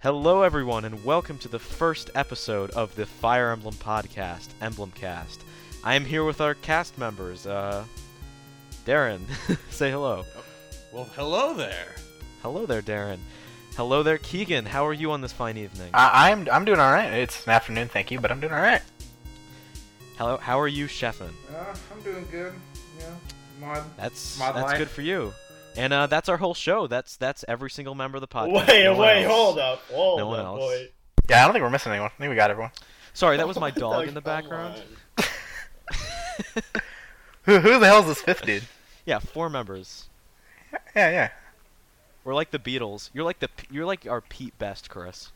Hello, everyone, and welcome to the first episode of the Fire Emblem podcast, Emblemcast. I am here with our cast members. Uh, Darren, say hello. Well, hello there. Hello there, Darren. Hello there, Keegan. How are you on this fine evening? I, I'm I'm doing all right. It's an afternoon, thank you, but I'm doing all right. Hello, how are you, Sheffin? Uh, I'm doing good. Yeah, mod. That's My that's life. good for you. And uh, that's our whole show. That's that's every single member of the podcast. Wait, Uh, No one wait, else. hold up, hold No one up, else. wait. Yeah, I don't think we're missing anyone. I think we got everyone. Sorry, that was my Like, dog in the come background. on. Who, who the hell is this fifth dude? yeah, four members. Yeah, yeah. We're like the Beatles. You're like the P- you're like our Pete Best, Chris.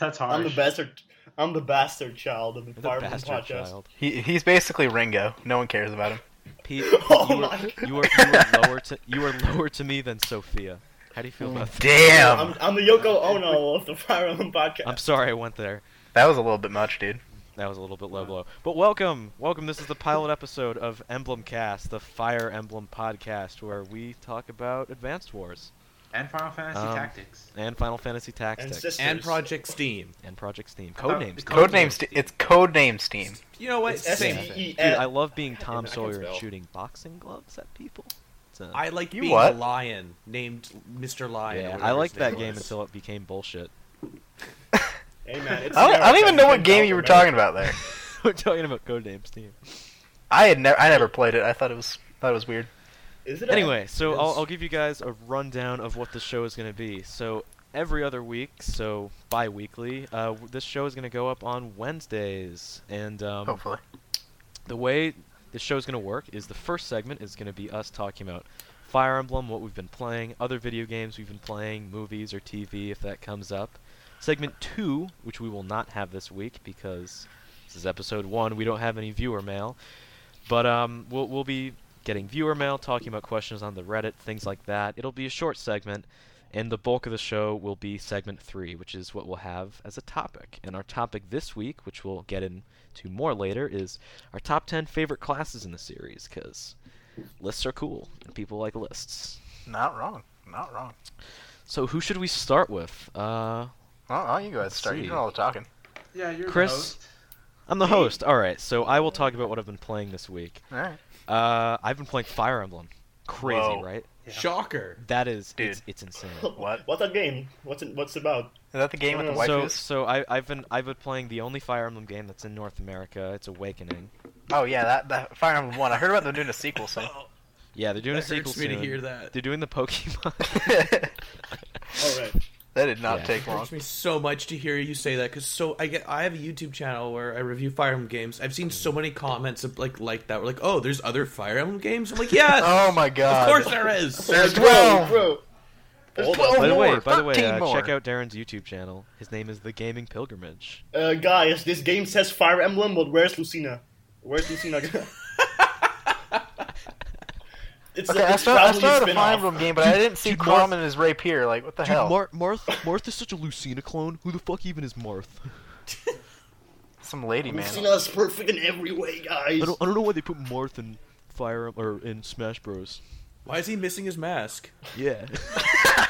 That's hard. I'm the bastard. I'm the bastard child of the You're Fire the Emblem bastard podcast. child. He he's basically Ringo. No one cares about him. Pete, Oh you, my are, you are you are lower to you are lower to me than Sophia. How do you Oh feel about that? Damn, I'm, I'm the Yoko Ono of the Fire Emblem podcast. I'm sorry I went there. that was a little bit much, dude. That was a little bit low blow. But welcome, welcome. This is the pilot episode of Emblem Cast, the Fire Emblem podcast, where we talk about Advanced Wars And Final Fantasy Um, Tactics. and Final Fantasy and Tactics sisters. And Uh, Project Steam. and Project Steam. thought Codenames. the Dude, Codename Ste It's Codename Steam. You know what? It's Same S- thing. E- I love being Tom I can Sawyer and spell. shooting boxing gloves at people. It's a- I like You being what? a lion named Mr. Lion. or yeah, whatever I liked his that name game was. until it became bullshit. Hey, man, it's I don't, I don't America, even know what can't game you were help it, talking about there. We're talking about Codenames Steam. I had never I never played it. I thought it was thought it was weird. man. Is it a- Anyway, so I'll, Yes. I'll give you guys a rundown of what the show is going to be. So every other week, so bi-weekly, uh, w- this show is going to go up on Wednesdays. And um, Oh, Hopefully, the way the show's going to work is the first segment is going to be us talking about Fire Emblem, what we've been playing, other video games we've been playing, movies or TV if that comes up. Segment two, which we will not have this week because this is episode one, we don't have any viewer mail. But um, we'll, we'll be getting viewer mail, talking about questions on the Reddit, things like that. It'll be a short segment, and the bulk of the show will be segment three, which is what we'll have as a topic. And our topic this week, which we'll get into more later, is our top 10 favorite classes in the series, because lists are cool, and people like lists. not wrong. Not wrong. So who should we start with? Uh, Well, oh, you guys Let's start. see. You do all the talking. Yeah, you're Chris? the host. I'm the host. All right, so I will talk about what I've been playing this week. All right. Uh, I've been playing Fire Emblem. Crazy, Whoa. right? Yeah. Shocker. That is, it's, Dude. it's insane. What? What's that game? What's it? What's it about? Is that the game with the Why Uh, So, waifus? so I, I've been I've been playing the only Fire Emblem game that's in North America. It's Awakening. oh yeah, that, that Fire Emblem One. I heard about them doing a sequel soon. Oh, Yeah, they're doing that a sequel hurts me to soon. hear that. They're doing the Pokemon. that All right. did not Yeah. take It long. hurts me so much to hear you say that because so I get I have a YouTube channel where I review Fire Emblem games. I've seen so many comments of, like like that. We're like, oh, there's other Fire Emblem games. I'm like, yes, Oh my god. of course there is. There's Bro, 12. bro. There's Hold 12 up. by the way, more, by the way, 13 uh, more. check out Darren's YouTube channel. His name is The Gaming Pilgrimage. Uh, guys, this game says Fire Emblem, but where's Lucina? Where's Lucina? it's Okay, a, I it's started, I probably a started a spin-off. Fire Emblem game, but I didn't see dude, Crom Marth- and his rapier. Like, what the hell? Marth, Marth is such a Lucina clone. Who the fuck even is Marth? Some lady man. Lucina's perfect in every way, guys. I don't know why they put Marth in Fire or in Smash Bros. Why is he missing his mask? Yeah.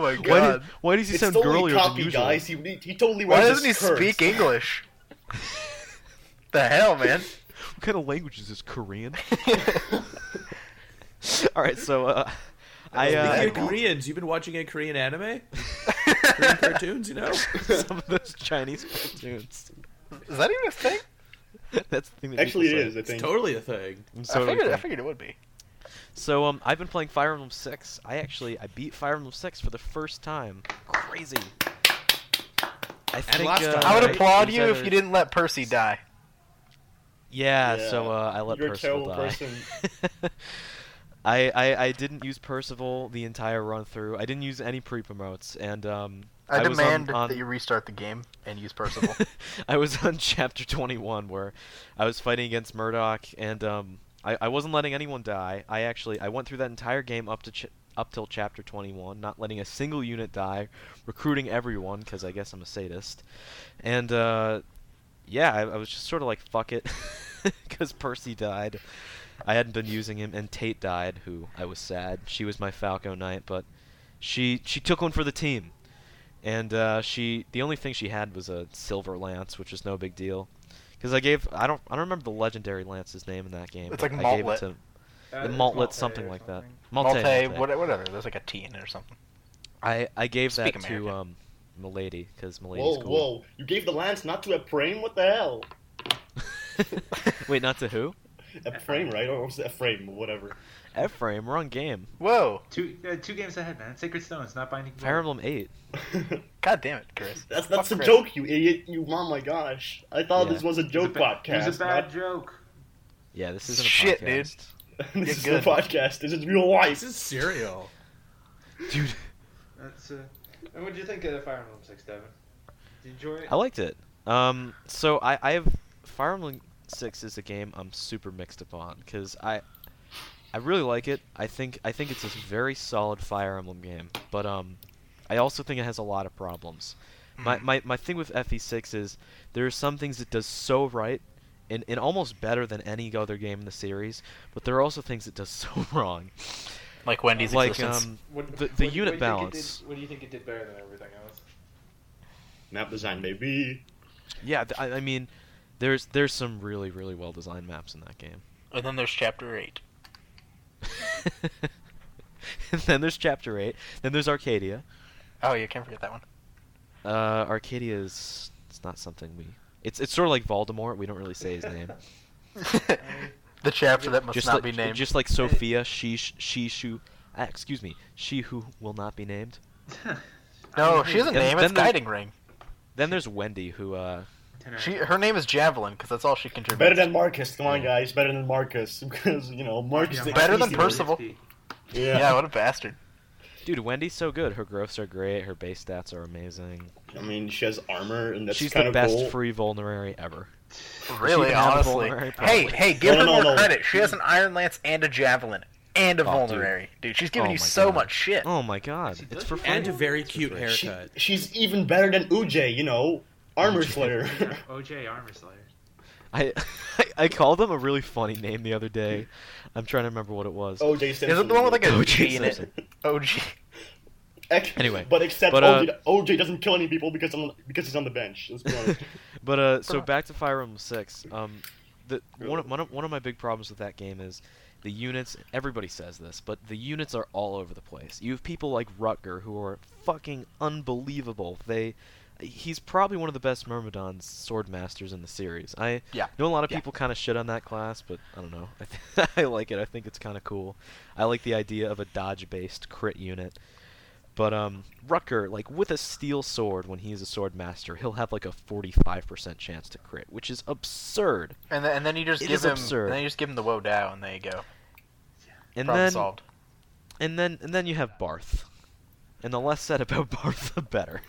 my why, did, god. why does he It's sound totally girlier than copy, usual? guys. He, he totally Why, wears doesn't he his curves. speak English? the hell, man? What kind of language is this? Korean? All right, so uh, I Speaking uh, of Koreans, you've been watching a Korean anime, Korean cartoons, you know. some of those Chinese cartoons. Is that even a thing? That's the thing. That Actually, it people is. I It's think. totally a thing. say. So I, do we figured, I think. figured it would be. So um, I've been playing Fire Emblem Six. I actually I beat Fire Emblem Six for the first time. Crazy. I think last uh, time, I would Alright, applaud these you if other- you didn't let Percy die. Yeah, Yeah. so uh, I let You're a Percival terrible die. I, I I didn't use Percival the entire run through. I didn't use any pre promotes, and um, I, was on- demand on- that you restart the game and use Percival. I was on chapter 21 where I was fighting against Murdoch and um, I, I wasn't letting anyone die. I actually I went through that entire game up to ch- up till chapter 21, not letting a single unit die, recruiting everyone because I guess I'm a sadist. And uh, yeah, I, I was just sort of like fuck it because Percy died. I hadn't been using him, and Tate died, who I was sad. She was my Falco Knight, but she she took one for the team, and uh, she the only thing she had was a silver lance, which is no big deal, because I gave I don't I don't remember the legendary lance's name in that game. It's but like I gave it Maltlet. to Uh, the it's maltlet Malte something or like that. something. Malte, Malte. what- whatever. There's like a T in it or something. I I gave Speak that to American. um, Milady because Milady's Whoa, cool. whoa! You gave the lance not to Ephraim. What the hell? Wait, not to who? Ephraim, right? Or was it Ephraim? Whatever. Ephraim, wrong game. Whoa! Two, uh, two games ahead, man. Sacred Stones, not Binding of Fire Isaac. Emblem Eight. God damn it, Chris. That's that's Fuck a Chris. joke, you idiot! You, oh my gosh! I thought Yeah. this was a It was joke a ba- podcast. It was a bad not- joke. Yeah, this isn't a Shit, dude. podcast. this is Get a podcast. This is real This life. is cereal. dude. Dude, That's. Uh... And what did you think of the Fire Emblem Six, Devin? Did you enjoy it? I liked it. Um, so I I have Fire Emblem Six is a game I'm super mixed upon because I I really like it. I think I think it's a very solid Fire Emblem game, but um, I also think it has a lot of problems. My, my, my thing with FE6 is there are some things it does so right and, and almost better than any other game in the series, but there are also things it does so wrong. Like Wendy's like existence. um, What, the, what the do you- unit what do you think it balance. Did, what do you think it did better than everything else? Map design, baby. Yeah, th- I, I mean, there's there's some really really well designed maps in that game. and then there's Chapter Eight. and then there's Chapter Eight. Then there's Arcadia. Oh, you can't forget that one. Uh, Arcadia is it's not something we. It's it's sort of like Voldemort. We don't really say his name. the chapter that must just not like, be named. Just like Sophia, she she she. Uh, excuse me, she who will not be named. no, she doesn't And name. then It's there's- Guiding Ring. Then there's Wendy, who uh, She her name is Javelin because that's all she contributes. Better than Marcus. Come on, guys. Better than Marcus because you know Marcus. Yeah, is the Better than easy one. Percival. Yeah. yeah. what a bastard. dude, Wendy's so good. Her growths are great. Her base stats are amazing. I mean, she has armor, and that's She's kind the of best cool. free vulnerary ever. Really, even have a honestly. vulnerary Hey, probably? hey, give No, her no, more no. credit. She has an Iron Lance and a Javelin and a Oh, dude. vulnerary. Dude. she's giving Oh you my so God. much shit. Oh my god, She it's does for have free. And a very cute She- haircut. she's even better than Uj, you know, armor slayer. OJ Armor Slayer. I, I I called them a really funny name the other day. I'm trying to remember what it was. OJ Simpson. Is it the one with like a Oh, G in Jesus. it? OG. Ec- Anyway, but except but, uh, OJ, OJ doesn't kill any people because I'm, because he's on the bench. Let's be honest. But uh, so Correct. back to Fire Emblem Six. Um, the one of, one of one of my big problems with that game is the units. Everybody says this, but the units are all over the place. You have people like Rutger who are fucking unbelievable. They, he's probably one of the best Myrmidon sword masters in the series. I Yeah. know a lot of Yeah. people kind of shit on that class, but I don't know. I, th- I like it. I think it's kind of cool. I like the idea of a dodge-based crit unit. But um, Rucker, like with a steel sword, when he's a sword master, he'll have like a forty-five percent chance to crit, which is absurd. And then, and then you just It give is him absurd. and then you just give him the woe dow and there you go. And Problem then, solved. and then, and then you have Barth, and the less said about Barth, the better.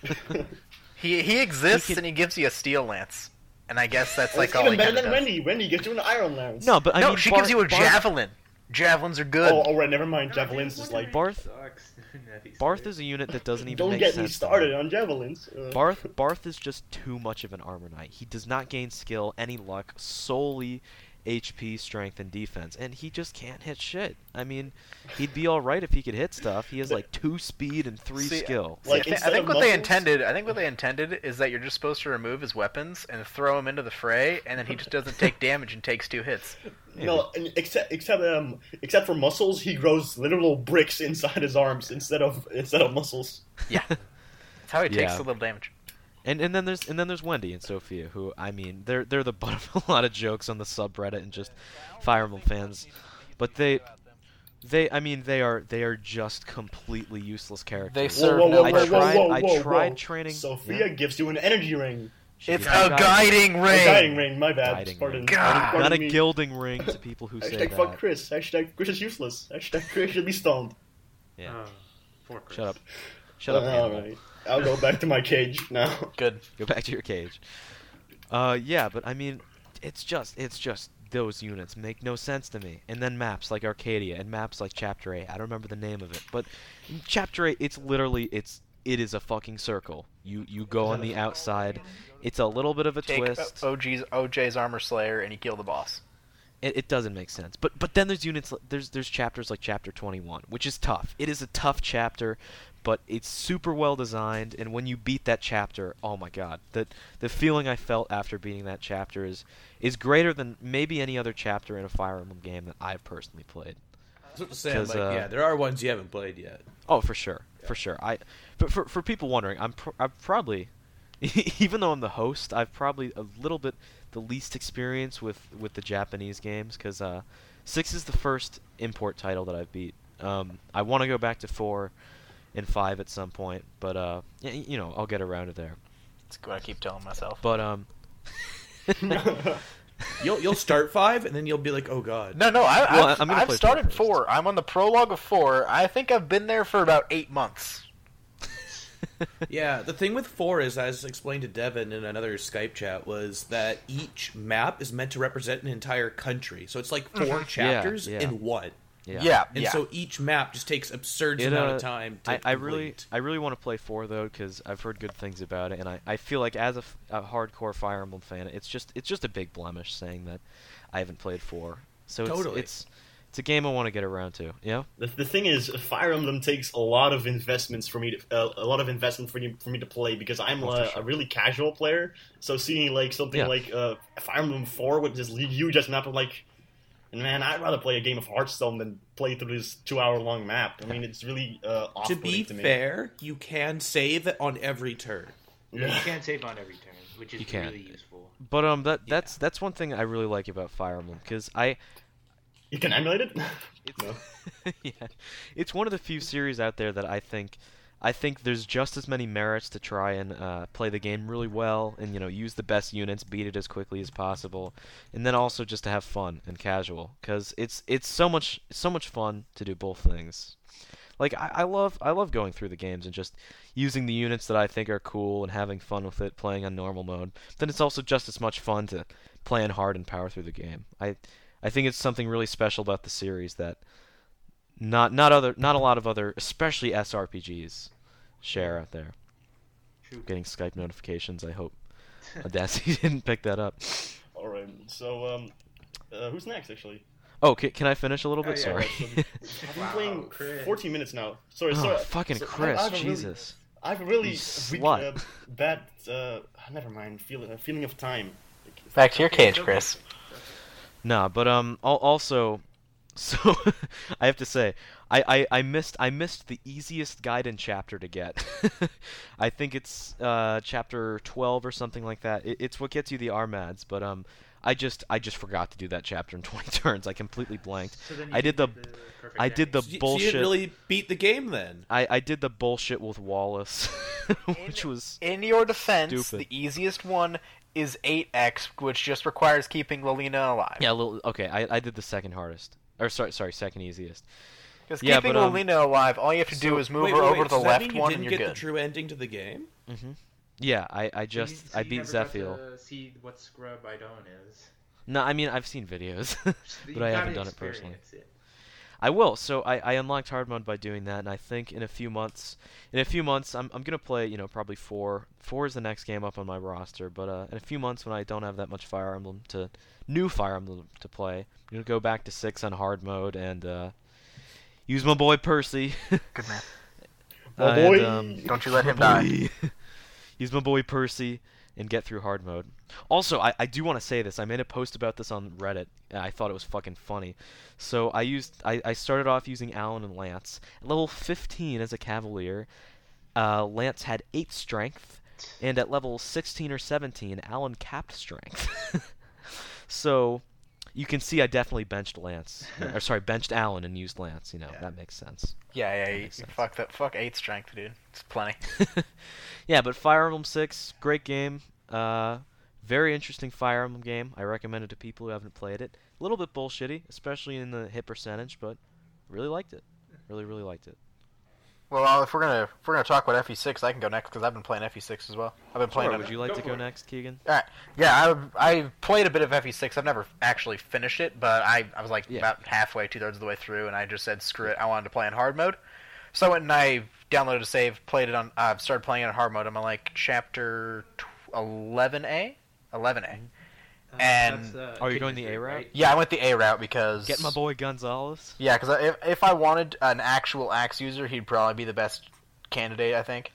He he exists He can- and he gives you a steel lance. And I guess that's It's like all even he better kinda than does. Wendy. Wendy gives you an iron lance. no, but I no, mean, she Barth- gives you a Barth- javelin. Javelins are good. Oh, all right, never mind. Javelins is like. Barth- Sucks. Heavy Barth Slayer. is a unit that doesn't even Don't make get sense. me to started on javelins. Uh, Barth Barth is just too much of an armor knight. He does not gain skill, any luck, solely HP, strength, and defense, and he just can't hit shit. I mean, he'd be all right if he could hit stuff. He has like two speed and three See, uh, skill. See, I, Like, thi- I instead think of what they muscles? intended. I think what they intended is that you're just supposed to remove his weapons and throw him into the fray, and then he just doesn't take damage and takes two hits. No, and except except um except for muscles, he grows literal bricks inside his arms instead of instead of muscles. Yeah, that's how he takes Yeah. the little damage. And and then there's and then there's Wendy and Sophia, who I mean, they're they're the butt of a lot of jokes on the subreddit and just Fire Emblem fans, but they. They, I mean, they are they are just completely useless characters. serve whoa, whoa, I whoa, whoa, tried, whoa, whoa, I whoa, tried whoa. training. Sophia gives you an energy ring, She It's did not a guiding a ring. guiding ring. My bad. Guiding Pardon. ring. God. pardon Not a me. gilding ring to people who say Hashtag that. fuck Chris. Hashtag Chris is useless. Hashtag Chris should be stoned. Yeah. Oh, poor Chris. Shut up. Shut Uh, up. All animal. right. I'll go back to my cage now. Good. Go back to your cage. Uh, yeah, but I mean, it's just, it's just those units make no sense to me. And then maps like Arcadia and maps like Chapter 8. I don't remember the name of it, but Chapter 8, it's literally, it's, it is a fucking circle. You, you go on the outside. It's a little bit of a Take twist. OG's OJ's armor slayer and you kill the boss. it, it doesn't make sense. But but then there's units li- there's there's chapters like chapter 21, which is tough. It is a tough chapter, but it's super well designed. And when you beat that chapter, oh my god, that the feeling I felt after beating that chapter is is greater than maybe any other chapter in a Fire Emblem game that I've personally played. That's what I'm saying. 'Cause, Like, uh, yeah, there are ones you haven't played yet. Oh, for sure, for sure. I, but for for people wondering, I'm pr- I'm probably, even though I'm the host, I've probably a little bit the least experience with with the Japanese games because uh, six is the first import title that I've beat. Um, I want to go back to four, and five at some point, but uh, y- y- you know, I'll get around to there. That's what I keep telling myself. But um, You'll you'll start five, and then you'll be like, oh god. no, no, I, Well, I've, I'm gonna i play have four started first. four. I'm on the prologue of four. I think I've been there for about eight months. Yeah, the thing with four is, as explained to Devin in another Skype chat, was that each map is meant to represent an entire country. So it's like four chapters yeah. in one. yeah, Mm-hmm. yeah. And so each map just takes absurd It, amount uh, of time. To I, I really complete. I really want to play four though because I've heard good things about it, and I, I feel like as a, f- a hardcore Fire Emblem fan, it's just it's just a big blemish saying that I haven't played four. So it's Totally. it's, it's a game I want to get around to. Yeah, The, the thing is, Fire Emblem takes a lot of investments for me to uh, a lot of investment for me for me to play because I'm Oh, for uh, sure. a really casual player. So seeing like something Yeah. like uh, Fire Emblem Four with this li- huge ass map, I'm like, man, I'd rather play a game of Hearthstone than play through this two hour long map. I mean, it's really uh, To off-putting be to me. fair, you can save on every turn. You Yeah. can't save on every turn, which You is can't. really useful. but um that that's that's one thing I really like about Fire Emblem because I you can emulate it. No. yeah, it's one of the few series out there that I think I think there's just as many merits to try and uh, play the game really well and you know use the best units, beat it as quickly as possible, and then also just to have fun and casual because it's it's so much so much fun to do both things. Like I, I love I love going through the games and just using the units that I think are cool and having fun with it, playing on normal mode. Then it's also just as much fun to plan hard and power through the game. I I think it's something really special about the series that not not other not a lot of other especially SRPGs share out there. True. Getting Skype notifications, I hope. Audacity didn't pick that up. All right. So, um, uh, who's next? Actually, Oh, can, can I finish a little Oh, bit? yeah, Sorry. I've been Wow, playing Chris. 14 minutes now. Sorry, oh, sorry. fucking so I- Chris, I have a really- Jesus. I have a You really weak, uh, slut. bad. Uh, never mind. Feel, uh, feeling of time. Back to your cage, okay. Chris. Nah, but um, al- also, so I have to say, I, I, I missed I missed the easiest Gaiden chapter to get. I think it's uh, chapter twelve or something like that. It, it's what gets you the Armads, but um, I just I just forgot to do that chapter in twenty turns. I completely blanked. So then you I did the perfect I did the So you- so you bullshit. didn't really beat the game then. I, I did the bullshit with Wallace, which was In your defense, Stupid. the easiest one is 8x, which just requires keeping Lolina alive. yeah, a little okay. I, I did the second hardest, or sorry, sorry, second easiest. Because Yeah, keeping but, um, Lolina alive, all you have to do is move Wait, her wait, over wait, to the does that left mean you one, and didn't you're get good. the true ending to the game. Yeah, I, I So you- just so I you beat never got Zephiel. to See what Scrub I don't is. No, I mean I've seen videos, You but I gotta haven't done it personally. experience it. I will. So I, I unlocked hard mode by doing that, and I think in a few months, in a few months, I'm, I'm gonna play. You know, probably four. Four is the next game up on my roster. But uh, in a few months, when I don't have that much Fire Emblem to new Fire Emblem to play, I'm gonna go back to six on hard mode and uh, use my boy Percy. Good man. Oh and, boy. um, Don't you let him die. Use my boy Percy and get through hard mode. Also, I, I do want to say this. I made a post about this on Reddit. And I thought it was fucking funny. So I used I, I started off using Alan and Lance. At level 15 as a cavalier, uh, Lance had 8 strength, and at level 16 or 17, Alan capped strength. so you can see I definitely benched Lance. or sorry, benched Alan and used Lance, you know. Yeah. That makes sense. Yeah, yeah, you, makes you sense. fuck that. Fuck eight strength, dude. It's plenty. yeah, but Fire Emblem Six, great game. Uh, very interesting Fire Emblem game. I recommend it to people who haven't played it. A little bit bullshitty, especially in the hit percentage, but really liked it. Really, really liked it. Well, uh, if we're gonna if we're gonna talk about FE6, I can go next because I've been playing FE6 as well. I've been playing. Sure, it. would you like Go to for go it. next, Keegan? All right. Uh, Yeah, I I played a bit of FE6. I've never actually finished it, but I, I was like Yeah. about halfway, two thirds of the way through, and I just said screw it. I wanted to play in hard mode, so I went and I downloaded a save, played it on, uh, Mm-hmm. started playing it in hard mode. I'm on like chapter eleven A, eleven A, and Uh, And- that's, uh, Oh, you're Kid going the District, A route? right? Yeah, I went the A route because Get my boy Gonzalez. Yeah, because if if I wanted an actual axe user, he'd probably be the best candidate. I think.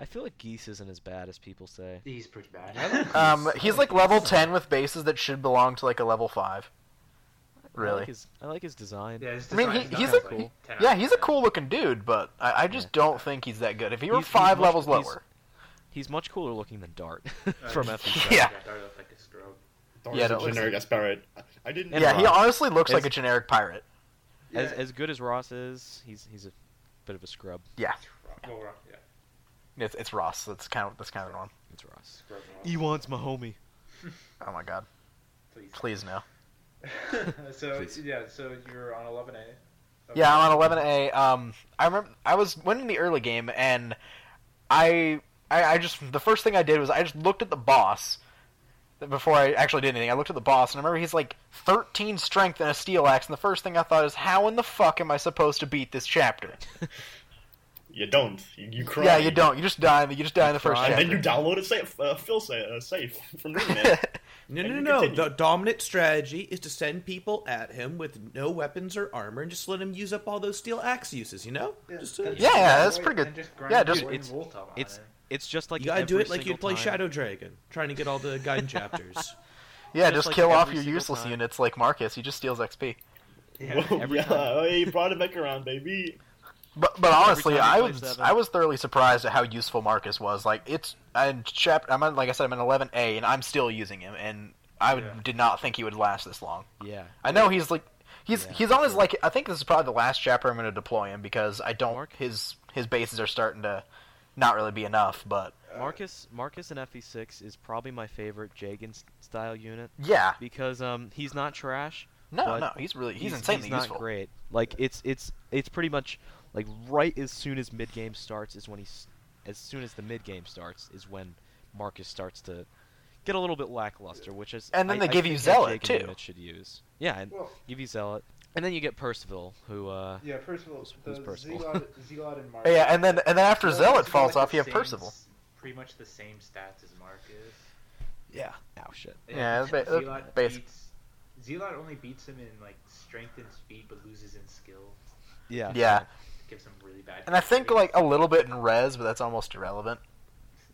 I feel like Geese isn't as bad as people say. He's pretty bad. Um, he's like level ten with bases that should belong to like a level five. I Really? like his, I like his design. yeah, his I mean, he- design's he's not a- like 10 out Yeah, of he's a 10. cool looking dude, but I, I just don't think he's that good. If he were He's- he's five much- levels he's- lower, He's much cooler looking than Dart Uh, from he's- FF. Yeah. Dark looks like a strobe. Dark Yeah, is a that looks- generic Asparate. I- I didn't. And yeah, he Ross. honestly looks like As- a generic pirate. As Yeah. as good as Ross is, he's he's a bit of a scrub. Yeah, Well, we're- yeah, it's, it's Ross. That's kind of that's kind of the norm. It's Ross. scrub and all, Ewan's my homie. Oh my god, please. please no. so Please. yeah, so you're on 11A. Okay. Yeah, I'm on 11A. Um, I remember I was winning the early game, and I, I, I just the first thing I did was I just looked at the boss before I actually did anything. I looked at the boss, and I remember he's like 13 strength and a steel axe, and the first thing I thought is, how in the fuck am I supposed to beat this chapter? You don't. You, you cry. Yeah, you don't. You just die. You just die in the first Cry. And then chapter. you download a safe, uh, Phil sa- uh, safe from the internet. No, And no, you no. no. continue. The dominant strategy is to send people at him with no weapons or armor and just let him use up all those steel axe uses, you know? Just, uh, Yeah, yeah, that's pretty good. And just Yeah, grind just- Gordon it's- Woltop on It's it. it's just like you gotta do every it like single you'd play time. Shadow Dragon, trying to get all the gun chapters. yeah, just just like kill off every your single useless time. units like Marcus. He just steals XP. Yeah. Whoa, every yeah, time. oh, he brought it back around, baby. But but honestly, time he I plays was seven. I was thoroughly surprised at how useful Marcus was. Like it's I'm chapter I'm on, like I said I'm in 11A and I'm still using him and I would- Yeah. did not think he would last this long. Yeah. I know he's like he's Yeah, he's on his like I think this is probably the last chapter I'm going to deploy him because I don't Mark? his his bases are starting to not really be enough, but Marcus Marcus in FE6 is probably my favorite Jagan s- style unit yeah. because um he's not trash. No, But no, he's really he's, insanely not useful. great. Like it's it's it's pretty much like right as soon as mid game starts is when he's as soon as the mid game starts is when Marcus starts to get a little bit lackluster, which is And then I- they I give you think that Zealot, Jagan too. unit Should use yeah, and Well, give you zealot, and then you get Percival who uh yeah, Percival. Who's- who's The Percival? Zealot, Zealot and Marcus. Yeah, and then and then after Well, Zealot it's got, like, falls the off, you have same Percival. s- Pretty much the same stats as Marcus. yeah oh shit Yeah, it's ba- uh, Zealot basic. beats. Zealot only beats him in like strength and speed, but loses in skill. yeah Yeah. Gives him really bad. And I think hit like a little bit in res, but that's almost irrelevant. rates.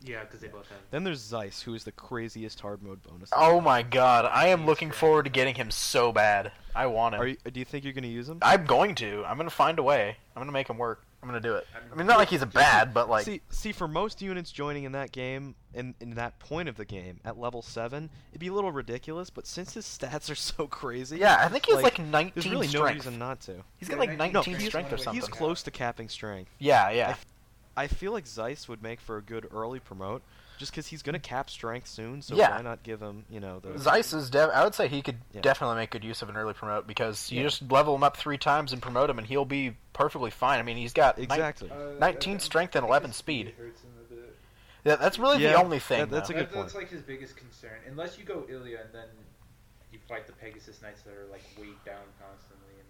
Yeah, because they both have. Then there's Zeiss, who is the craziest hard mode bonus. Oh my god, I am looking forward to getting him so bad. I want him. Are you, do you think you're gonna use him? I'm going to. I'm gonna find a way. I'm gonna make him work. I'm gonna do it. I'm- I mean, not like he's a bad, but like see, see, for most units joining in that game, in in that point of the game at level seven, it'd be a little ridiculous. But since his stats are so crazy, yeah, I think he has like, like, there's 19 really no strength. reason not to. he's got like Yeah, 19 19 strength. strength or He's something. He's close to capping strength. Yeah, yeah. I feel like Zeiss would make for a good early promote, just because he's gonna cap strength soon. So Yeah. why not give him, you know, the Zeiss is. Dev- I would say he could Yeah. definitely make good use of an early promote because you Yeah. just level him up three times and promote him, and he'll be perfectly fine. I mean, he's got nine- exactly. Uh, 19 I- I strength and think 11 his speed. hurts him a bit. yeah, that's really Yeah, the only thing. that- that's though. a good That- That's point. like his biggest concern. Unless you go Ilya and then you fight the Pegasus Knights that are like weighed down constantly. And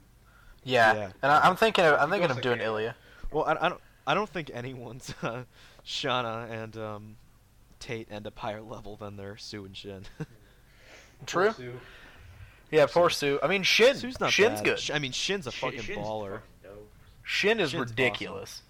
yeah. Yeah. and I, I'm thinking of I'm He thinking goes of doing again. Ilya. Well, I, I don't. I don't think anyone's uh, Shauna and um, Tate end up higher level than their Sue and Shin. True. Sue, Yeah, poor Sue. I mean, Shin. Sue's not Shin's bad. good. Sh- I mean, Shin's a Sh- fucking Shin's baller. fucking dope. Shin is Shin's ridiculous.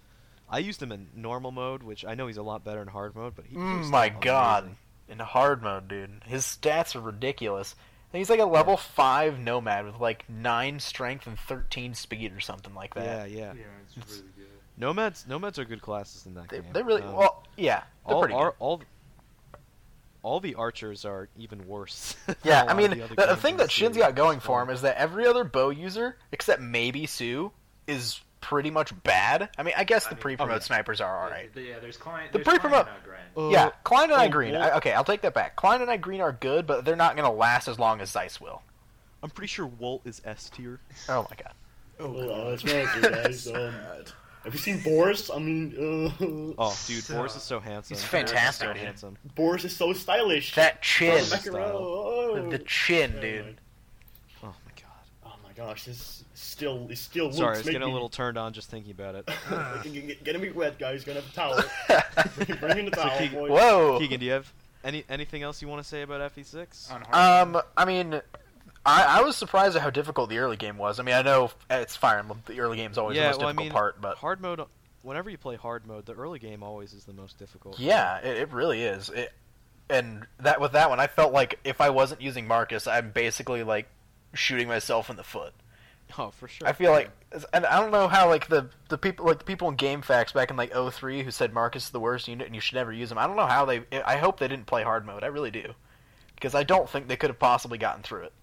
I used him in normal mode, which I know he's a lot better in hard mode, but he, he was Mm, my still god. amazing. In hard mode, dude. His stats are ridiculous. And he's like a level 5 nomad with like 9 strength and 13 speed or something like Yeah, that. yeah. Yeah, it's really good. Nomads, nomads are good classes in that They, game. they really. Um, well, yeah. They're all, pretty are- good. all, all the archers are even worse. than a Yeah, I lot of mean, the, other the, the games thing in that the Shin's series. got going for him is that every other bow user, except maybe Sue, is pretty much bad. I mean, I guess I the mean- pre promote Oh, yeah. snipers are alright. Yeah, yeah, there's client. The there's client pre-promote- not grind. Uh, yeah, Klein and oh, I Green. well- I, okay, I'll take that back. Klein and I Green are good, but they're not going to last as long as Zeiss will. I'm pretty sure Walt is S tier. Oh my god. Oh, Oh, God. that's right, dude, guys. Um, Sad. have you seen Boris? I mean, uh, Oh, dude, So- Boris is so handsome. He's Boris is fantastic, so dude. handsome. Boris is so stylish. That Oh, chin. is Macaroni, style. oh. The chin, dude. Oh my god. Oh my gosh, this still is still Luke's Sorry, I was making getting a me- little turned on just thinking about it. Like, get- get- Getting me wet, guys. Gonna have a towel. Bring in the So towel, Keegan- boy. Whoa. Keegan, do you have Any anything else you want to say about E FE6? on hard Um, I mean, I, I was surprised at how difficult the early game was. I mean, I know it's Fire Emblem. The early game's always the most well, difficult part, but hard mode. Whenever you play hard mode, the early game always is the most difficult. yeah, it, it really is. It, and that with that one, I felt like if I wasn't using Marcus, I'm basically like shooting myself in the foot. Oh, for sure. I feel like, and I don't know how like the the people like the people in Game Facts back in like 03 who said Marcus is the worst unit and you should never use him. I don't know how they. I hope they didn't play hard mode. I really do, because I don't think they could have possibly gotten through it.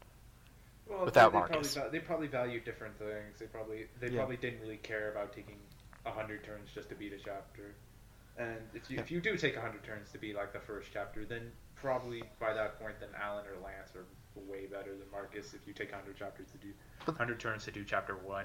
well, without they, they probably, Marcus. val- they probably value different things. They probably they Yeah. probably didn't really care about taking hundred turns just to beat a chapter. And if you if you do take hundred turns to beat like the first chapter, then probably by that point, then Alan or Lance are way better than Marcus. If you take hundred chapters to do But- hundred turns to do chapter one,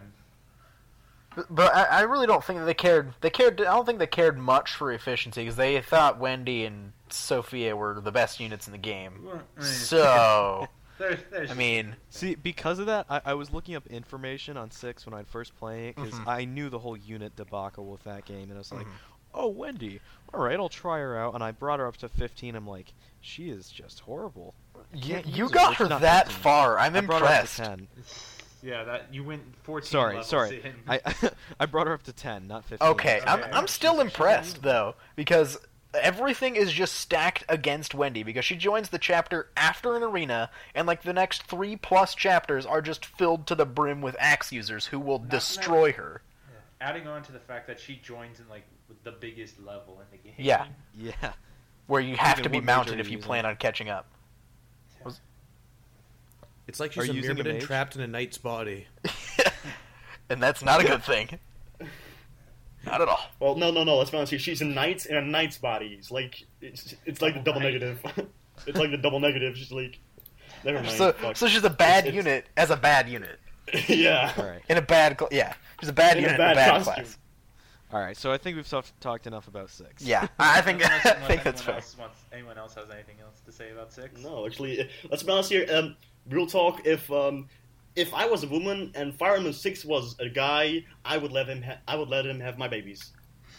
But, but I, I really don't think that they cared. They cared. I don't think they cared much for efficiency because they thought Wendy and Sophia were the best units in the game. Well, I mean, So there's, there's I mean, See, because of that, I, I was looking up information on six when I first playing it because Mhm. I knew the whole unit debacle with that game, and I was like, Mm-hmm. "Oh, Wendy, all right, I'll try her out." And I brought her up to 15. I'm like, "She is just horrible." you, can't you use it. got It's her not that 15. far. I'm I brought her up impressed. to 10. yeah, that you went fourteen. Sorry, levels sorry. in. I I brought her up to 10, not 15. Okay, I'm Okay. I'm still impressed though because everything is just stacked against Wendy because she joins the chapter after an arena and like the next three plus chapters are just filled to the brim with axe users who will destroy her. adding on to the fact that she joins in like the biggest level in the game. Yeah. Yeah. Where you have Even to be what major mounted are if you you using? plan on catching up. It's like Are she's you a using a myrmidon mage? trapped in a knight's body. and that's not a good thing. Not at all. Well, no, no, no. Let's be honest here. She's a knight in a knight's body. It's like it's, it's like the double Double negative. it's like the double negative. She's like, never mind. So, fuck. so she's a bad It's- unit as a bad unit yeah. All right. in a bad cl- yeah. She's a bad In a unit bad in a bad costume. class. All right. So I think we've talked talked enough about six. Yeah, I I think I Unless- unless think that's anyone fair. else wants- anyone else has anything else to say about six? No, actually, eh, let's be honest here. Um, real talk. If um, if I was a woman and Fire Emblem Six was a guy, I would let him. Ha- I would let him have my babies.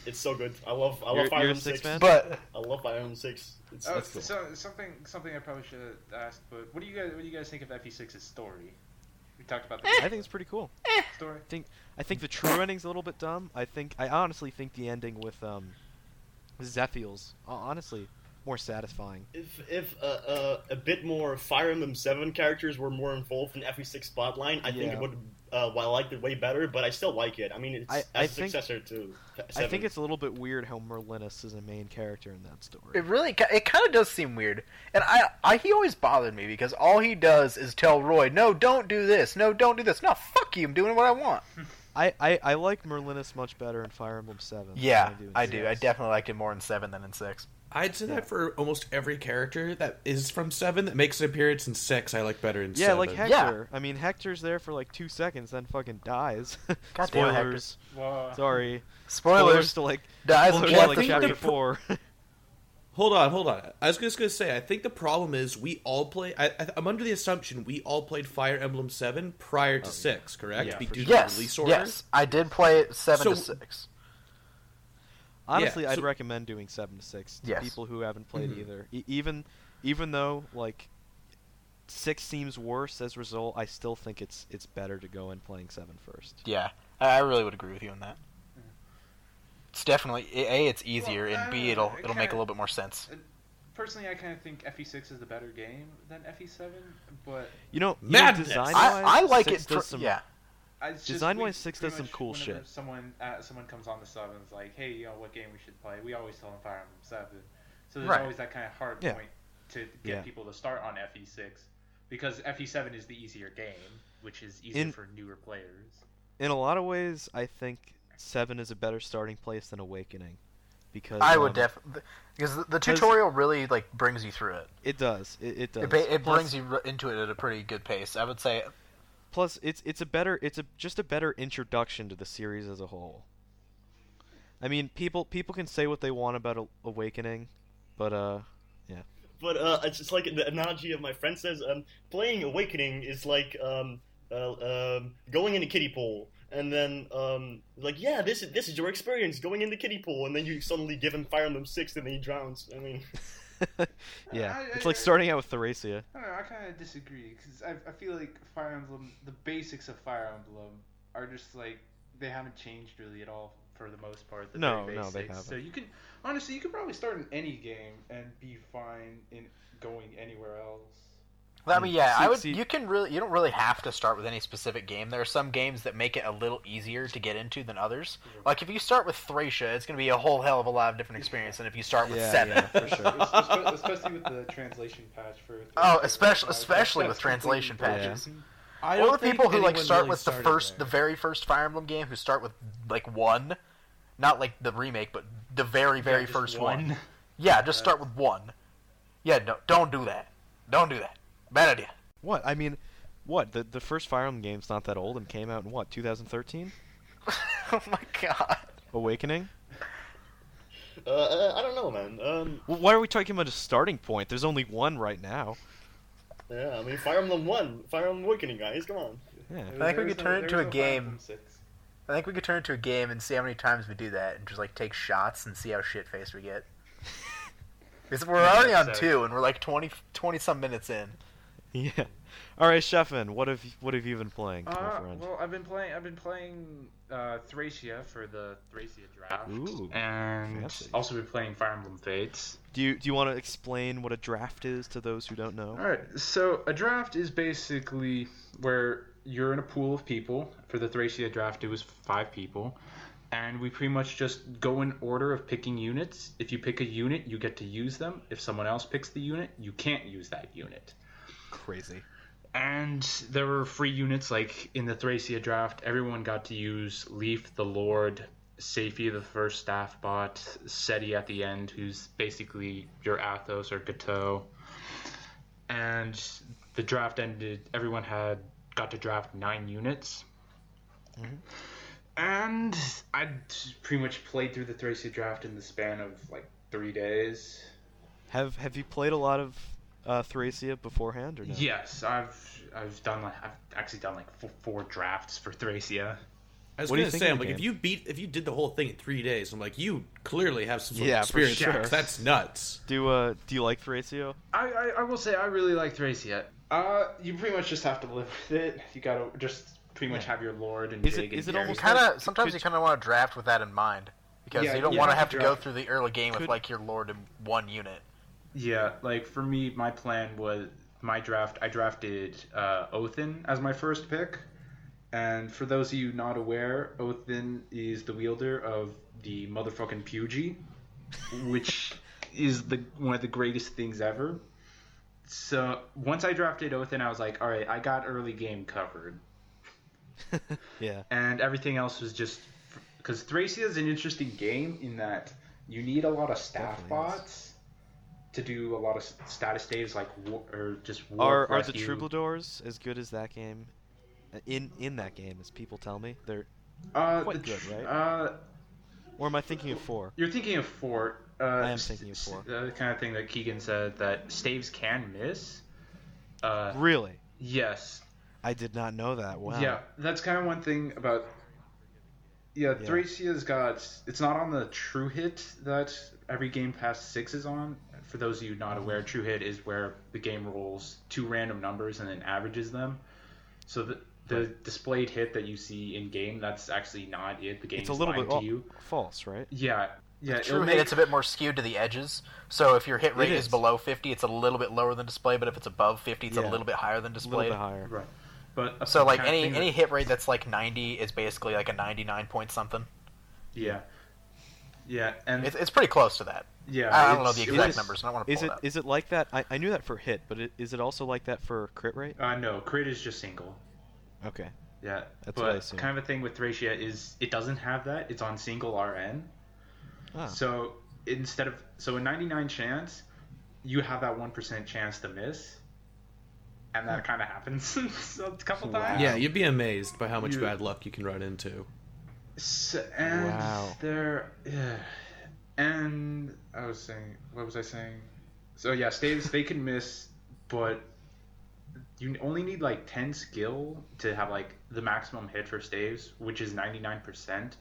It's so good. I love. I love You're- Fire you're a Emblem Six Six. man? But I love Fire Emblem Six. It's, Oh, it's cool. so something something I probably should have asked, but what do you guys what do you guys think of FE6's story? We talked about the I think it's pretty cool. story. I think the true ending's a little bit dumb. I think I honestly think the ending with um, Zephiel's uh, honestly more satisfying. If if uh, uh, a bit more Fire Emblem Seven characters were more involved in every six plotline, I think Yeah. it would. Uh, well, I liked it way better, but I still like it. I mean, it's I- as I a think- successor to. E I think it's a little bit weird how Merlinus is a main character in that story. it really ki- it kind of does seem weird, and I, I he always bothered me because all he does is tell Roy, no, don't do this, no, don't do this. No, fuck you, I'm doing what I want. I, I, I like Merlinus much better in Fire Emblem Seven. than Yeah, in I six. do. I definitely liked it more in seven than in six. I'd say that for almost every character that is from Seven that makes an appearance in Six, I like better in Yeah, Seven. like heck- Hector. I mean, Hector's there for like two seconds, then fucking dies. God damn it, Hector. Spoilers. Well, Sorry. Spoilers. to like, Dies in spoilers to, chapter like chapter three. four. Hold on, hold on. I was just gonna say, I think the problem is we all play. I, I, I'm under the assumption we all played Fire Emblem Seven prior Oh, to Six, correct? yeah, Be- for due to the Yes, release order. yes, I did play it seven to So- six. Honestly, I'd so- recommend doing seven to six to Yes. people who haven't played Mhm. either. E- even even though like six seems worse as a result, I still think it's it's better to go in playing seven first. Yeah, I I really would agree with you on that. It's definitely a. It's easier, Well, and b. uh, It'll it it'll make a kinda- little bit more sense. uh, personally, I kind of think FE6 is the better game than FE7, but You know, you know, Madness! design-wise, I, I like six it. does For, some- yeah, I it's just- Design we- wise, six pretty does some much cool whenever shit. Someone uh, someone comes on the sub and is like, "Hey, you know what game we should play?" We always tell them Fire Emblem Seven. So there's Right. always that kind of hard Yeah. point to get Yeah. people to start on FE6 because FE7 is the easier game, which is easier In- for newer players. in a lot of ways, I think seven is a better starting place than Awakening because I would um, definitely because the, the 'cause- tutorial really like brings you through it. It does. It, it does. It, ba- it Plus- brings you r- into it at a pretty good pace. I would say Plus, it's it's a better it's a just a better introduction to the series as a whole. I mean, people people can say what they want about A- Awakening, but uh, But uh, it's just like the analogy of my friend says, um, playing Awakening is like um, uh, um, going in a kiddie pool, and then um, like yeah, this is this is your experience going in the kiddie pool, and then you suddenly give him Fire Emblem Six, and then he drowns. I mean, yeah, I- it's I- like starting out with Thracia. I don't know. I kind of disagree because I, I feel like Fire Emblem, the basics of Fire Emblem are just like they haven't changed really at all for the most part. The No, very no, they basics. So haven't. you can honestly, you can probably start in any game and be fine in going anywhere else. I mean, yeah, See- I would. see- you can really, you don't really have to start with any specific game. There are some games that make it a little easier to get into than others. Mm-hmm. Like if you start with Thracia, it's going to be a whole hell of a lot of different experience than if you start with Yeah, Seven. yeah, for sure. Es- espe- especially with the translation patch for. Oh, especially- That's- especially that's with translation completely patches. broken. I Or don't the think people who like anyone start really with the started first, there. the very first Fire Emblem game, who start with like one, not like the remake, but the very, very just first one. one. Yeah, just start with one. Yeah, no, don't do that. Don't do that. Bad idea. What? I mean, what? The the first Fire Emblem game's not that old and came out in what, 2013? oh my god. Awakening? Uh, uh, I don't know, man. Um, Well, why are we talking about a starting point? There's only one right now. yeah, I mean, Fire Emblem One, Fire Emblem Awakening, guys, come on. Yeah. I There- think we there could is no- turn it into there is a no game. Fire Emblem Six. I think we could turn it to a game and see how many times we do that, and just like take shots and see how shit faced we get. Because we're already on Sorry. two, and we're like 20, 20 some minutes in. Yeah. All right, Sheffin, what have what have you been playing, my Uh, friend? well, I've been playing. I've been playing uh, Thracia for the Thracia draft, Ooh, and fancy. also been playing Fire Emblem Fates. Do you do you want to explain what a draft is to those who don't know? All right, so a draft is basically where you're in a pool of people. For the Thracia draft, it was five people, and we pretty much just go in order of picking units. If you pick a unit, you get to use them. If someone else picks the unit, you can't use that unit. Crazy. And there were free units like in the Thracia draft, everyone got to use Leaf the Lord, Safi the first staff bot, Seti at the end, who's basically your Athos or Gato. And the draft ended everyone had got to draft nine units. Mm-hmm. And I pretty much played through the Thracia draft in the span of like three days. Have Have you played a lot of uh, Thracia beforehand or no? Yes, I've I've done like I've actually done like four, four drafts for Thracia. I was What do you gonna think say, of I'm the like, if game? you beat, if you did the whole thing in three days, I'm like, you clearly have some sort Yeah, of for experience. sure. 'cause That's nuts. Do uh Do you like Thracia? I, I, I will say I really like Thracia. Uh, you pretty much just have to live with it. You gotta just pretty much have your lord and Is it- dig and is it carry. almost- Kind Could- of. Sometimes you could- kind of want to draft with that in mind because Yeah, you don't you want to have have to to go draft. through the early game with Could- like your lord in one unit. Yeah, like for me, my plan was my draft. I drafted uh, Othin as my first pick, and for those of you not aware, Othin is the wielder of the motherfucking Pugy, which is the one of the greatest things ever. So once I drafted Othin, I was like, all right, I got early game covered Yeah. and everything else was just because Thracia is an interesting game in that you need a lot of staff Definitely is. bots to do a lot of s- status saves, like war, or just war Are Are the rescue. Troubadours as good as that game? Uh, In In that game, as people tell me, they're uh, quite the good, tr- right? Uh, or am I thinking of four? you're thinking of four. Uh, I am thinking of four. The kind of thing that Keegan said that staves can miss. Uh, Really? yes, I did not know that. Wow. Yeah, that's kind of one thing about. Yeah, Yeah. Thracia's got. It's not on the True Hit that every game past six is on. For those of you not aware, True Hit is where the game rolls two random numbers and then averages them. So the the displayed hit that you see in game, that's actually not it. The game's It's a little lying bit to oh, you. false, right? Yeah, yeah. it'll True hit, make- it's a bit more skewed to the edges. So if your hit rate is. is. below 50, it's a little bit lower than display. But if it's above 50, it's Yeah. a little bit higher than A little display. bit higher. Right. But a So like kind of any thing that- any hit rate that's like 90 is basically like a 99 point something. Mm-hmm. yeah, yeah, and It's, it's pretty close to that. yeah. I don't know it's- the it exact is- numbers, and I want to Is pull it it, up. is it like that? I, I knew that for hit, but it, is it also like that for crit rate? Uh, no, crit is just single. Okay. Yeah, That's but what I assumed. kind of a thing with Thracia is it doesn't have that. It's on single RN. Ah. So instead of so a 99 chance, you have that 1% chance to miss. And that kind of happens a couple Wow. times. Yeah, you'd be amazed by how much You- bad luck you can run into. S and Wow. there, yeah. and I was saying, what was I saying? So yeah, staves they can miss, but you only need like ten skill to have like the maximum hit for staves, which is ninety nine percent.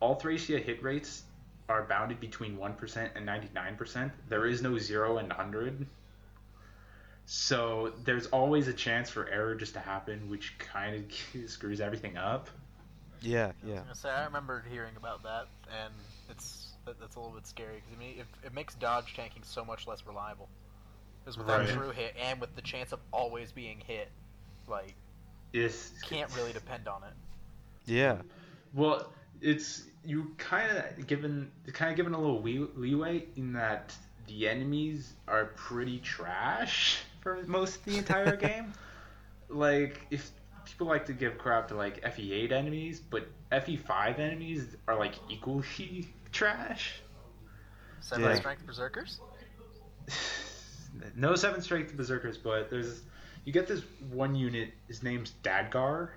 All Thracia hit rates are bounded between 1% and 99%. There is no 0 and 100. So there's always a chance for error just to happen, which kind of screws everything up. Yeah, I yeah. was gonna say I remembered hearing about that, and it's that, that's a little bit scary because I mean it, it makes dodge tanking so much less reliable. Because with Right. that true hit and with the chance of always being hit, like It's, can't really depend on it. Yeah. Well, it's you kind of given kind of given a little wee- leeway in that the enemies are pretty trash for most of the entire game. Like if people like to give crap to like FE8 enemies, but FE5 enemies are like equally trash. Seven Yeah. strength berserkers. no seven strength berserkers, but there's you get this one unit. His name's Dadgar.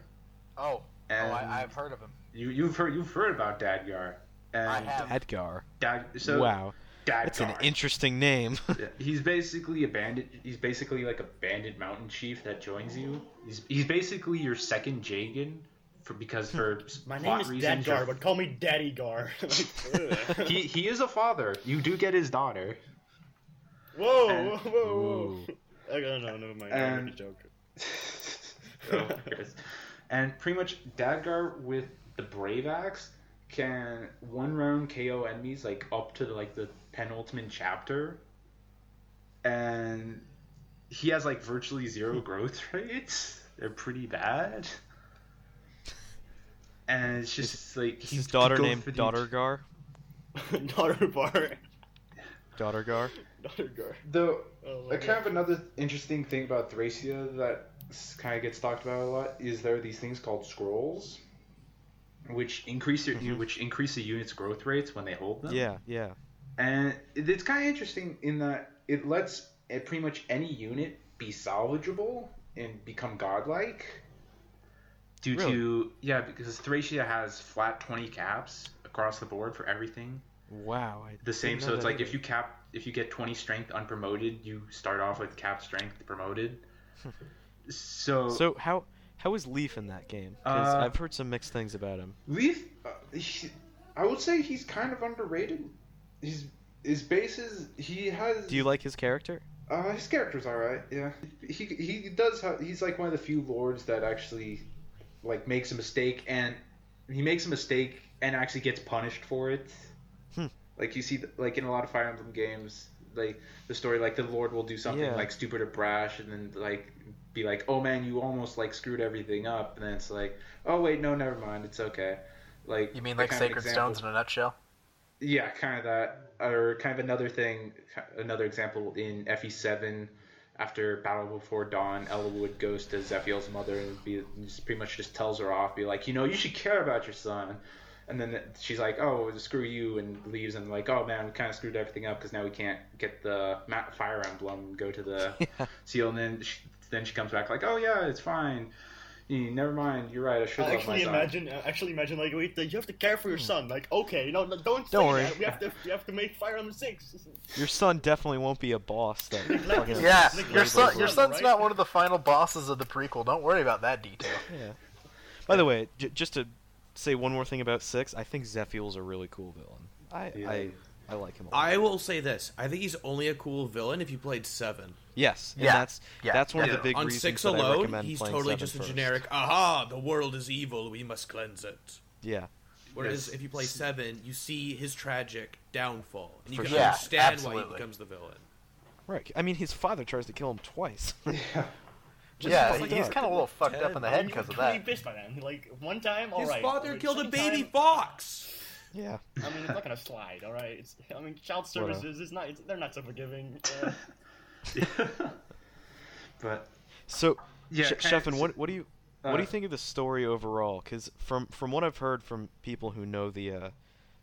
Oh, And oh, Um, I, I've heard of him. you you've heard you've heard about Dadgar. And I have. Edgar. Dag, so wow. Dadgar. That's an interesting name. Yeah, he's basically a bandit. He's basically like a bandit mountain chief that joins you. He's, he's basically your second Jagan, for because for s- Hmm. My name plot is reasons, Dadgar, you're- but call me Daddy Gar. Like, ugh. He he is a father. You do get his daughter. whoa, whoa, and- whoa, whoa. Okay, no, no, never mind. I made a and- joke. Oh, Chris. and pretty much Dadgar with the Brave Axe can one round KO enemies like up to like the penultimate chapter, and he has like virtually zero growth rates. They're pretty bad. And it's just like Is he's his daughter go named for the- Daughtergar? Daughter Bar. Daughtergar? Daughter Gar. Though Oh, my Uh, kind God. of another interesting thing about Thracia that kind of gets talked about a lot is there are these things called scrolls, which increase your Mhm. which increase the unit's growth rates when they hold them. Yeah, yeah. and it- it's kind of interesting in that it lets uh, pretty much any unit be salvageable and become godlike. Due to yeah, because Thracia has flat twenty caps across the board for everything Wow. I the same. didn't know So it's that like if either. you cap, if you get 20 strength unpromoted, you start off with cap strength promoted. so, So how how is Leaf in that game? Because Uh, I've heard some mixed things about him. Leaf, uh, he, I would say he's kind of underrated. His his bases, he has. Do you like his character? Uh, his character's all right. Yeah, he he does. Have, he's like one of the few lords that actually, like, makes a mistake and he makes a mistake and actually gets punished for it. Hmm. Like you see, like in a lot of Fire Emblem games, like the story, like the lord will do something Yeah. like stupid or brash, and then like be like, "Oh man, you almost like screwed everything up," and then it's like, "Oh wait, no, never mind, it's okay." Like You mean that like kind of sacred example. stones in a nutshell? Yeah, kind of that, or kind of another thing, another example in FE7. After Battle Before Dawn, Elwood goes to Zephiel's mother and be, just pretty much just tells her off, be like, you know, you should care about your son. And then she's like, oh, screw you, and leaves. And like, oh man, we kind of screwed everything up because now we can't get the ma- fire emblem and go to the seal. And then she, then she comes back like, oh yeah, it's fine. You, never mind. You're right. I should I love my actually son. imagine, I actually imagine, like, wait, you have to care for your son. Like, okay, no, no don't say Don't worry. that. We have to, we have to make Fire Emblem Six. Your son definitely won't be a boss. Though. Neglected. Yeah, Like, your like, son, like, your right? son's not one of the final bosses of the prequel. Don't worry about that detail. Yeah. By the way, j- just to say one more thing about Six, I think Zephiel's a really cool villain. I Yeah. I, I like him a lot. I will say this: I think he's only a cool villain if you played Seven. yes, and Yeah. that's Yeah. that's one of Yeah. the big On reasons Six that I alone, recommend he's playing totally seven just a first. generic. Aha! The world is evil. We must cleanse it. Yeah, Whereas Yes. if you play Seven, you see his tragic downfall, and you For can sure. Yeah, understand why he absolutely. becomes the villain. right. I mean, his father tries to kill him twice. Just yeah, fucked he- he's up. kind of a little fucked up in the head You because of can be that. pissed by then. Like one time, all His right. father But killed a second baby time, fox. yeah, I mean, it's not gonna slide. All right. It's, I mean, child Whatever. services is not. It's, they're not so forgiving. Uh, but So, Yeah, Sh- kinda- Sheffin, what what do you what do Uh, you think of the story overall? Because from from what I've heard from people who know the uh,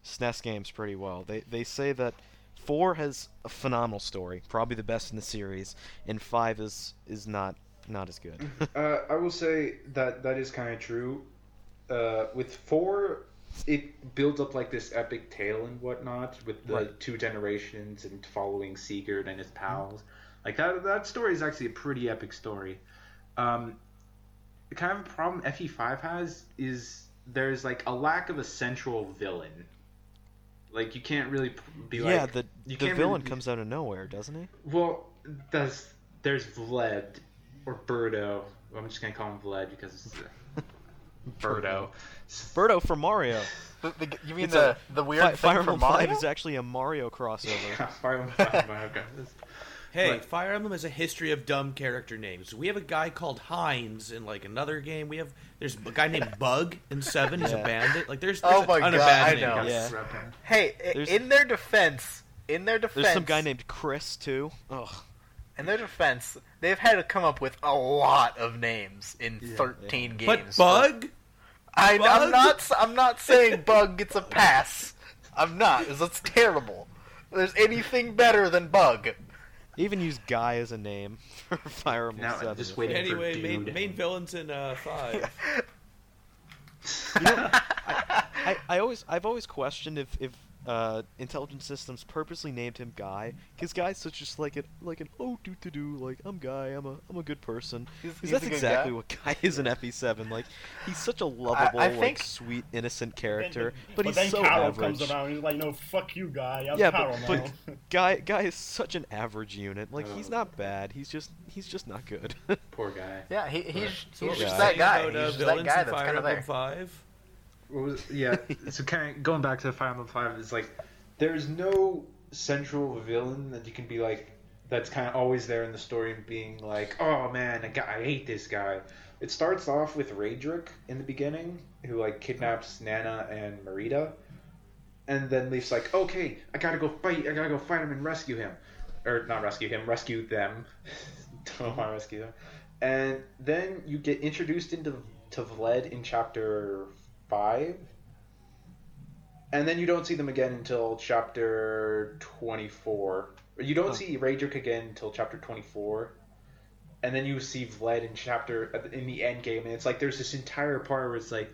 SNES games pretty well, they they say that four has a phenomenal story, probably the best in the series, and five is is not not as good. Uh, I will say that that is kind of true. Uh, with four, it builds up like this epic tale and whatnot with the Right. two generations and following Sigurd and his pals. Like that, that story is actually a pretty epic story. Um, the kind of problem E FE5 has is there's like a lack of a central villain. Like you can't really p- be like yeah, the you the can't villain really be- comes out of nowhere, doesn't he? Well, there's there's Vlad or Birdo. I'm just gonna call him Vlad because it's Birdo. Birdo from Mario. The, the, you mean It's the, the weird Fi- thing Fire from Emblem Mario? Five is actually a Mario crossover. Yeah, Fire Emblem Five, my God. Hey, Right. Fire Emblem has a history of dumb character names. We have a guy called Hines in like another game. We have there's a guy named Bug in Seven. He's a Yeah. bandit. Like there's, there's Oh my a ton of God, bad I names. know. Got Yeah. swept in. Hey, i- There's- in their defense, in their defense, There's some guy named Chris too. Ugh. In their defense, they've had to come up with a lot of names in Yeah. 13 But games. Bug, I, Bug? I'm not. s- I'm not saying Bug gets a pass. I'm not. 'cause That's terrible. There's anything better than Bug. Even use Guy as a name for Fire Emblem Now I'm Seven. just waiting. anyway, main, dude. main villains in uh, Five. I, I always I've always questioned if if uh, intelligent systems purposely named him Guy because Guy's such just like an like an oh do do do like I'm Guy I'm a I'm a good person. He's- 'Cause he's that's a good exactly guy. what Guy is in FE7. Like he's such a lovable, I think- like sweet, innocent character, Then- but, then he's so Carol average. comes around. He's like, "No, fuck you, guy. I'm yeah, Carol but, now." but Guy Guy is such an average unit. Like he's Oh. not bad. He's just he's just not good. Poor guy. Yeah, he, he's, So what he's we're just saying that guy. about, uh, He's just that villains guy in that's Fire kind of Emblem there. Five. What was, yeah. so kind of going back to the Fire Emblem Five is like there's no central villain that you can be like that's kind of always there in the story and being like, oh man, I, got, I hate this guy. It starts off with Raedric in the beginning, who like kidnaps Nana and Marita, and then Leaf's like, okay, I gotta go fight. I gotta go fight him and rescue him, or not rescue him, rescue them. Don't want to rescue them. And then you get introduced into to Vlad in chapter five, and then you don't see them again until chapter 24. Or You don't Oh. see Raedric again until chapter 24. And then you see Vlad in chapter at the- in the end game, and it's like there's this entire part where it's like,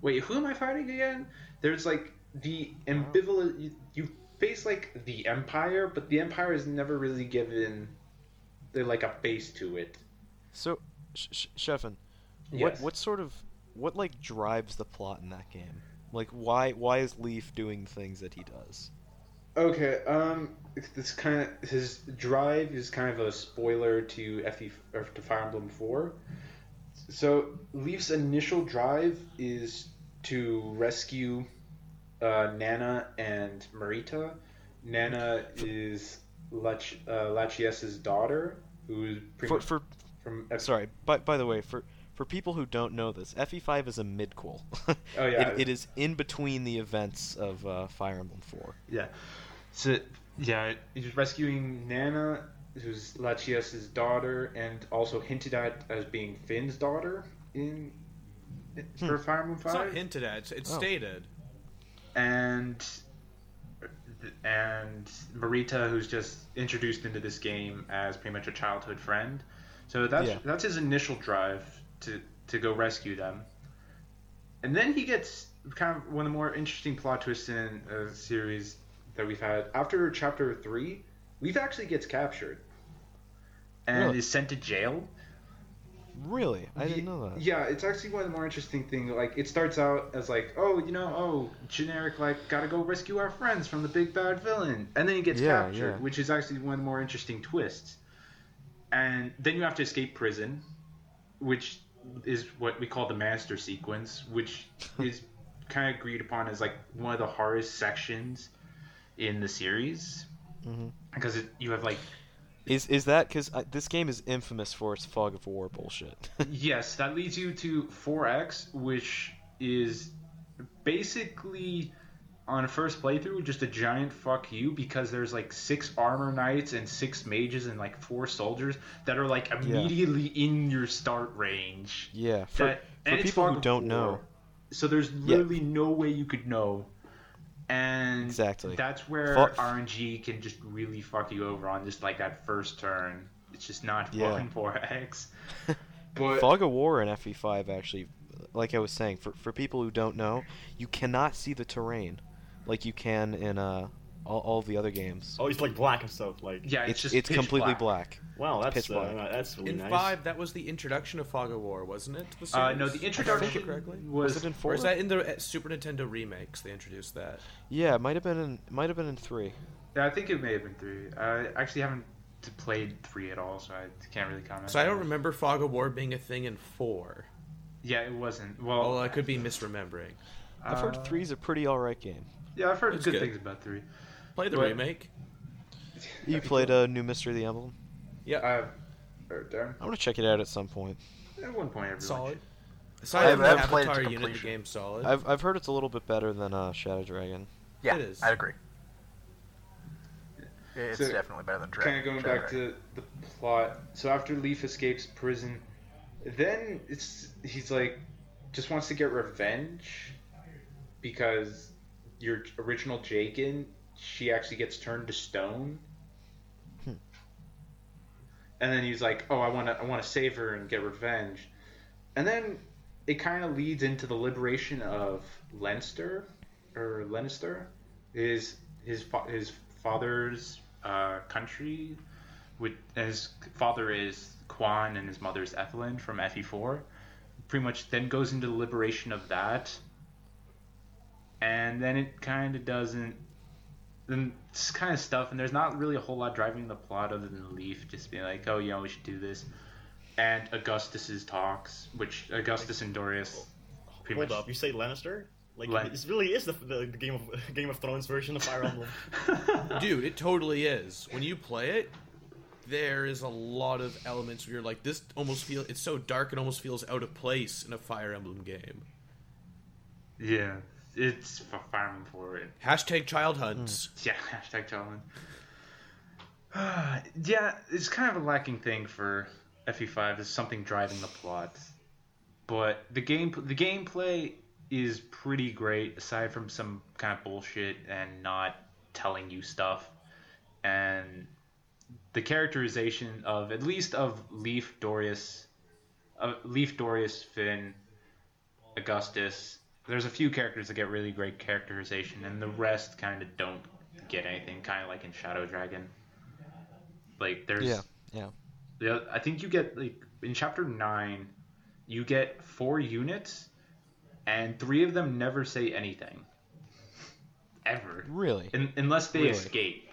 wait, who am I fighting again? There's like the ambivalent. You, you face like the Empire, but the Empire is never really given they like a face to it. so, Sh- Sh- Sheffin, Yes. What what sort of what like drives the plot in that game? Like why why is Leaf doing things that he does? Okay, um, this kind of his drive is kind of a spoiler to FE or to Fire Emblem Four. So Leaf's initial drive is to rescue uh, Nana and Marita. Nana is Lach- uh, Lachies's daughter, who is pretty For much for from F- E, sorry, but by the way, for for people who don't know this, FE5 is a midquel. Oh, yeah. it, it is in between the events of uh, Fire Emblem Four. Yeah. So yeah, he's rescuing Nana, who's Lachias's daughter, and also hinted at as being Finn's daughter in for Fire Emblem It's not Five. hinted at. It's, it's Oh. stated. And and Marita, who's just introduced into this game as pretty much a childhood friend. So that's Yeah. that's his initial drive to to go rescue them. And then he gets kind of one of the more interesting plot twists in a series that we've had. After chapter three, Leaf actually gets captured and Really? is sent to jail. Really, I didn't Ye- know that. Yeah, it's actually one of the more interesting things. Like, it starts out as like, oh, you know, oh, generic, like, gotta go rescue our friends from the big bad villain, and then he gets Yeah, captured, yeah. which is actually one of the more interesting twists. And then you have to escape prison, which is what we call the master sequence, which is kind of agreed upon as like one of the hardest sections in the series Mhm. because it, you have like Is is that because this game is infamous for its fog of war bullshit? Yes, that leads you to 4X, which is basically on a first playthrough just a giant fuck you because there's like six armor knights and six mages and like four soldiers that are like immediately in your start range. yeah, for That- for and it's people fog who of don't war. know, So there's literally no way you could know. And Exactly. that's where Fuck- RNG can just really fuck you over on just like that first turn. It's just not Yeah. fucking 4X. But Fog of War in FE5 actually, like I was saying, for for people who don't know, you cannot see the terrain, like you can in uh all, all the other games. Oh, it's like black and stuff. Like Yeah, it's, it's just it's pitch completely black. black. wow, that's pitch black. uh, that's really In nice. five, that was the introduction of Fog of War, wasn't it? to Uh, series? no, If the I introduction remember correctly. was, Was it in Or four? is that in the uh, Super Nintendo remakes? They introduced that. Yeah, it might have been in might have been in three. Yeah, I think it may have been three. I actually haven't t- played three at all, so I can't really comment. So I on don't that. remember Fog of War being a thing in four. Yeah, it wasn't. Well, Although I could be misremembering. I've uh, heard three's a pretty all right game. Yeah, I've heard It's good, good. things about three. Play the But- remake. You played uh, a new Mystery of the Emblem. Yeah, Uh, or darn. I'm gonna check it out at some point. At one point, everyone. solid. should- Aside from I've- I've played it to Avatar Unity completion. game, solid. I've I've heard it's a little bit better than uh, Shadow Dragon. Yeah, It is. I agree. It's So, definitely better than Dragon. Kind of going back to the plot. So after Leaf escapes prison, then it's he's like just wants to get revenge because your original Jaken, she actually gets turned to stone. Hmm. And then he's like, "Oh, I want to I want to save her and get revenge." And then it kind of leads into the liberation of Leinster or Leinster is his fa- his father's uh, country with and his father is Quan and his mother's Ethelyn from FE4 pretty much then goes into the liberation of that and then it kind of doesn't then it's kind of stuff and there's not really a whole lot driving the plot other than Leaf just being like oh you know we should do this and Augustus's talks which Augustus and Dorius pretty Hold much up, you say Lannister? Like Lan- this really is the, the Game of Game of Thrones version of Fire Emblem. Dude, it totally is. When you play it, there is a lot of elements where you're like, this almost feel it's so dark it almost feels out of place in a Fire Emblem game. yeah it's f- farming for it Hashtag child hunts. Hmm. Yeah, hashtag Jalen. yeah, it's kind of a lacking thing for FE5 is something driving the plot, but the game the gameplay is pretty great aside from some kind of bullshit and not telling you stuff, and the characterization of at least of Leaf Dorius, of Leaf Dorius Finn, Augustus. There's a few characters that get really great characterization, and the rest kind of don't get anything. Kind of like in Shadow Dragon. Like there's, Yeah, yeah. the- I think you get like in chapter nine, you get four units, and three of them never say anything. Ever, Really? Un unless they Really? escape,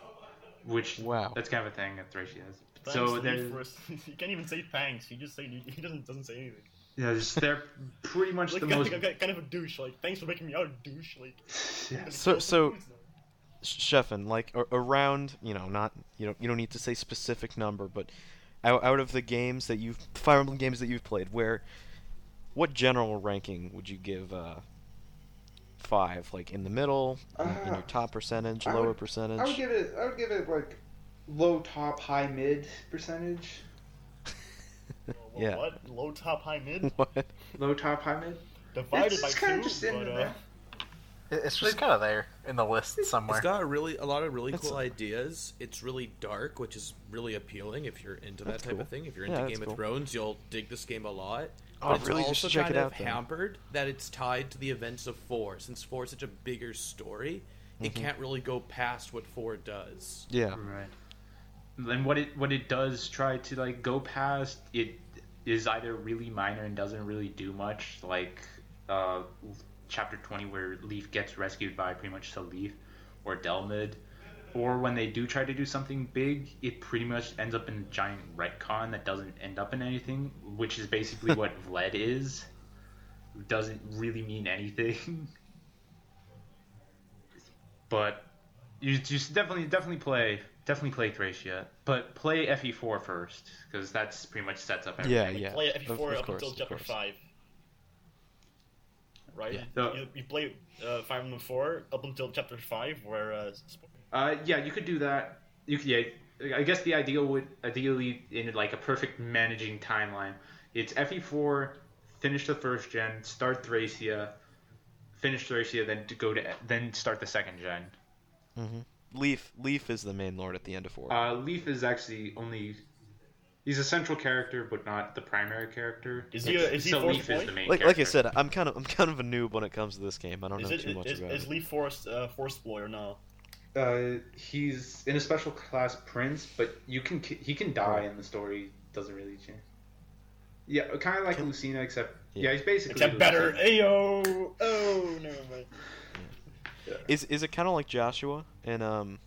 which Wow. that's kind of a thing that Thracia has. Thanks so to there's Leaf for- you can't even say thanks. He just say he doesn't doesn't say anything. Yeah, just, they're pretty much Like the kind, most. kind- kind of a douche. Like thanks for making me out a douche. Like Yeah. So- so- Sheffin, like a around, you know, not you don't you don't need to say specific number, but out, out of the games that you've Fire Emblem games that you've played, where what general ranking would you give uh, five? Like in the middle, in, in Uh, your top percentage, I lower would- percentage? I would give it. I would give it like low top, high mid percentage. Well, Yeah. What low top high mid what? Low top, high mid. divided it's by kinda two. just in but, uh, there. It's just kind of there in the list somewhere. It's got a really a lot of really That's- cool ideas. It's really dark, which is really appealing if you're into that That's type cool. of thing. If you're Yeah, into that's Game cool. of Thrones, you'll dig this game a lot. Oh, But it's really? Just also check it kind of out then. hampered that it's tied to the events of four. Since four is such a bigger story, it Mm-hmm. can't really go past what four does. Yeah. Mm-hmm. Right. Then what it what it does try to like go past it is either really minor and doesn't really do much, like uh, chapter twenty where Leaf gets rescued by pretty much Salif or Delmid, or when they do try to do something big, it pretty much ends up in a giant retcon that doesn't end up in anything, which is basically what Vlad is. Doesn't really mean anything. but you you should definitely definitely play definitely play Thracia, but play FE4 first because that's pretty much sets up everything. Yeah, yeah. Play Of- it before of up course, until of chapter course. five. Right. Yeah. So- You, you play uh, Fire Emblem four up until chapter five, where uh, sp- Uh, yeah, you could do that. You could, yeah, I guess the ideal would ideally in like a perfect managing timeline. It's FE4, finish the first gen, start Thracia, finish Thracia, then to go to then start the second gen. Mm-hmm. Leaf Leaf is the main lord at the end of four. Uh, Leaf is actually only he's a central character, but not the primary character. Is he a- is he so fourth Leaf is boy? the main like like I character. said, I'm kind of I'm kind of a noob when it comes to this game. I don't is know it too much is, about is it. Lee Forest uh, Forest Boy or no? uh, he's in a special class prince, but you can ki- he can die and the story doesn't really change. Yeah, kind of like Lucina, except yeah, Yeah. he's basically Except better. uh, Lucina. Ayo. Oh, never mind. Is is it kind of like Joshua and um,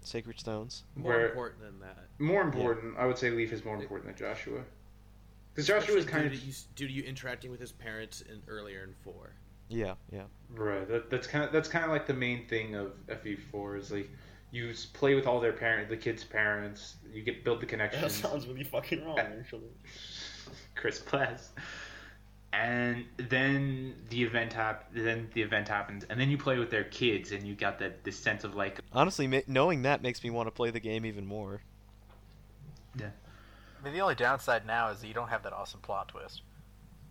Sacred Stones? More Where- important than that. More important, I would say Leaf is more important than Joshua, because Joshua is kind Especially due of to you, due to you interacting with his parents in earlier in four. Yeah, yeah. Right. That, that's kind of that's kind of like the main thing of FE4 is like you s- play with all their parents, the kids' parents. You get build the That connections. sounds really fucking wrong, actually. Chris Pless. And then the event hap- then the event happens, and then you play with their kids, and you got that this sense of like Honestly, ma- knowing that makes me want to play the game even more. I mean, the only downside now is that you don't have that awesome plot twist.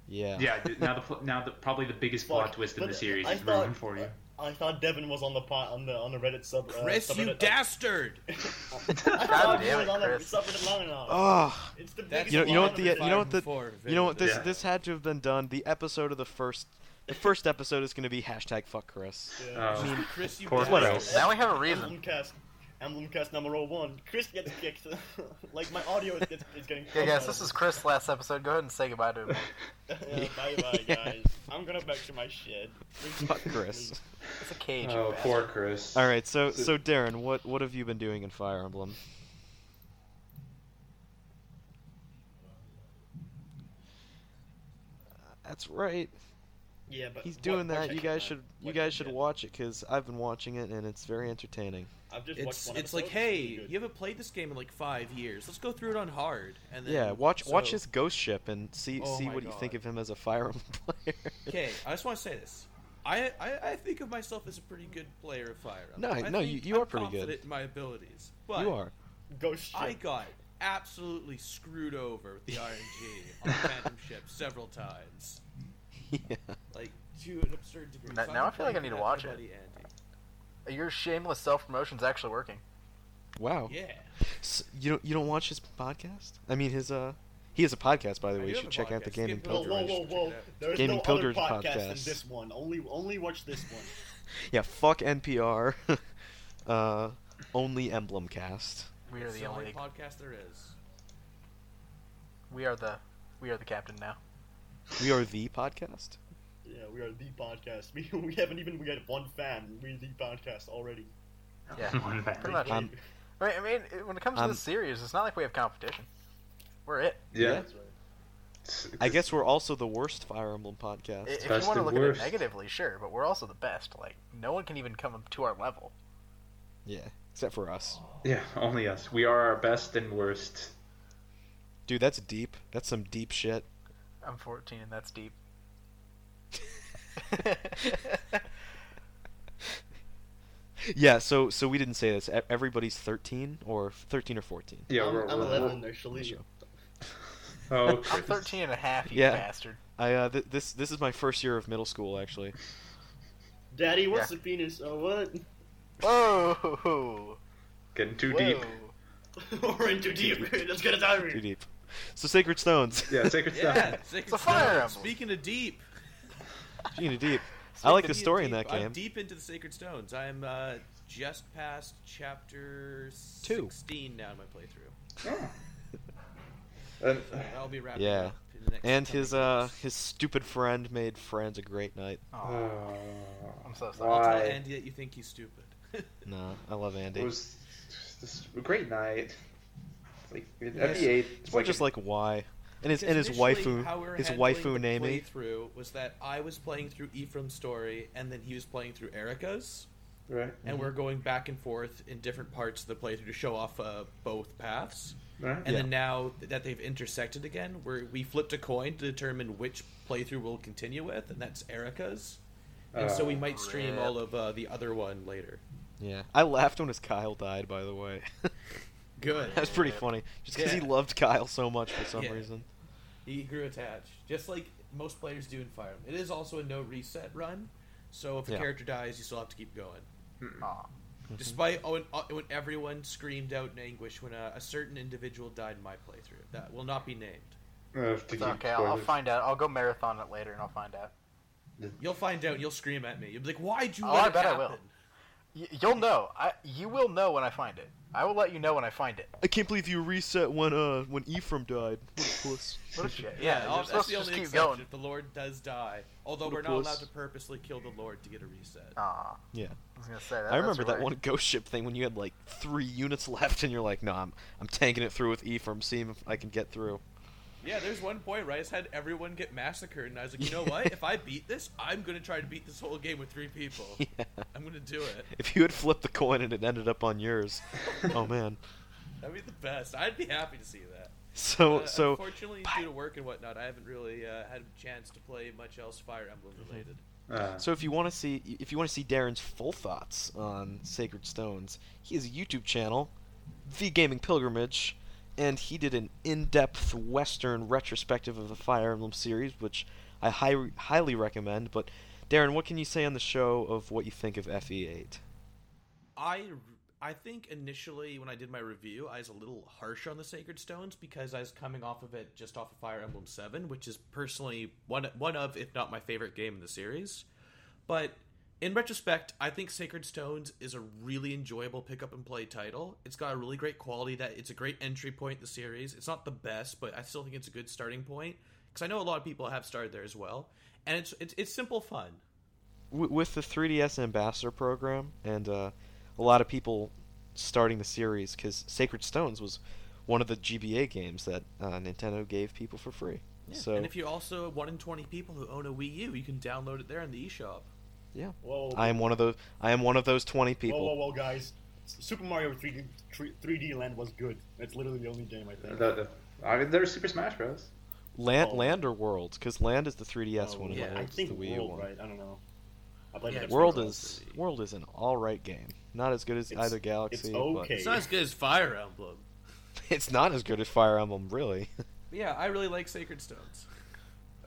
Yeah. yeah. th- now the pl- now the probably the biggest plot Fuck, twist in but the series I is thought- ruined for you. I thought Devin was on the pot on the on the Reddit sub. Uh, Chris, subreddit. you dastard! I thought he damn was it, on the Chris. subreddit long enough. Oh, it's the biggest That's you know, you know line what of the you know what the Four, you know what this Yeah. this had to have been done. The episode of the first the first episode is going to be hashtag fuck Chris. the- Yeah. Oh. Chris, you Poor bastard. What else? Now we have a Emblem reason. cast. Emblem cast number oh one. Chris gets kicked. like my audio is, gets, is getting. Yeah, guys, this is Chris last episode. Go ahead and say goodbye to him. yeah, bye bye guys. I'm gonna back to my shit. Fuck Chris. It's a cage. you Oh, bastard. poor Chris. All right, so so Darren, what what have you been doing in Fire Emblem? That's right. Yeah, but He's what- doing what that. check You it guys out? should you What guys check should it out? watch it because I've been watching it and it's very entertaining. I've just watched It's one it's like, episode. hey, It's pretty good. you haven't played this game in like five years. Let's go through it on hard. And then, Yeah, watch watch so- his ghost ship and see Oh see my what you think God. of him as a Fire Emblem player. Okay, I just want to say this. I, I, I think of myself as a pretty good player of Fire Emblem. No, I no, think you- you I'm are pretty good. confident in my abilities. But you are. Ghost ship. I got absolutely screwed over with the RNG on Phantom Ship several times. Yeah. Like, to an absurd degree. Now- So now I I'm feel like I playing need to that watch for it. Buddy Andy. Your shameless self promotion's actually working. Wow. Yeah. S you don't you don't watch his podcast? I mean his uh he has a podcast by the I way. do You have should a check out the podcast. Gaming Skip it. Whoa, Pilgrimage. whoa, whoa, whoa! There's Gaming no Pilgers other podcast, than podcast. this one. Only, only watch this one. Yeah, fuck NPR. uh, only Emblem Cast. We are It's the only. podcast there is. We are the. We are the captain now. We are the podcast. Yeah, we are the podcast. We, we haven't even we got one fan. We're the podcast already. Yeah. One back. Pretty much. Um, I mean, I mean, it- when it comes um, to this series, it's not like we have competition. We're it. Yeah. Yeah. I guess we're also the worst Fire Emblem podcast. I- If Best you want to and look worst. at it negatively, sure, but we're also the best. Like, no one can even come up to our level. yeah, except for us. Yeah. Only us. We are our best and worst. Dude, that's deep. That's some deep shit. I'm 14, and that's deep. Yeah, so so we didn't say this. E- Everybody's 13 or 13 or 14. Yeah. I'm, we're, I'm we're- 11 actually. Oh, I'm Chris. 13 and a half, you Yeah. bastard. I uh, th- this this is my first year of middle school actually. Daddy, what's the penis? Oh, what? Whoa! Getting too Whoa. deep. We're in too deep. Let's get a Too diary. deep. So Sacred Stones. Yeah. Sacred Yeah, stuff. it's a Fire Emblem. Speaking of deep, Gina deep. I like the speaking of story in deep, that game. I'm deep into the Sacred Stones. I'm uh, just past chapter Two. sixteen now in my playthrough. And, I'll be wrapping Yeah. up in the next. And his coming uh weeks. his stupid friend made friends a great night. Aw, uh, I'm so Wow. sorry. I'll tell I- Andy that you think he's stupid. No, I love Andy. It was this a great night. It's Like it- Yes. FE8, It's it's more like just like why, and his and his Because waifu, initially, how we were his handling waifu the naming. playthrough was that I was playing through Ephraim's story, and then he was playing through Erica's, right, Mm-hmm. and we're going back and forth in different parts of the playthrough to show off uh, both paths. right. And Yeah. then now th- that they've intersected again, we we flipped a coin to determine which playthrough we'll continue with, and that's Erica's. And so we Uh, might stream rip. all of uh, the other one later. Yeah, I laughed when his Kyle died. By the way, Good. that's pretty funny. Just because Yeah. he loved Kyle so much for some Yeah. reason. He grew attached, just like most players do in Fire Emblem. It is also a no reset run, so if a Yeah. character dies, you still have to keep going. Aw. Despite oh, when, oh, when everyone screamed out in anguish when a, a certain individual died in my playthrough, that will not be named. Uh, to It's keep okay, I'll, I'll spoilers. find out. I'll go marathon it later, and I'll find out. You'll find out. and You'll scream at me. You'll be like, "Why'd you Oh, let I it bet I happen?" will. Y- you'll know. I you will know when I find it. I will let you know when I find it. I can't believe you reset when uh when Ephraim died. What a puss. What a shit. Yeah, Yeah, all- you're that's supposed the to only just keep exception. going. If the Lord does die, although What a we're not puss. allowed to purposely kill the Lord to get a reset. Aw, Yeah. I was gonna say that. I remember that's that right. one ghost ship thing when you had like three units left and you're like, no, I'm I'm tanking it through with Ephraim, seeing if I can get through. Yeah, there's one point where I just had everyone get massacred, and I was like, you know what? If I beat this, I'm gonna try to beat this whole game with three people. I'm gonna do it. If you had flipped the coin and it ended up on yours, oh man. That'd be the best. I'd be happy to see that. So Uh, so unfortunately, due to work and whatnot, I haven't really uh, had a chance to play much else Fire Emblem related. Uh, So if you want to see if you want to see Darren's full thoughts on Sacred Stones, he has a YouTube channel, The Gaming Pilgrimage, and he did an in-depth Western retrospective of the Fire Emblem series, which I hi- highly recommend. But Darren, what can you say on the show of what you think of E FE8? I I think initially when I did my review, I was a little harsh on the Sacred Stones because I was coming off of it just off of Fire Emblem Seven, which is personally one one of, if not my favorite game in the series. But in retrospect, I think Sacred Stones is a really enjoyable pick up and play title. It's got a really great quality that it's a great entry point in the series. It's not the best, but I still think it's a good starting point because I know a lot of people have started there as well, and it's it's, it's simple fun. w- with the 3DS Ambassador program and uh, a lot of people starting the series because Sacred Stones was one of the GBA games that uh, Nintendo gave people for free. so and if you're also one in twenty people who own a Wii U, you can download it there in the eShop. yeah, Whoa, I am one of those. I am one of those twenty whoa, people. whoa, whoa, guys! S- Super Mario 3D 3D Land was good. That's literally the only game I think. the, the, I mean, there's Super Smash Bros. Land, Oh. Land or Worlds? Because Land is the 3DS Oh, one. yeah, and I I World's think the Wii U World, one. right? I don't know. I played Yeah, it. World World's is the- World is an all right game. Not as good as It's- either it's Galaxy. It's but- okay. It's not as good as Fire Emblem. it's not as good as Fire Emblem, really. Yeah, I really like Sacred Stones.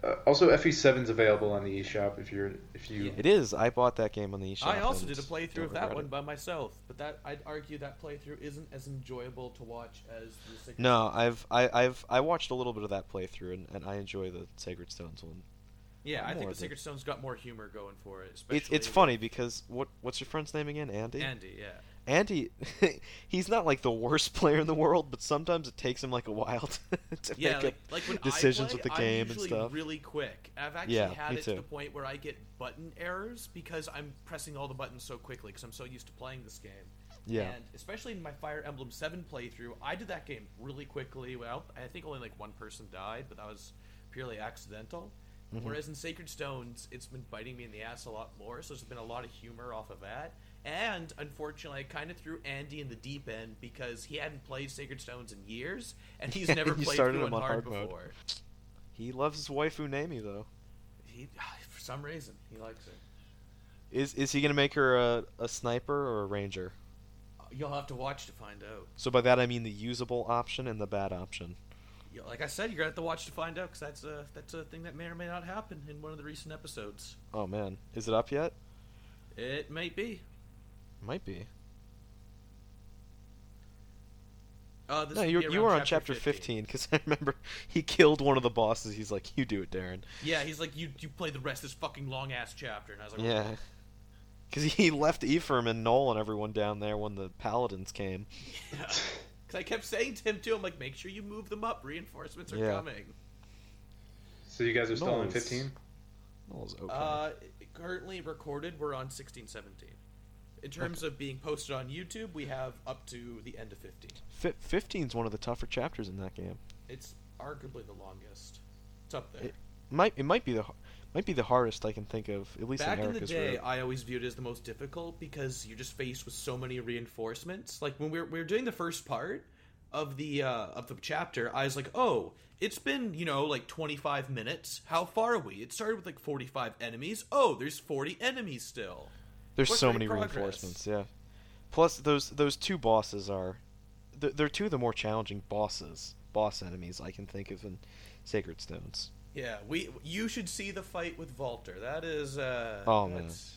Uh, also, FE7's available on the eShop if you're if you. It is. I bought that game on the eShop. I also and did a don't playthrough regret of that it. one by myself, but that I'd argue that playthrough isn't as enjoyable to watch as the Sacred No, I've I, I've I watched a little bit of that playthrough and, and I enjoy the Sacred Stones one. Yeah, I More think the of it. Sacred Stones got more humor going for it. It's especially it's funny because what what's your friend's name again? Andy. with Andy, yeah. Andy, he's not like the worst player in the world, but sometimes it takes him like a while to, to Yeah, make like, up like when decisions I play, with the I'm game and usually stuff. really quick. I've actually Yeah, had me it to too. the point where I get button errors because I'm pressing all the buttons so quickly because I'm so used to playing this game. Yeah. And especially in my Fire Emblem Seven playthrough, I did that game really quickly. Well, I think only like one person died, but that was purely accidental. Mm-hmm. Whereas in Sacred Stones, it's been biting me in the ass a lot more, so there's been a lot of humor off of that. And unfortunately, I kind of threw Andy in the deep end because he hadn't played Sacred Stones in years, and he's never You played started through him on on hard hard mode. before. He loves his waifu Nami though. He, for some reason, he likes her. Is is he gonna make her a, a sniper or a ranger? You'll have to watch to find out. So by that I mean the usable option and the bad option. You- Like I said, you're gonna have to watch to find out because that's a that's a thing that may or may not happen in one of the recent episodes. Oh man, is it up yet? It may be. Might be. Uh, this no, would you be you around were on chapter 15 because I remember he killed one of the bosses. He's like, "You do it, Darren." Yeah, he's like, you you play the rest of this fucking long ass chapter, and I was like, Yeah. Because he left Ephraim and Noel and everyone down there when the Paladins came. Because I kept saying to him too, I'm like, make sure you move them up. Reinforcements are Yeah. coming. So you guys are still on Nice. 15. Noel's okay. Uh, currently recorded, we're on sixteen seventeen. In terms of being posted on YouTube, we have up to the end of 15. Fi 15's one of the tougher chapters in that game. It's arguably the longest. It's up there. It- Might it might be the har- might be the hardest I can think of at least Back in in the Erica's day, route. I always viewed it as the most difficult because you're just faced with so many reinforcements. Like when we were, we were doing the first part of the uh, of the chapter, I was like, "Oh, it's been you know like 25 minutes. How far are we?" It started with like 45 enemies. Oh, there's 40 enemies still. There's We're so pretty many progress. reinforcements, yeah. Plus those those two bosses are they're, they're two of the more challenging bosses, boss enemies I can think of in Sacred Stones. Yeah, we you should see the fight with Valter. That is uh, Oh, man. that's,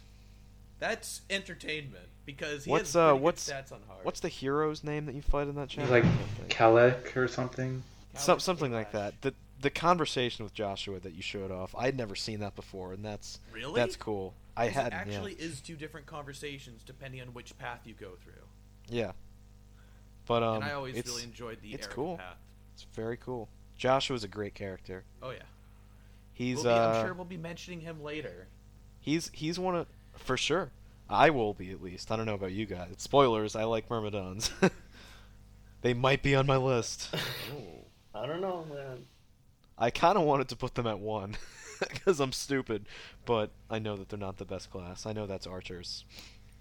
that's entertainment because he What's, has uh, pretty good what's- stats on hard. What's the hero's name that you fight in that He's chapter? like I can't think. Kalek or something. Some, something like that. The the conversation with Joshua that you showed off, I'd never seen that before, and that's Really? that's cool. I Because hadn't. It yeah. actually is two different conversations depending on which path you go through. Yeah. But um, and I always it's, really enjoyed the it's Eric cool. path. it's very cool. Joshua's a great character. Oh yeah, He's We'll be- uh, I'm sure we'll be mentioning him later. he's he's one of for sure. I will be at least. I don't know about you guys. Spoilers. I like myrmidons. they might be on my list. I don't know, man. I kind of wanted to put them at one because I'm stupid, but I know that they're not the best class. I know that's archers.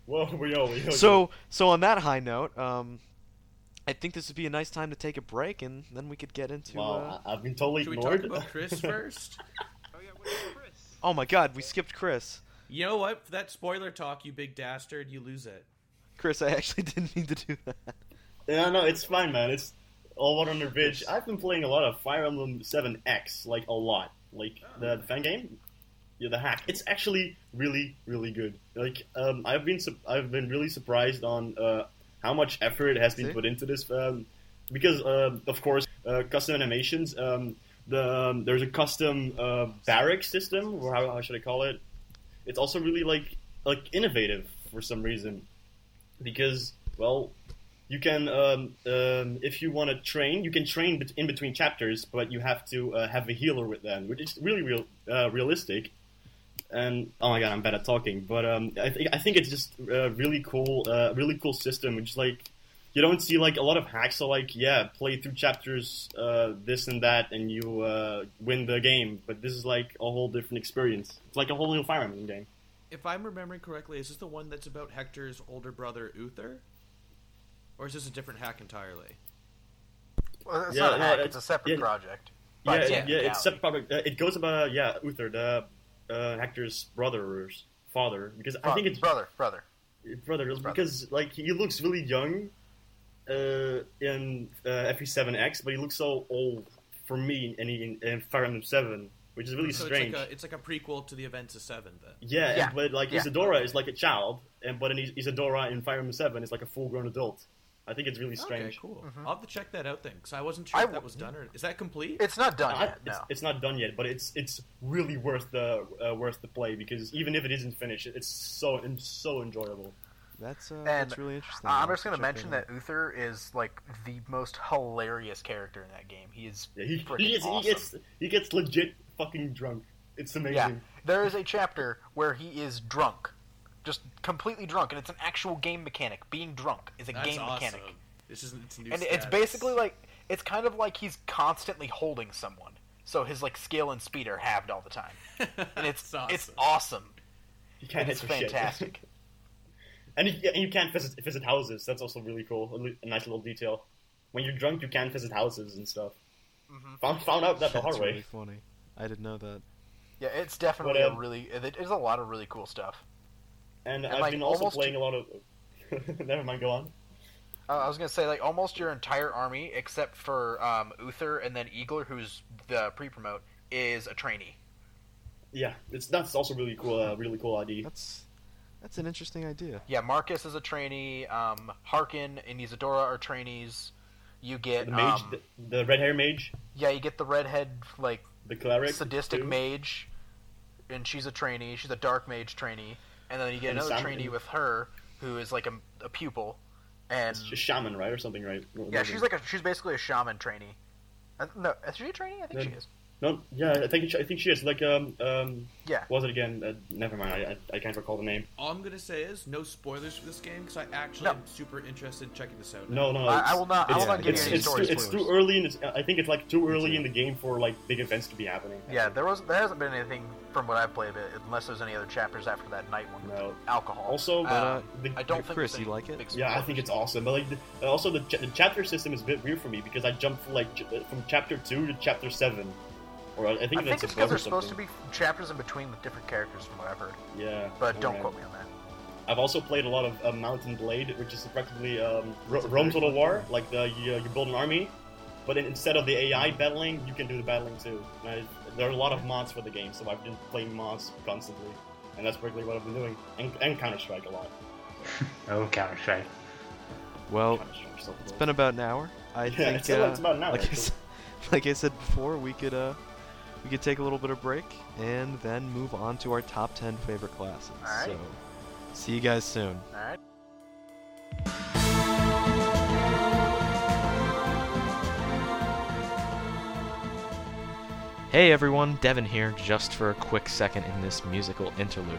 Whoa, we all we all- So so on that high note, um, I think this would be a nice time to take a break, and then we could get into. uh, wow, I- I've been totally Should we talk ignored. about Chris first? Oh yeah, what is Chris? Oh my God, we skipped Chris. you know what? For that spoiler talk, you big dastard, you lose it. Chris, I actually didn't mean to do that. Yeah, no, it's fine, man. It's all water under bridge. I've been playing a lot of Fire Emblem Seven X, like a lot, like the fan game. Yeah, the hack. It's actually really, really good. Like, um, I've been, su- I've been really surprised on uh, how much effort has been See? put into this, um, because um of course, uh, custom animations. Um, the um, there's a custom uh, barrack system, or how, how should I call it? It's also really like like innovative for some reason, because well, you can um, um, if you want to train you can train bet- in between chapters but you have to uh, have a healer with them which is really real uh, realistic and oh my god i'm bad at talking but um, I, think I think it's just a really cool uh, really cool system which is like you don't see like a lot of hacks are like yeah play through chapters uh, this and that and you uh, win the game but this is like a whole different experience it's like a whole new fire emblem game If I'm remembering correctly, is this the one that's about Hector's older brother Uther, or is this a different hack entirely? Well, it's Yeah, not a no, hack. it's- It's a separate yeah. project. yeah, But yeah, in yeah, reality. it's separate project. Uh, it goes about uh, yeah, Uther, the uh, Hector's brother or s- father, because I think it's brother, brother, brother. brother. because like he looks really young uh, in uh, FE7X, but he looks so old for me in, in, in Fire Emblem Seven, which is really so strange. It's, like a, it's like a prequel to the events of Seven, then. yeah, Yeah, and- but like yeah. Isadora is like a child, and but in Is- Isadora in Fire Emblem Seven is like a full-grown adult. I think it's really strange. Okay, cool. I'll have to check that out then, because I wasn't I sure if w- that was done or is that complete? It's not done I- yet. it's, No. it's not done yet, but it's it's really worth the uh, worth the play because even if it isn't finished, it's so and so enjoyable. That's uh, And that's really interesting. I'm I'll just going to check mention out. that Uther is like the most hilarious character in that game. He is Yeah, he, freaking he gets awesome. he gets he gets legit fucking drunk. It's amazing. yeah, there is a chapter where he is drunk, just completely drunk, and it's an actual game mechanic. Being drunk is a That's game awesome. mechanic, This is it's new. and it's status. basically like it's kind of like he's constantly holding someone, so his like skill and speed are halved all the time, and it's That's awesome. it's awesome. He can't It's hit for shit. fantastic. and, you, and you can't visit, visit houses. That's also really cool. A, li- a nice little detail. When you're drunk, you can't visit houses and stuff. Mm-hmm. Found found out that the hard That's way. really funny. I didn't know that. Yeah, it's definitely What, a um, really. There's a lot of really cool stuff. And, I've like, been also almost playing a to- lot of. Never mind. Go on. Uh, I was gonna say like almost your entire army except for um, Uther and then Eagler, who's the pre-promote, is a trainee. Yeah, it's that's also really cool. Uh, really cool idea. That's that's an interesting idea. Yeah, Marcus is a trainee. Um, Harkin and Isadora are trainees. You get The mage, um, the, the red hair mage, yeah, you get the redhead like the cleric, sadistic too. mage, and she's a trainee. She's a dark mage trainee, and then you get And another Sam- trainee with her who is like a, a pupil, and It's a shaman, right, or something, right? yeah, she's like a she's basically a shaman trainee. Uh, No, is she a trainee? I think she No. is. no, yeah. I think I think she is like um um. Yeah. what Was it again? Uh, never mind. I, I I can't recall the name. All I'm gonna say is no spoilers for this game, because I actually No. am super interested in checking this out. No, no. I- it's- I will not- I It's, will not give it's, you any it's, story too, it's spoilers. too early, and it's, I think it's like too early in the game for like big events to be happening. Yeah, there was there hasn't been anything from what I've played, uh, unless there's any other chapters after that night one. with No. Alcohol. Also, Uh, uh, the, I don't Hey, think Chris, there's you any like it? big Yeah, I spoilers. think it's awesome. But like, the, also the, ch- the chapter system is a bit weird for me because I jumped from, like ch- uh, from chapter two to chapter seven, or I I think I think that's it's above because there's or supposed to something. Oh, be chapters in between with different characters from what I've heard, Yeah, but don't alright. quote me on that. I've also played a lot of uh, Mountain Blade, which is practically um, Ro- Rome Total War. Like the, you, uh, you build an army, but in, instead of the AI battling, you can do the battling too. And I, there are a lot of mods for the game, so I've been playing mods constantly, and that's practically what I've been doing. And, and Counter Strike a lot. Oh, Counter Strike. Well, Counter Strike, so it's cool. been about an hour. I Yeah, think it's about- uh, it's about an hour, Like I, actually. said, like I said before, we could uh, we could take a little bit of break and then move on to our top 10 favorite classes. All right. So, see you guys soon. All right. Hey everyone, Devin here, just for a quick second in this musical interlude.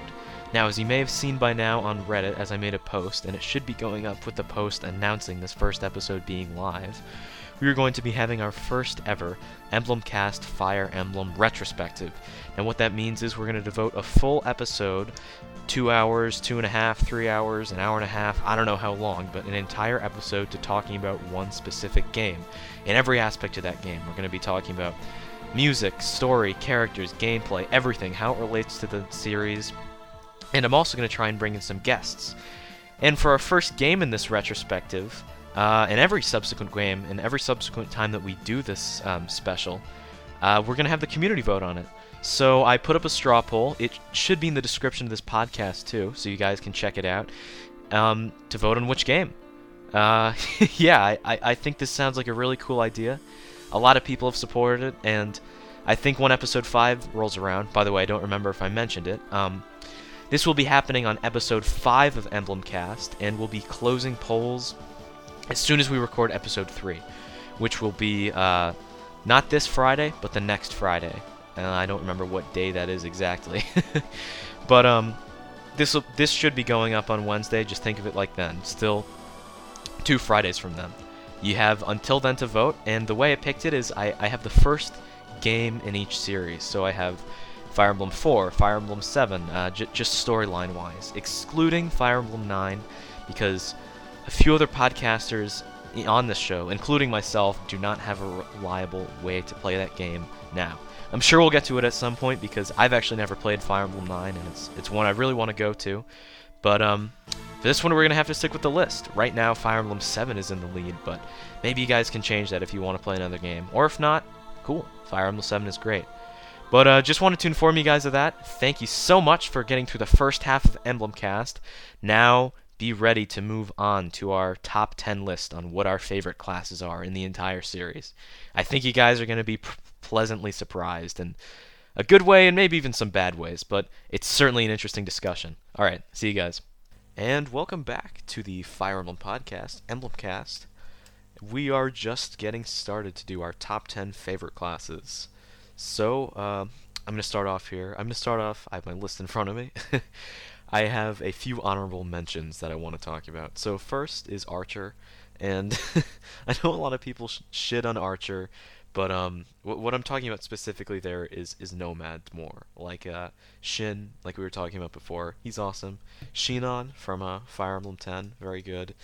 Now, as you may have seen by now on Reddit, as I made a post, and it should be going up with the post announcing this first episode being live, we are going to be having our first ever Emblemcast Fire Emblem retrospective. And what that means is we're going to devote a full episode two hours, two and a half, three hours, an hour and a half, I don't know how long, but an entire episode to talking about one specific game. In every aspect of that game, we're going to be talking about music, story, characters, gameplay, everything, how it relates to the series. And I'm also going to try and bring in some guests. And for our first game in this retrospective, uh, and every subsequent game, and every subsequent time that we do this um, special, uh, we're going to have the community vote on it. So I put up a straw poll. It should be in the description of this podcast, too, so you guys can check it out um, to vote on which game. Uh, yeah, I, I I think this sounds like a really cool idea. A lot of people have supported it, and I think when episode 5 rolls around, by the way, I don't remember if I mentioned it, um, this will be happening on episode 5 of Emblemcast, and we'll be closing polls as soon as we record episode 3, which will be uh, not this Friday, but the next Friday. And I don't remember what day that is exactly. but um, this this should be going up on Wednesday. Just think of it like then. Still two Fridays from then. You have until then to vote, and the way I picked it is I, I have the first game in each series. So I have Fire Emblem 4, Fire Emblem 7, uh, j- just storyline wise, excluding Fire Emblem 9, because a few other podcasters i- on this show, including myself, do not have a reliable way to play that game now. I'm sure we'll get to it at some point because I've actually never played Fire Emblem 9, and it's it's one I really want to go to. But um, for this one, we're gonna have to stick with the list. Right now, Fire Emblem 7 is in the lead, but maybe you guys can change that if you want to play another game, or if not, cool. Fire Emblem 7 is great. But uh, just wanted to inform you guys of that. Thank you so much for getting through the first half of Emblemcast. Now be ready to move on to our top 10 list on what our favorite classes are in the entire series. I think you guys are going to be p- pleasantly surprised in a good way and maybe even some bad ways, but it's certainly an interesting discussion. All right, see you guys. And welcome back to the Fire Emblem Podcast, Emblemcast. We are just getting started to do our top 10 favorite classes. So uh, I'm going to start off here. I'm going to start off. I have my list in front of me. I have a few honorable mentions that I want to talk about. So first is Archer, and I know a lot of people sh- shit on Archer, but um, what, what I'm talking about specifically there is is Nomad more like uh Shin, like we were talking about before. He's awesome. Shinon from uh, Fire Emblem Ten, very good.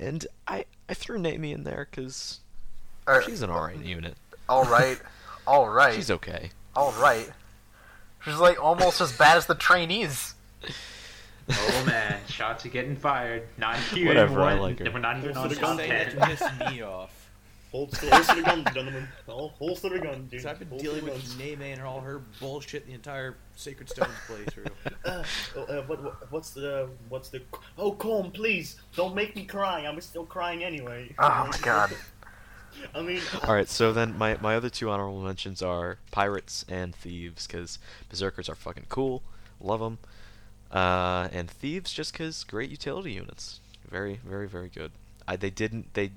And I I threw Naomi in there because All right. she's an alright unit. All right. All right. She's okay. All right. She's like almost as bad as the trainees. Oh man, shots are getting fired. Not even Whatever, I one- like her. We're not even Those on are the top guys ten. That pissed me off. Hold still, holster the gun, gentlemen. Hold holster the gun, dude. Because I've been Holster dealing the with guns. Neme and all her bullshit the entire Sacred Stones playthrough. Uh, oh, uh, what, what, what's the what's the? Oh, Colm, please don't make me cry. I'm still crying anyway. Oh my god. I mean, All right, so then my, my other two honorable mentions are pirates and thieves because berserkers are fucking cool, love them, uh, and thieves just because great utility units, very very very good. I, they didn't they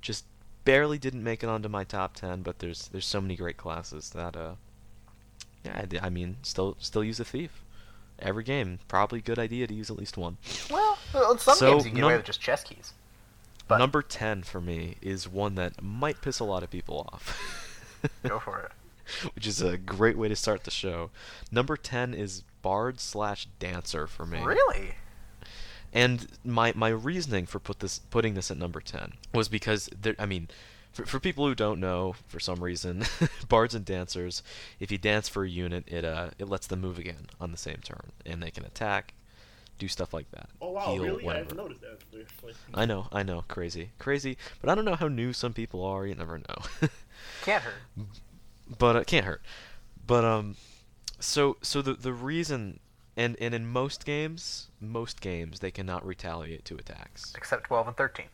just barely didn't make it onto my top ten, but there's there's so many great classes that uh yeah I d- I, mean still still use a thief every game probably good idea to use at least one. Well, in some So, games you can get away num- with just chess keys. But- Number ten for me is one that might piss a lot of people off. Go for it. which is a great way to start the show. Number ten is bard slash dancer for me. Really? And my my reasoning for put this putting this at number ten was because there. I mean, for, for people who don't know, for some reason, bards and dancers, if you dance for a unit, it uh it lets them move again on the same turn, and they can attack, do stuff like that. oh wow, heal, really? I Whatever. haven't noticed that. actually. I know, I know, crazy, crazy. But I don't know how new some people are. You never know. Can't hurt. but it can't hurt. But um, so so the the reason and and in most games, most games they cannot retaliate to attacks. Except 12 and 13.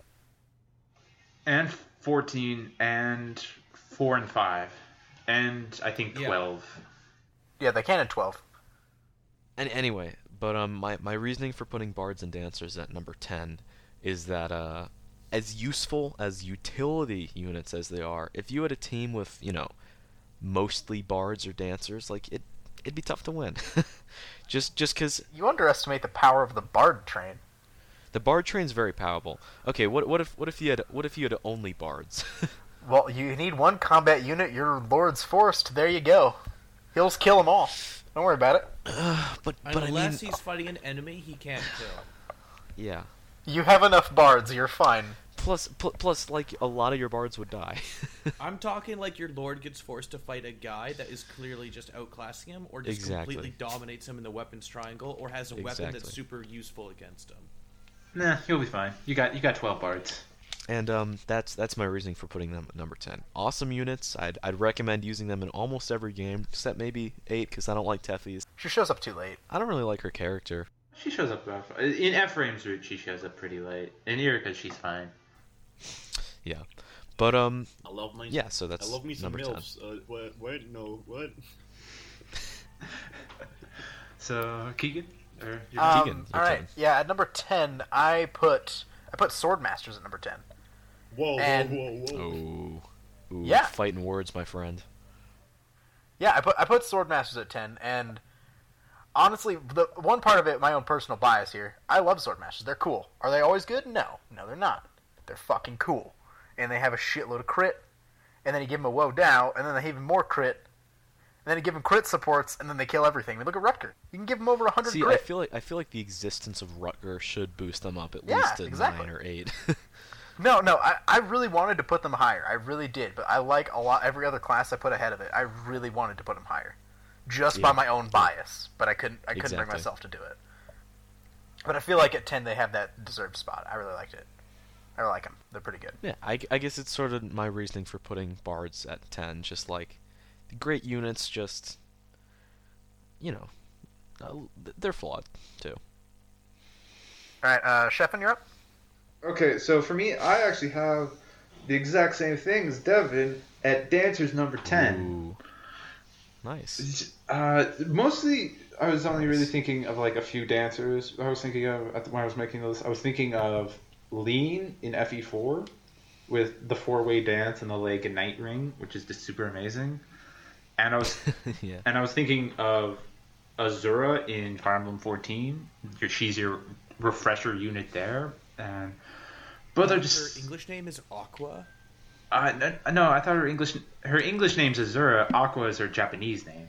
And fourteen and four and five. and I think Yeah. twelve. Yeah, they can in twelve. And anyway, but um, my my reasoning for putting bards and dancers at number ten is that uh, as useful as utility units as they are, if you had a team with you know mostly bards or dancers, like it it'd be tough to win. just just because You underestimate the power of the bard train. the bard train's very powerful. Okay, what what if what if you had what if you had only bards? Well, you need one combat unit. Your lord's forced. There you go. He'll kill them all. Don't worry about it. but but I mean Unless he's fighting an enemy, he can't kill. yeah. You have enough bards. You're fine. Plus pl- plus like a lot of your bards would die. I'm talking like your lord gets forced to fight a guy that is clearly just outclassing him, or just Exactly. completely dominates him in the weapons triangle, or has a weapon Exactly. that's super useful against him. Nah, you'll be fine. You got you got twelve bards. And um, that's that's my reasoning for putting them at number ten. Awesome units. I'd, I'd recommend using them in almost every game, except maybe eight, because I don't like Teffy's. She shows up too late. I don't really like her character. She shows up about- in Ephraim's route. She shows up pretty late. In Erica, she's fine. Yeah, but um, I love my yeah. So that's I love me some number ten. milfs. Uh, what, what? No, what? So Keegan or your Um, Keegan. your all right. turn. Yeah, at number ten, I put I put sword masters at number ten. Whoa, And- whoa, whoa, whoa! Oh, Ooh, Yeah. Fighting words, my friend. Yeah, I put I put sword masters at ten, and honestly, the one part of it, my own personal bias here, I love sword masters. They're cool. Are they always good? No, no, they're not. They're fucking cool, and they have a shitload of crit, and then you give them a woe dow, and then they have even more crit. And then you give them crit supports, and then they kill everything. I mean, look at Rutger. You can give them over 100 See, I crit. feel like I feel like the existence of Rutger should boost them up at Yeah, least to exactly. nine or eight. No, no, I, I really wanted to put them higher. I really did, but I like a lot every other class I put ahead of it. I really wanted to put them higher, just by Yeah. my own bias. But I couldn't. I couldn't bring Exactly. myself to do it. But I feel like at ten they have that deserved spot. I really liked it. I like them. They're pretty good. yeah, I, I guess it's sort of my reasoning for putting bards at ten. Just like the great units, just you know, uh, they're flawed too. All right, uh, Sheffin, you're up. Okay, so for me, I actually have the exact same thing as Devin at Dancers number 10. Ooh. Nice. Uh, mostly, I was only really thinking of like a few dancers. I was thinking of at the- when I was making those. I was thinking of Lean in FE4 with the four-way dance and the leg and night ring, which is just super amazing. And I was yeah. and I was thinking of Azura in Fire Emblem 14. Your, she's your refresher unit there, and but they're just Her English name is Aqua. uh, no, no, I thought her English her English name's Azura. Aqua is her Japanese name.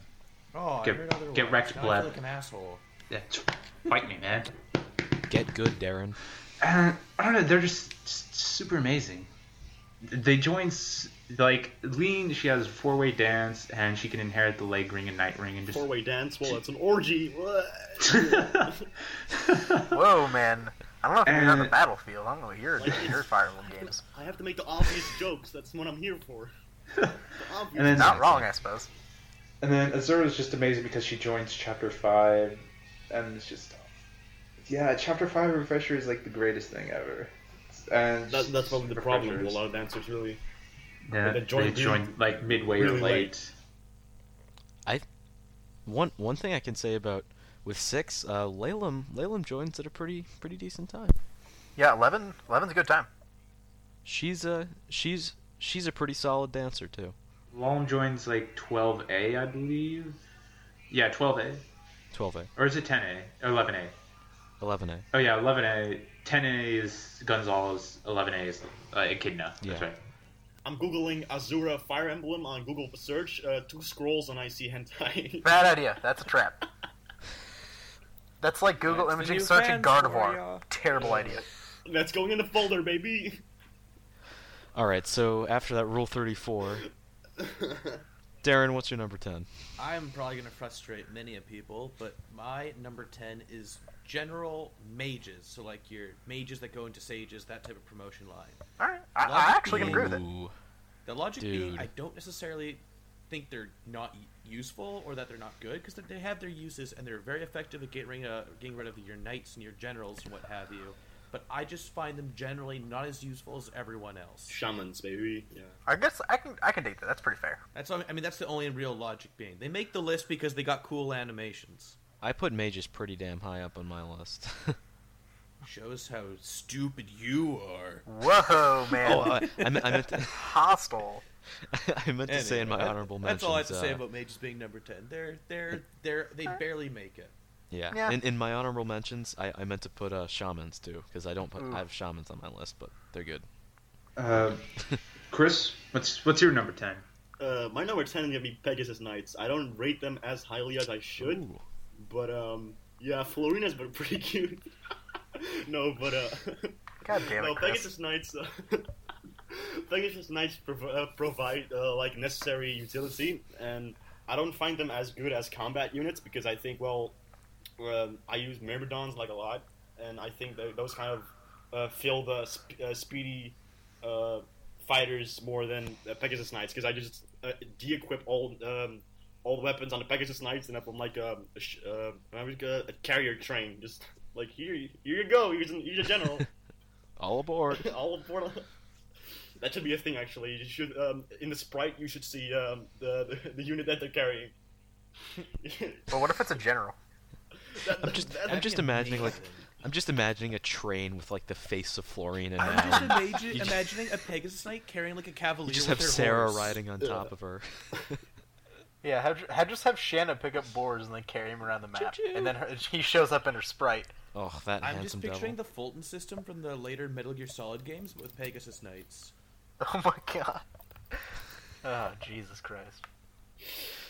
Oh, Get- I heard other get ones. wrecked, Now I Blab. feel like an asshole. Yeah, fight me, man. Get good, Darren. Uh, I don't know. They're just, s super amazing. They join s- like Lean. She has four way dance, and she can inherit the leg ring and night ring, Oh. and just Four way dance. Well, that's an orgy. What? Whoa, man. I don't know if you're on the Uh, battlefield. I don't know what your your Fire Emblem games. I have to make the obvious jokes. That's what I'm here for. The obvious. and then Not wrong, I suppose. and then Azura is just amazing because she joins chapter five, and it's just yeah, chapter five refresher is like the greatest thing ever. And That, that's probably the problem with a Refreshers. lot of dancers, really. Yeah, They they join join, really- like midway or really late. late. One one thing I can say about with six, uh, Lalem Lalem joins at a pretty pretty decent time. Yeah, 11, 11's a good time. She's a she's she's a pretty solid dancer too. Lom joins like 12A, I believe. Yeah, 12A. Twelve A, Or is it 10A? Or 11A. eleven A. Oh, yeah, 11A. 10A is Gonzalez, 11A is uh, Echidna. That's Yeah. right. I'm googling Azura Fire Emblem on Google search. Uh, two scrolls and I see hentai. Bad idea. That's a trap. That's like Google imaging new searching fans Gardevoir. for ya. Terrible idea. that's going in the folder, baby. All right. So after that, rule thirty four. Darren, what's your number ten? I'm probably going to frustrate many of people, but my number 10 is general mages. So, like your mages that go into sages, that type of promotion line. All right, I, Logic I actually can agree with it. Ooh. The logic being, Dude. I don't necessarily think they're not u- useful or that they're not good because uh, they have their uses and they're very effective at getting rid of, getting rid of your knights and your generals and what have you. but I just find them generally not as useful as everyone else. Shamans, baby. Yeah. I guess I can I can date that. That's pretty fair. That's I mean that's the only real logic being they make the list because they got cool animations. I put mages pretty damn high up on my list. Shows how stupid you are. Whoa, man! oh, I, I, meant, I meant to, hostile. I meant to anyway, say in my that, honorable mentions. that's That's all I have to uh, say about mages being number ten. They're they're they're they barely make it. Yeah. Yeah. In, in my honorable mentions, I, I meant to put uh, shamans too because I don't put I have shamans on my list, but they're good. Uh, Chris, what's what's your number ten? Uh, my number ten is gonna be Pegasus Knights. I don't rate them as highly as I should, Ooh. but um, yeah, Florina's been pretty cute. no, but uh, God damn it, no, Chris. Pegasus Knights. Uh, Pegasus Knights prov- uh, provide uh, like necessary utility, and I don't find them as good as combat units because I think well, um, I use Myrmidons like a lot, and I think tho- those kind of uh, fill the sp- uh, speedy uh, fighters more than uh, Pegasus Knights because I just uh, de-equip all um, all the weapons on the Pegasus Knights and up on like um, a, sh- uh, I'm just gonna- a carrier train. Just like here, you- here you go. Here's, an, here's a general. All aboard. all aboard. That should be a thing, actually. You should um, in the sprite you should see um, the, the the unit that they're carrying. But what if it's a general? That- I'm just that- I'm just imagining like amazing. I'm just imagining a train with like the face of Florian and I'm just Alan. imagine, You just- imagining a Pegasus Knight carrying like a cavalier. You just have with their Sarah horse. riding on top of her. Yeah, have, have just have Shanna pick up boars and then carry him around the map, Choo-choo. and then her, he shows up in her sprite. Oh, that I'm handsome just picturing devil. the Fulton system from the later Metal Gear Solid games with Pegasus Knights. Oh my god! Oh Jesus Christ!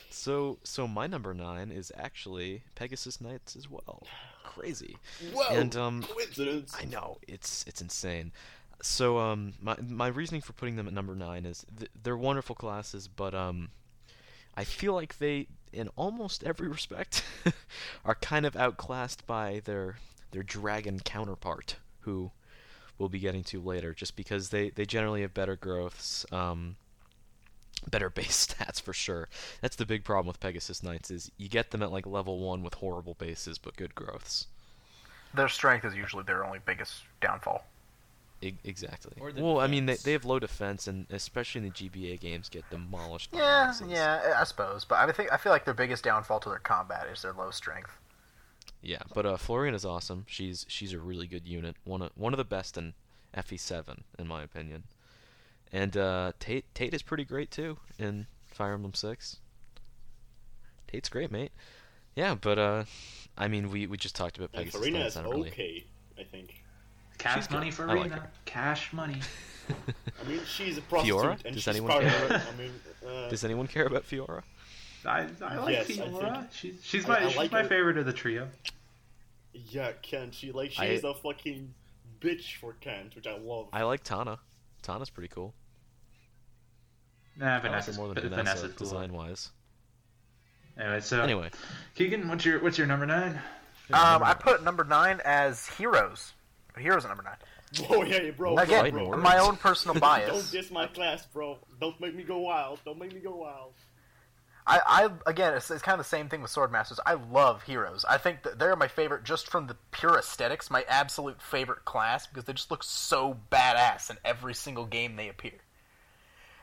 So so my number nine is actually Pegasus Knights as well. Crazy. Whoa! And um, coincidence. I know it's it's insane. So um, my my reasoning for putting them at number nine is th- they're wonderful classes, but um, I feel like they, in almost every respect, are kind of outclassed by their their dragon counterpart, who we'll be getting to later, just because they they generally have better growths. Um, better base stats for sure. That's the big problem with Pegasus Knights is you get them at like level 1 with horrible bases but good growths. Their strength is usually their only biggest downfall. E- Exactly. Or Well, the I mean, they, defense. they have low defense, and especially in the GBA games, get demolished. By Yeah, losses. yeah, I suppose. But I think I feel like their biggest downfall to their combat is their low strength. Yeah, but uh, Florian is awesome. She's she's a really good unit. One of one of the best in FE7, in my opinion. And uh, Tate Tate is pretty great too in Fire Emblem Six. Tate's great, mate. Yeah, but uh, I mean, we, we just talked about And Pegasus. Farina Knights, is I don't really- okay, I think. She's Cash good. money for I like Rena. her. Cash money. I mean, she's a prostitute, Fiora? Does and she's anyone part care? of. I mean, uh, Does anyone care about Fiora? I, I like Yes, I Fiora. think- She's, she's I- my I she's like my her. favorite of the trio. yeah, Kent. She like I- she's a fucking bitch for Kent, which I love. I like Tana. Tana's pretty cool. Nah, I like her Vanessa's, more than Vanessa's Vanessa cool. design wise. Anyway, so Anyway. Keegan, what's your what's your number nine? Um, I put number nine as heroes. Heroes at number nine. Whoa, Oh, yeah, yeah, bro. Again, bro, bro. my own personal Don't bias. diss my class, bro. Don't make me go wild. Don't make me go wild. I, I again, it's, it's kind of the same thing with Sword Masters. I love heroes. I think that they're my favorite just from the pure aesthetics, my absolute favorite class because they just look so badass in every single game they appear.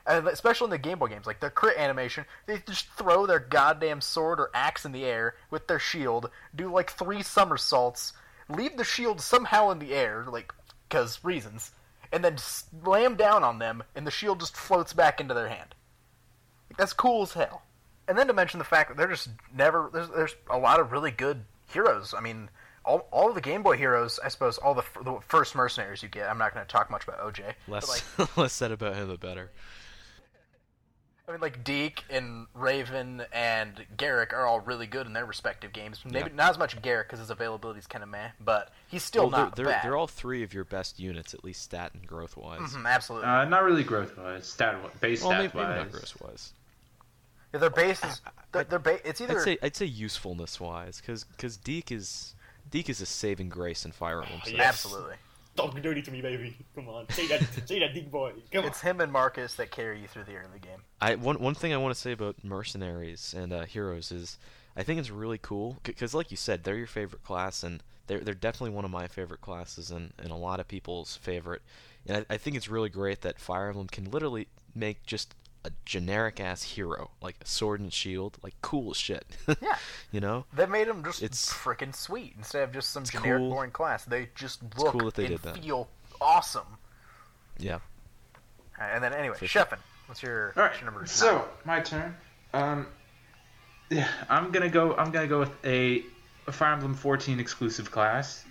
And especially in the Game Boy games, like their crit animation, they just throw their goddamn sword or axe in the air with their shield, do like three somersaults, leave the shield somehow in the air, like because reasons, and then slam down on them, and the shield just floats back into their hand. Like, that's cool as hell. And then to mention the fact that they're just never there's there's a lot of really good heroes. I mean, all all of the Game Boy heroes, I suppose, all the, f- the first mercenaries you get. I'm not going to talk much about OJ. but, Less like, less said about him, the better. I mean, like Deke and Raven and Garrick are all really good in their respective games. Maybe Yeah. not as much Garrick because his availability is kind of meh, but he's still Well, not they're, they're, bad. they're all three of your best units, at least stat and growth wise. Mhm, absolutely. Uh, not really growth wise, stat base Well, maybe, stat maybe wise. not growth wise. Yeah, their base is their, their ba- It's either I'd say I'd say usefulness wise, because Deke is Deke is a saving grace in Fire Emblem. so- yeah. yes. absolutely. Talk dirty to me, baby. Come on, say that, say that, big boy. Come on. It's him and Marcus that carry you through the early game. I one one thing I want to say about mercenaries and uh, heroes is. I think it's really cool because, like you said, they're your favorite class, and they're they're definitely one of my favorite classes, and, and a lot of people's favorite. And I, I think it's really great that Fire Emblem can literally make just a generic ass hero, like a sword and shield, like cool shit. Yeah, you know they made him just it's freaking sweet instead of just some generic cool. boring class. They just look cool they and feel awesome. Yeah. Right, and then anyway, For sure. Sheffin, what's your All right. number? Nine? So my turn. Um, yeah, I'm gonna go. I'm gonna go with a, a Fire Emblem 14 exclusive class.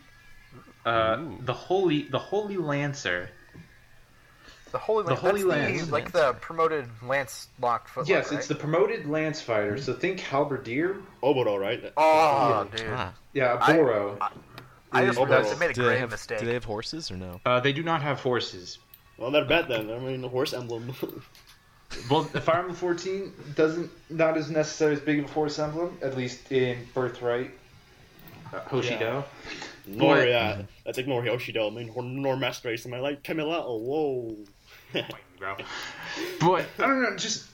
Uh, the holy, the holy lancer. The Holy Lance. The Holy Lance. The, like the promoted Lance locked foot. Yes, right? it's the promoted Lance fighter. Mm-hmm. So think Halberdier. Oboro, right? Oh, yeah. dude. Ah. Yeah, Boro. I, I, I just realized I made a do great have, mistake. Do they have horses or no? Uh, they do not have horses. Well, they're bad then. I mean, the horse emblem. well, Fire Emblem 14 doesn't not as necessary as big of a horse emblem, at least in Birthright. Uh, Hoshido. Yeah. Nor, but, yeah. That's ignore Hoshido. I mean, nor Master Ace. Am I like Camilla? Oh, whoa. bro. but I don't know. Just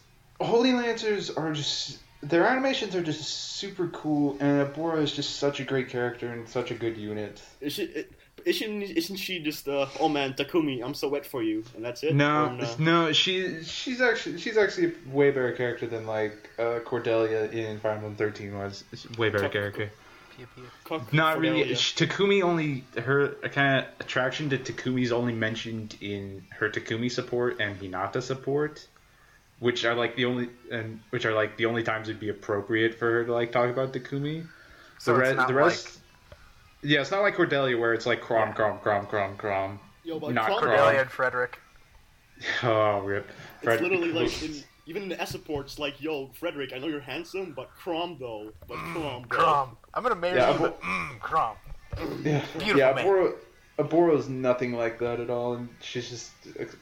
Holy Lancers are just their animations are just super cool, and Abora is just such a great character and such a good unit. Is she, isn't isn't she just uh, oh man Takumi I'm so wet for you and that's it? No, or no, no she she's actually she's actually a way better character than like uh, Cordelia in Fire Emblem Thirteen was. She's way better Talk, character. Pew, pew. Talk, Not Cordelia. really. She, Takumi only her kind of attraction to Takumi is only mentioned in her Takumi support and Hinata support which are like the only and which are like the only times it'd be appropriate for her to like talk about Takumi. So the, re- the rest, like... yeah, it's not like Cordelia where it's like crom crom crom crom crom. Yo, but not Cordelia crom. and Frederick. Oh, rip. Fred- it's literally like in, even in the S supports, like yo, Frederick, I know you're handsome, but crom though, but crom. Bro. Crom, I'm gonna marry yeah, you, but mm, crom. Yeah, Beautiful yeah, man. Aboro, Aboro's nothing like that at all, and she's just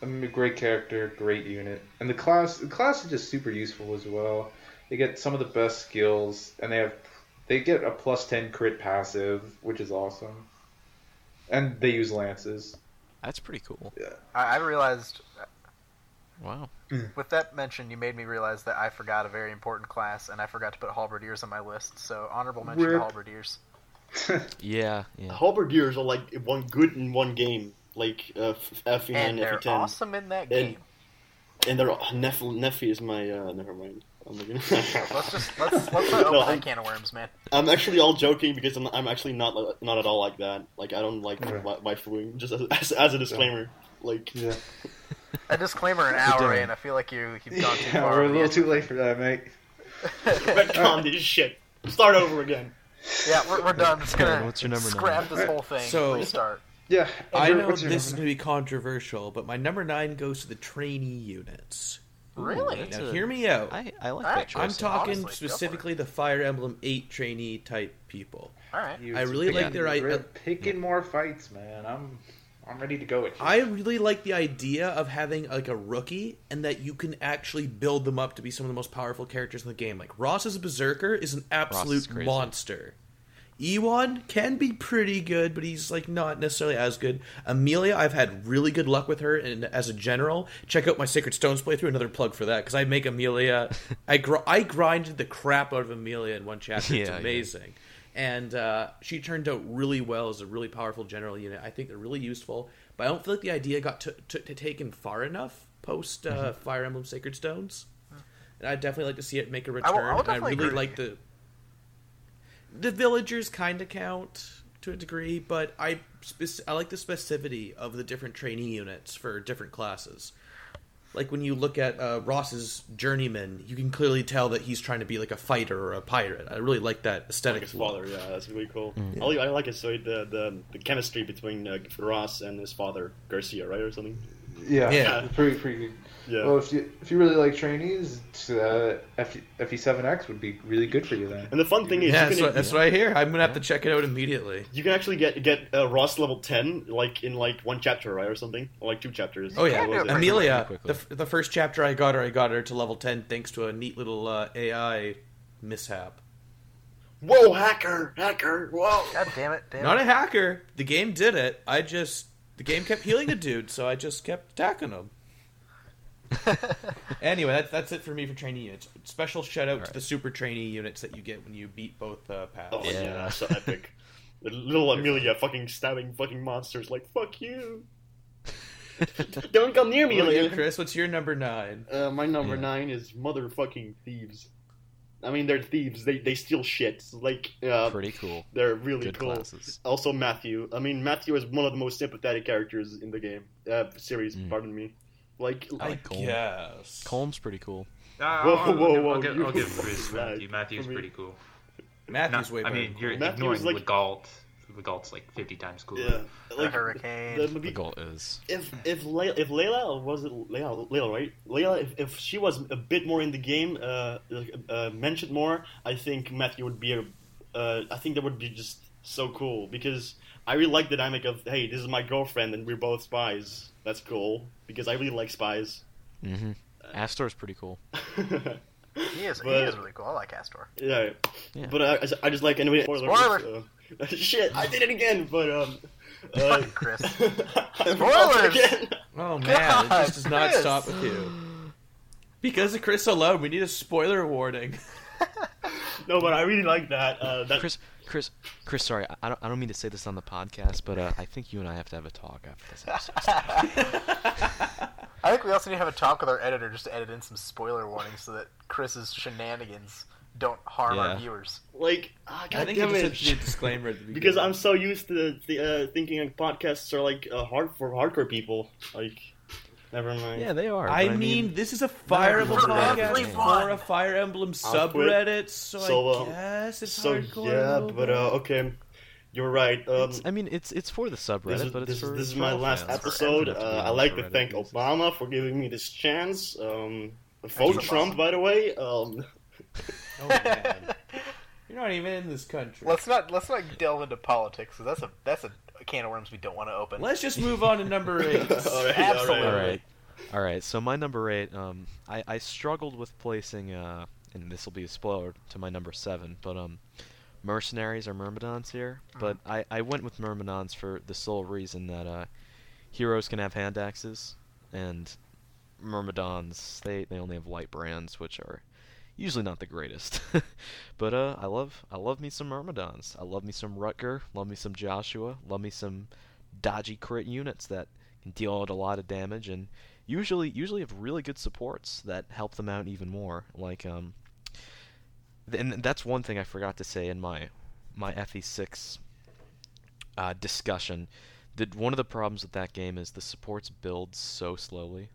a, a, great character, great unit, and the class the class is just super useful as well. They get some of the best skills, and they have they get a plus ten crit passive, which is awesome, and they use lances. That's pretty cool. Yeah, I, I realized. Wow. With that mention, you made me realize that I forgot a very important class, and I forgot to put halberdiers on my list. So honorable mention Rip. to halberdiers. yeah, yeah. Oh. Halberdiers are like one good in one game, like uh, F9 and they're F10. awesome in that And, game. and they're oh, Neffy, Neffy is my uh, never mind. I'm looking. let's just let's let's not open no, that can of worms, man. I'm actually all joking because I'm, I'm actually not not at all like that. Like I don't like okay. my, my fooling. Just as, as, as, a disclaimer, like yeah. a disclaimer an hour in. I feel like you you've gone too yeah, far. We're a little too late for that, mate. Retcon this shit. Start over again. Yeah, we're, we're done. It's gonna What's your number scrap nine? this whole thing. So, restart. Yeah, I know this is going to be controversial, but my number nine goes to the trainee units. Oh, Really? now, a, hear me out. I, I like I, that choice. I'm talking Honestly, specifically the Fire Emblem Eight trainee type people. All right. You I really like their idea. Picking more fights, man. I'm. I'm ready to go with you. I really like the idea of having like a rookie and that you can actually build them up to be some of the most powerful characters in the game. Like Ross as a berserker is an absolute is monster. Ewan can be pretty good, but he's like not necessarily as good. Amelia, I've had really good luck with her, and as a general, check out my Sacred Stones playthrough. Another plug for that because I make Amelia, I gr- I grinded the crap out of Amelia in one chapter. Yeah, it's amazing. Yeah and uh, she turned out really well as a really powerful general unit. I think they're really useful, but I don't feel like the idea got t- t- t- taken far enough post uh, mm-hmm. Fire Emblem Sacred Stones. And I'd definitely like to see it make a return. I, will, I, I really like the the villagers kind of count to a degree, but I spec- I like the specificity of the different trainee units for different classes. Like when you look at uh, Ross's journeyman, you can clearly tell that he's trying to be like a fighter or a pirate. I really like that aesthetic. Like his father, yeah, that's really cool. Mm. Mm-hmm. I, like it. So the, the, the chemistry between uh, Ross and his father Garcia, right, or something. Yeah, yeah, pretty pretty good. Yeah. Well, if you if you really like trainees, uh, FE seven X would be really good for you then. And the fun thing is, yeah, that's, what, that's what I hear. I'm gonna have yeah. to check it out immediately. You can actually get get uh, Ross level ten, like in like one chapter, right, or something, or like two chapters. Oh yeah, yeah Amelia. The, the first chapter I got her, I got her to level ten thanks to a neat little uh, AI mishap. Whoa, hacker, hacker! Whoa! God damn it! Damn Not it. a hacker. The game did it. I just the game kept healing a dude, so I just kept attacking him. anyway, that's that's it for me for training units. Special shout out right. to the super trainee units that you get when you beat both uh, paths. Oh yeah, yeah so epic. Little Amelia fucking stabbing fucking monsters like fuck you. Don't come near me, Amelia. Chris, what's your number nine? Uh, my number yeah. nine is motherfucking thieves. I mean, they're thieves. They they steal shit. Like uh, pretty cool. They're really Good cool. Classes. Also, Matthew. I mean, Matthew is one of the most sympathetic characters in the game uh, series. Mm. Pardon me. Like, I like Colm. guess Colm's pretty cool. Uh, whoa, I'll, whoa, whoa! I'll, give, I'll give Chris Matthew. Matthew's pretty cool. Matthew's Not, way. I mean, you're cool. ignoring like, Galt. The Galt's like fifty times cooler. Yeah, like, the hurricane. The, the Galt is. If if Le- if Layla was it Layla, Layla right? Layla, if, if she was a bit more in the game, uh, uh, mentioned more, I think Matthew would be a. Uh, I think that would be just so cool because I really like the dynamic of hey, this is my girlfriend and we're both spies. That's cool because I really like spies. Mm-hmm. Uh, Astor is pretty cool. He is, but, he is really cool. I like Astor. Yeah, yeah. but uh, I, I just like anyway. Spoiler. Spoiler. Uh, shit, I did it again. But um, uh, uh, Fuck Chris. Spoilers. Again. Oh man, God, it just does not Chris. stop with you. Because of Chris alone, we need a spoiler warning. no, but I really like that. Uh, that... Chris, Chris, Chris. Sorry, I don't. I don't mean to say this on the podcast, but uh, I think you and I have to have a talk after this episode. I think we also need to have a talk with our editor just to edit in some spoiler warnings so that Chris's shenanigans don't harm yeah. our viewers. Like, oh, God I think damn it. Should be a disclaimer because I'm so used to the, uh, thinking like podcasts are like uh, hard for hardcore people. Like, never mind. Yeah, they are. I, I mean, mean, this is a Fire Emblem podcast for a Fire Emblem subreddit, so, so uh, I guess it's so, hardcore. Yeah, but uh, okay. You're right. Um, I mean, it's it's for the subreddit, this, but this, for, this is my last fans. episode. Uh, I like to thank reasons. Obama for giving me this chance. Um, vote Trump, Obama. by the way. Um... oh man, you're not even in this country. Let's not let's not delve into politics. Cause that's a that's a, a can of worms we don't want to open. Let's just move on to number eight. all right, Absolutely. All right. All right. So my number eight. Um, I I struggled with placing. Uh, and this will be a spoiler to my number seven, but um mercenaries or myrmidons here, but I, I went with myrmidons for the sole reason that uh, heroes can have hand axes, and myrmidons they, they only have light brands, which are usually not the greatest. but uh, I love I love me some myrmidons. I love me some Rutger. Love me some Joshua. Love me some dodgy crit units that can deal out a lot of damage and usually usually have really good supports that help them out even more. Like um and that's one thing I forgot to say in my my FE6 uh, discussion. That one of the problems with that game is the supports build so slowly.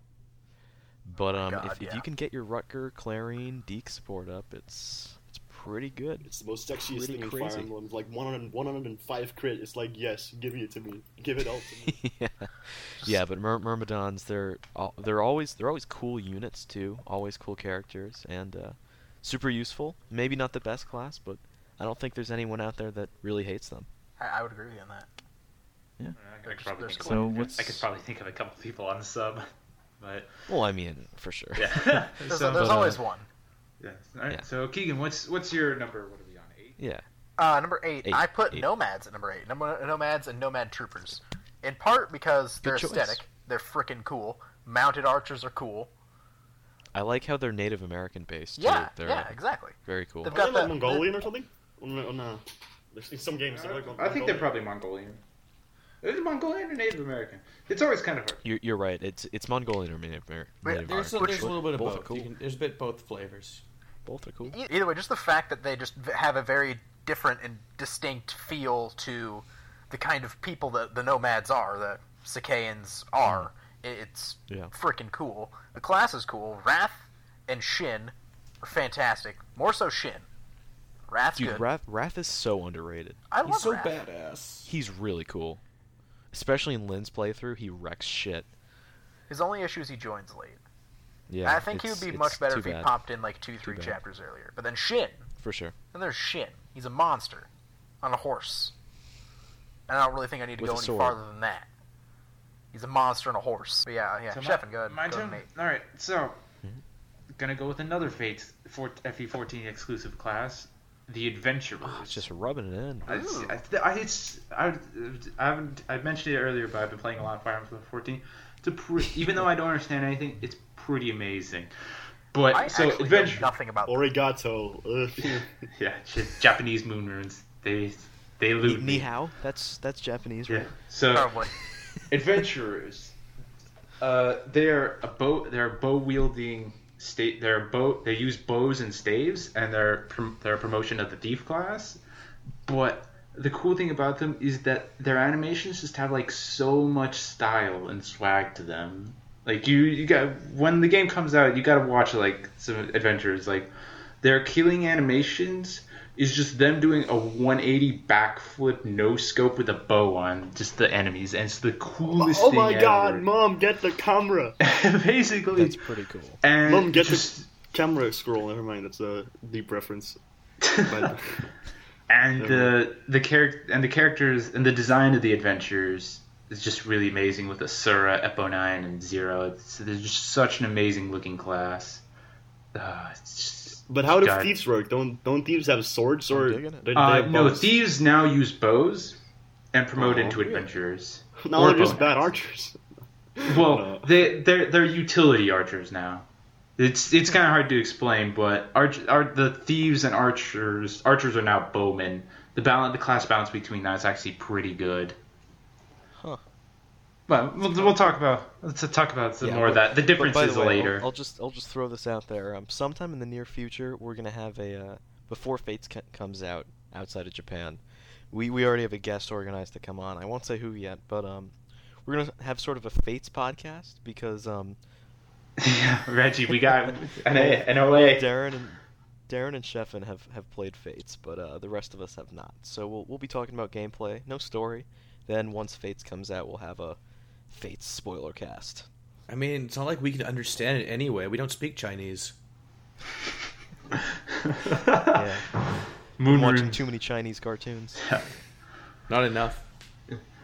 But um, oh God, if, yeah. if, you can get your Rutger, Clarine, Deke support up, it's it's pretty good. It's the most sexiest pretty thing crazy. in Fire Emblem. Like 100, 105 crit. It's like yes, give it to me, give it all to me. yeah. yeah, but Myr- Myrmidons, they're they're always they're always cool units too. Always cool characters and. Uh, super useful. Maybe not the best class, but I don't think there's anyone out there that really hates them. I, I would agree with you on that. Yeah. I could, probably think, so of, I could probably think of a couple people on the sub, but. Well, I mean, for sure. Yeah. there's, so, there's but, always uh, one. Yeah. All right. Yeah. So Keegan, what's what's your number? What are we on? Eight. Yeah. Uh, number eight, eight. I put eight. nomads at number eight. Number, nomads and nomad troopers, in part because they're aesthetic. They're freaking cool. Mounted archers are cool. I like how they're Native American based. Yeah, too. yeah, exactly. Very cool. They've got like Mongolian or something. Oh, no, there's some games. Uh, like I think they're probably Mongolian. Is it Mongolian or Native American? It's always kind of hard. You're, you're right. It's it's Mongolian or Native, Native American. There's, a, there's a little bit of both. both. Cool. Can, there's a bit both flavors. Both are cool. E, Either way, just the fact that they just have a very different and distinct feel to the kind of people that the nomads are, the Sakaans are. Mm it's yeah. freaking cool. The class is cool. Wrath and Shin are fantastic. More so Shin. Wrath's Dude, good. Wrath, Wrath is so underrated. I love He's so Wrath. badass. He's really cool. Especially in Lynn's playthrough, he wrecks shit. His only issue is he joins late. Yeah, I think he would be much better if he bad. popped in like two, three too chapters bad. earlier. But then Shin. For sure. And there's Shin. He's a monster on a horse. And I don't really think I need to With go any sword. farther than that. He's a monster and a horse. But yeah, yeah. So Chef, my, go ahead. My go turn. All right, so Mm-hmm. gonna go with another Fate for FE14 exclusive class, the Adventurers. Oh, it's just rubbing it in. It's, I, it's, I, I, haven't I mentioned it earlier, but I've been playing a lot of Fire Emblem 14. It's a pre- even though I don't understand anything, it's pretty amazing. But I so actually adventure, know nothing about. Origato. Ugh. yeah, just Japanese moon runes. They they Ni, elude ni me. hao? That's that's Japanese, Yeah. right? So Probably. adventurers. Uh, they're a bow. They're bow wielding state. They're bow. They use bows and staves, and they're prom- they're a promotion of the thief class. But the cool thing about them is that their animations just have like so much style and swag to them. Like you, you got when the game comes out, you got to watch like some adventures. Like their killing animations is just them doing a 180 backflip no scope with a bow on just the enemies, and it's the coolest Oh thing my god, ever. mom, get the camera. Basically, That's pretty cool. and Mom, get just the camera scroll. Never mind, that's a deep reference. But and the the character and the characters and the design of the adventures is just really amazing with Asura, Epo Nine, and Zero. It's, they're just such an amazing looking class. Uh, it's just, but how do God. thieves work? Don't don't thieves have swords or I'm digging it. they- they Uh, have no, bows? thieves now use bows and promote Oh, into weird. adventurers. No, or they're just bows. bad archers. Well, Uh. No. they they're they're utility archers now. It's it's kind of hard to explain, but arch are the thieves and archers archers are now bowmen. The balance, the class balance between that is actually pretty good. Huh. But we'll, we'll talk about let's talk about some Yeah, more of but- that. The But by differences the way, I'll- later. I'll, just I'll just throw this out there. Um, sometime in the near future, we're gonna have a uh, before Fates c- comes out outside of Japan. We we already have a guest organized to come on. I won't say who yet, but um, we're gonna have sort of a Fates podcast because um, yeah, Reggie, we got an A an OA. Darren and Darren and Sheffin have, have played Fates, but uh, the rest of us have not. So we'll we'll be talking about gameplay, no story. Then once Fates comes out, we'll have a Fates spoiler cast. I mean, it's not like we can understand it anyway. We don't speak Chinese. Yeah, Moon watching Rune. too many Chinese cartoons. Not enough.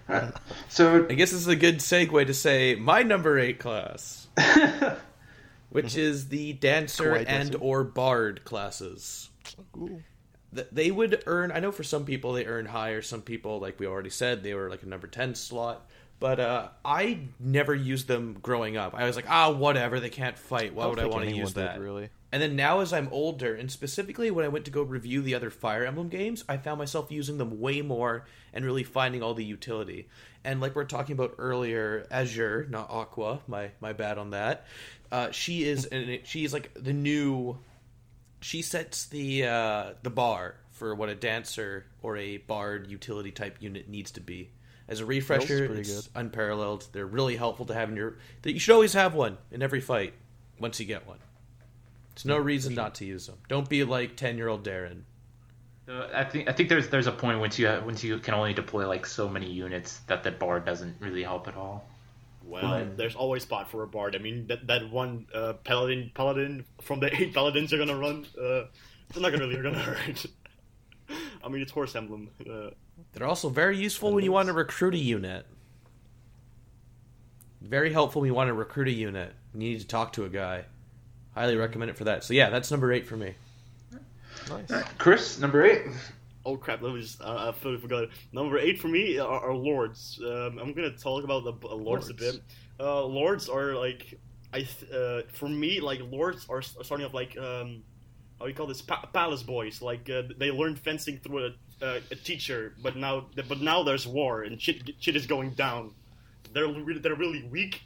So I guess this is a good segue to say my number eight class, which is the dancer Kawaii dancer. and or bard classes. Th- They would earn. I know for some people they earn higher. Some people, like we already said, they were like a number ten slot. But uh, I never used them growing up. I was like, ah, whatever. They can't fight. Why don't would I think want to anyone use did, that? really. And then now, as I'm older, and specifically when I went to go review the other Fire Emblem games, I found myself using them way more and really finding all the utility. And like we are talking about earlier, Azure, not Aqua, my my bad on that. Uh, she is an, she's like the new. She sets the uh, the bar for what a dancer or a bard utility type unit needs to be. As a refresher, pretty it's unparalleled. They're really helpful to have in your. That you should always have one in every fight once you get one. There's no reason not to use them. Don't be like ten year old Darren. Uh, I think I think there's there's a point once you once you can only deploy like so many units that the bar doesn't really help at all. Well, there's always spot for a bard. I mean, that that one uh, paladin paladin from the eight paladins are gonna run. Uh, it's not gonna really gonna hurt. I mean, it's horse emblem. Uh, They're also very useful when you want to recruit a unit. Very helpful when you want to recruit a unit. You need to talk to a guy. Highly recommend it for that. So yeah, that's number eight for me. Nice. Chris, number eight. oh crap! That was uh, I totally forgot. Number eight for me are, are lords. Um, I'm gonna talk about the b- lords, a bit. Uh, lords are like I th- uh, for me like lords are, s- are starting off like um, how you call this pa- palace boys. Like uh, they learned fencing through a, uh, a teacher, but now but now there's war and shit shit is going down. They're really, they're really weak,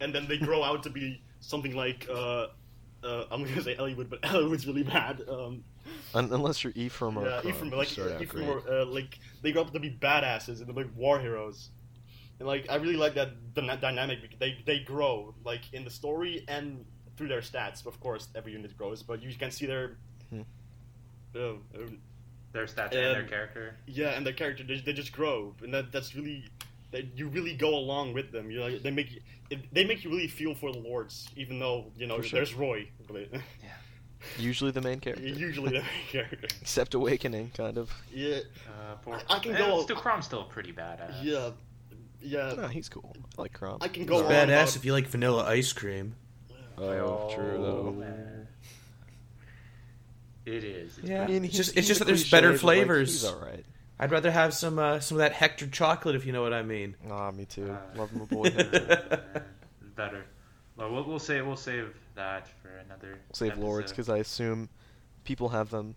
and then they grow out to be something like. Uh, uh, I'm gonna say Ellwood, but Ellwood's really bad. Um, Un- unless you're E Ephraim or yeah, Akron, Ephraim, you like start out Ephraim, great. were, uh, like they grow up to be badasses and they're like war heroes, and like I really like that dyna- dynamic. because They they grow like in the story and through their stats. Of course, every unit grows, but you can see their. Hmm. Uh, uh, Their and stats their Um, character. yeah, and their character they, they just grow, and that that's really that you really go along with them. You like they make you- it- they make you really feel for the lords, even though you know For sure. there's Roy, but Usually the main character, usually the main character. except Awakening, kind of. Yeah, Uh, poor, I- I can Eh, go- Still, Crom's still pretty badass. yeah, yeah. No, he's cool. I like Crom. I can It's go on about badass if you like vanilla ice cream. Oh, true though. man. It is. It's Yeah. I mean, It's he's- just- it's he's just a that there's cliché, but, better like, flavors. he's all right. I'd rather have some uh, some of that Hector chocolate if you know what I mean. Ah, me too. Uh, Love my boy. pretty- uh, better. Well, we'll, we'll save we'll save that for another. We'll save lords because I assume people have them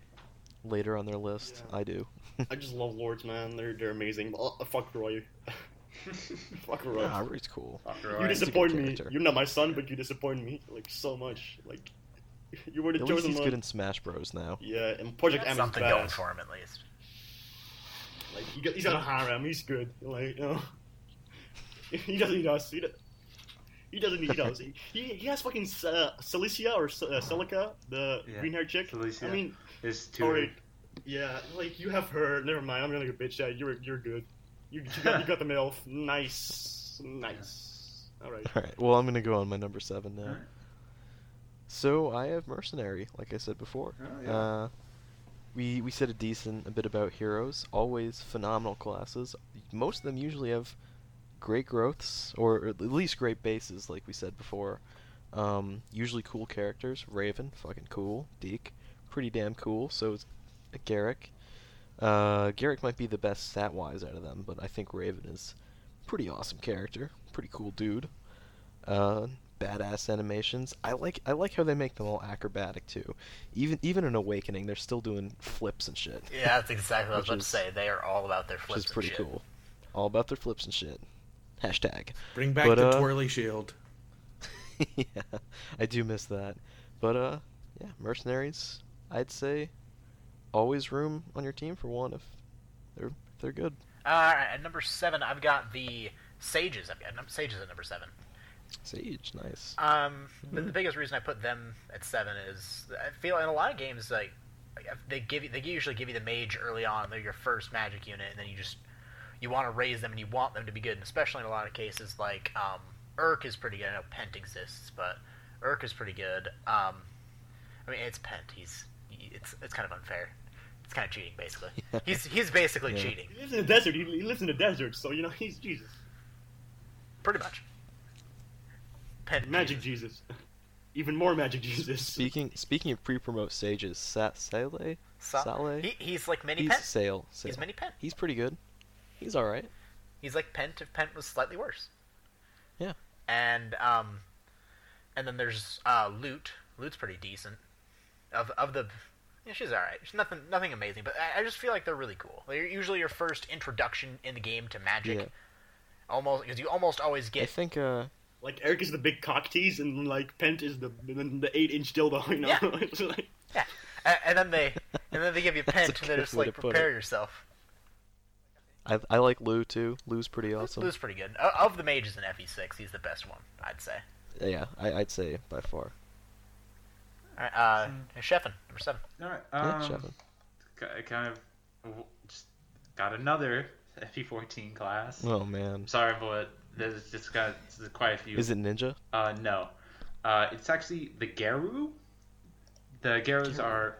later on their list. Yeah. I do. I just love lords, man. They're they're amazing. Oh, fuck Roy. fuck Roy. Ah, Rory's cool. you he's a good disappoint me. character. You're not my son, but you disappoint me like so much. Like you were the At least chosen he's one. good in Smash Bros. now. Yeah, and Project M is Something going bad. for him at least. Like he got, he's got a harem. He's good. Like you know, he doesn't need us. He, do, he doesn't need us. He, he he has fucking uh, Celicia or Ce- uh, Celica, the Yeah, green haired chick. Celicia. I mean, Is too. alright, yeah, like you have her. Never mind. I'm gonna go bitch that. You're you're good. You you got, you got the milf. Nice, nice. All right. All right. Well, I'm gonna go on my number seven now. All right. So I have mercenary, like I said before. Oh, yeah. uh, we we said a decent a bit about heroes. Always phenomenal classes. Most of them usually have great growths or at least great bases, like we said before. Um, usually cool characters. Raven, fucking cool. Deke, pretty damn cool. So is uh, Garrick. Uh, Garrick might be the best stat wise out of them, but I think Raven is pretty awesome character. Pretty cool dude. Uh, badass animations. I like I like how they make them all acrobatic too. Even even in Awakening, they're still doing flips and shit, Yeah, that's exactly what I was Which about is- to say. They are all about their which flips is pretty and shit. cool. All about their flips and shit. Hashtag. Bring back But, the uh, twirly shield. yeah, I do miss that. But uh, yeah, mercenaries. I'd say always room on your team for one if they're they're good. All right, at number seven, I've got the sages. I've got num- sages at number seven. Sage, nice. Um, Hmm. but the biggest reason I put them at seven is I feel in a lot of games like they give you they usually give you the mage early on. They're your first magic unit, and then you just you want to raise them and you want them to be good. And especially in a lot of cases, like um, Urk is pretty good. I know Pent exists, but Urk is pretty good. Um, I mean, it's Pent. He's he- it's it's kind of unfair. It's kind of cheating, basically. He's he's basically Yeah. cheating, He lives in the desert. He, he lives in the desert, so you know he's Jesus, pretty much. Pent magic Jesus, even more magic Jesus. Speaking speaking of pre-promote sages, Sa- Sale, Sa- Saleh? He, he's like mini he's Pent. Sale, Sale. He's mini Pent. He's pretty good. He's all right. He's like Pent if Pent was slightly worse. Yeah. And um, and then there's uh, Loot. Loot's pretty decent. Of of the, yeah, she's all right. She's nothing nothing amazing, but I, I just feel like they're really cool. They're usually your first introduction in the game to magic. Yeah. Almost because you almost always I get think uh Like Eric is the big cock tease, and like Pent is the the, the eight inch dildo. You know, Yeah. It's like- yeah, and, and then they and then they give you That's Pent, a and they're good just way like to put prepare it. yourself. I I like Lou too. Lou's pretty awesome. Loot's pretty good. O- Of the mages in FE6, he's the best one, I'd say. Yeah, I, I'd say by far. All right, uh, Sheffin, number seven. All right. Yeah, Um, Shevin. ki- kind of w- just got another FP14 class. Oh man, I'm sorry, but there's just got there's quite a few. is it Ninja? Uh, no. Uh, it's actually the Garu. The Garus are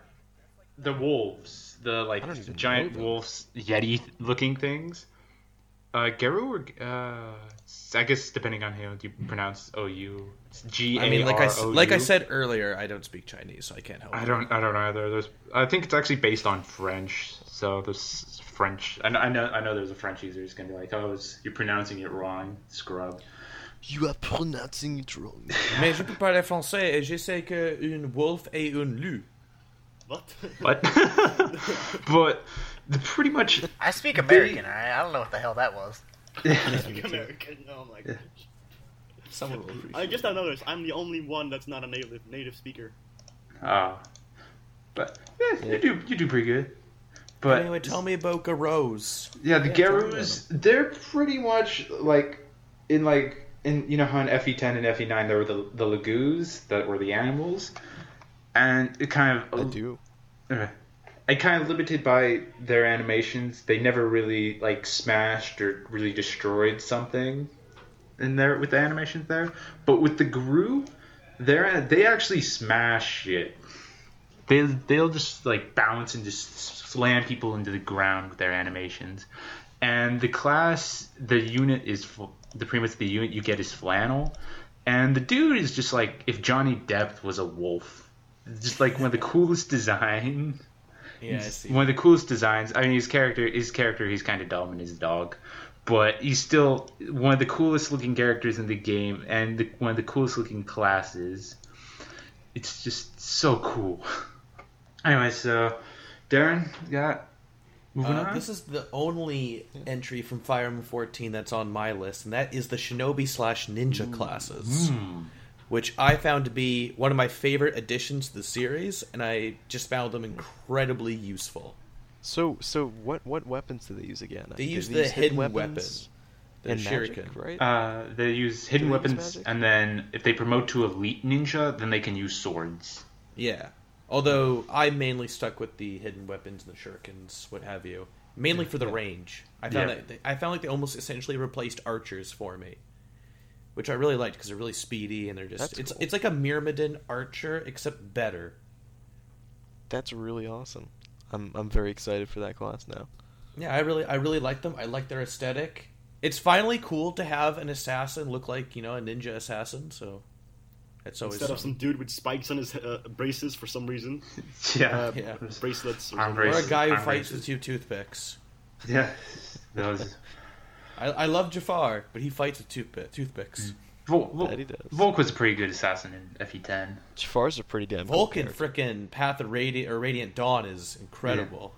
the wolves, the I don't like even giant know them. wolves, yeti-looking things. Uh, Garu or uh, I guess depending on how you pronounce O U. G I mean, like I s- E A R O U. like I said earlier, I don't speak Chinese, so I can't help. I it. don't. I don't either. There's. I think it's actually based on French. So there's French. I know. I know, I know there's a French user who's gonna be like, "Oh, it's, you're pronouncing it wrong, scrub." You are pronouncing it wrong. Mais je peux parler français et je sais que une wolf et une loup. what? But, but, the, pretty much. I speak American. all right? I don't know what the hell that was. American. Oh my god. Someone will appreciate. I just not noticed. I'm the only one that's not a native native speaker. Ah. Oh. But yeah, you do. You do pretty good. it. But Anyway, tell me about Garose. Yeah, the tell me Garus, they're pretty much like in like in you know how in FE10 and FE9 there were the the lagoos that were the animals, and it kind of I do. Okay. I kind of limited by their animations. They never really like smashed or really destroyed something in there with the animations there. But with the Gru, they're they actually smash shit. they they'll just like bounce and just slam people into the ground with their animations. And the class, the unit is fl- the pretty much the unit you get is flannel, and the dude is just like if Johnny Depp was a wolf, just like one of the coolest design, Yeah, I see. one of the coolest designs. I mean, his character, his character, he's kind of dumb and he's a dog, but he's still one of the coolest looking characters in the game and the, one of the coolest looking classes. It's just so cool. anyway, so Darren, got moving Uh, on. this is the only entry from Fire Emblem 14 that's on my list, and that is the Shinobi slash Ninja Mm. classes, which I found to be one of my favorite additions to the series, and I just found them incredibly useful. So so what what weapons do they use again? They Do use the hidden weapons, the and shuriken. magic, right? Uh, they use hidden Do they use weapons, magic? and then if they promote to elite ninja, then they can use swords. Yeah. Although I mainly stuck with the hidden weapons and the shurikens, what have you, mainly for the range. I found Yeah. that they, I found like they almost essentially replaced archers for me, which I really liked because they're really speedy and they're just That's it's cool. it's like a Myrmidon archer except better. That's really awesome. I'm I'm very excited for that class now. Yeah, I really I really like them. I like their aesthetic. It's finally cool to have an assassin look like you know a ninja assassin. So that's always Instead of some dude with spikes on his uh, braces for some reason, Yeah, uh, Yeah. bracelets. Or Arm something. or a braces, guy who arm fights braces. with two toothpicks. yeah. Those I, I love Jafar, but he fights with toothpick, toothpicks. Vol- Vol- That he does. Volk was a pretty good assassin in E FE10. Jafar's a pretty damn cool Vulcan character. frickin' Path of Radiant or Radiant Dawn is incredible.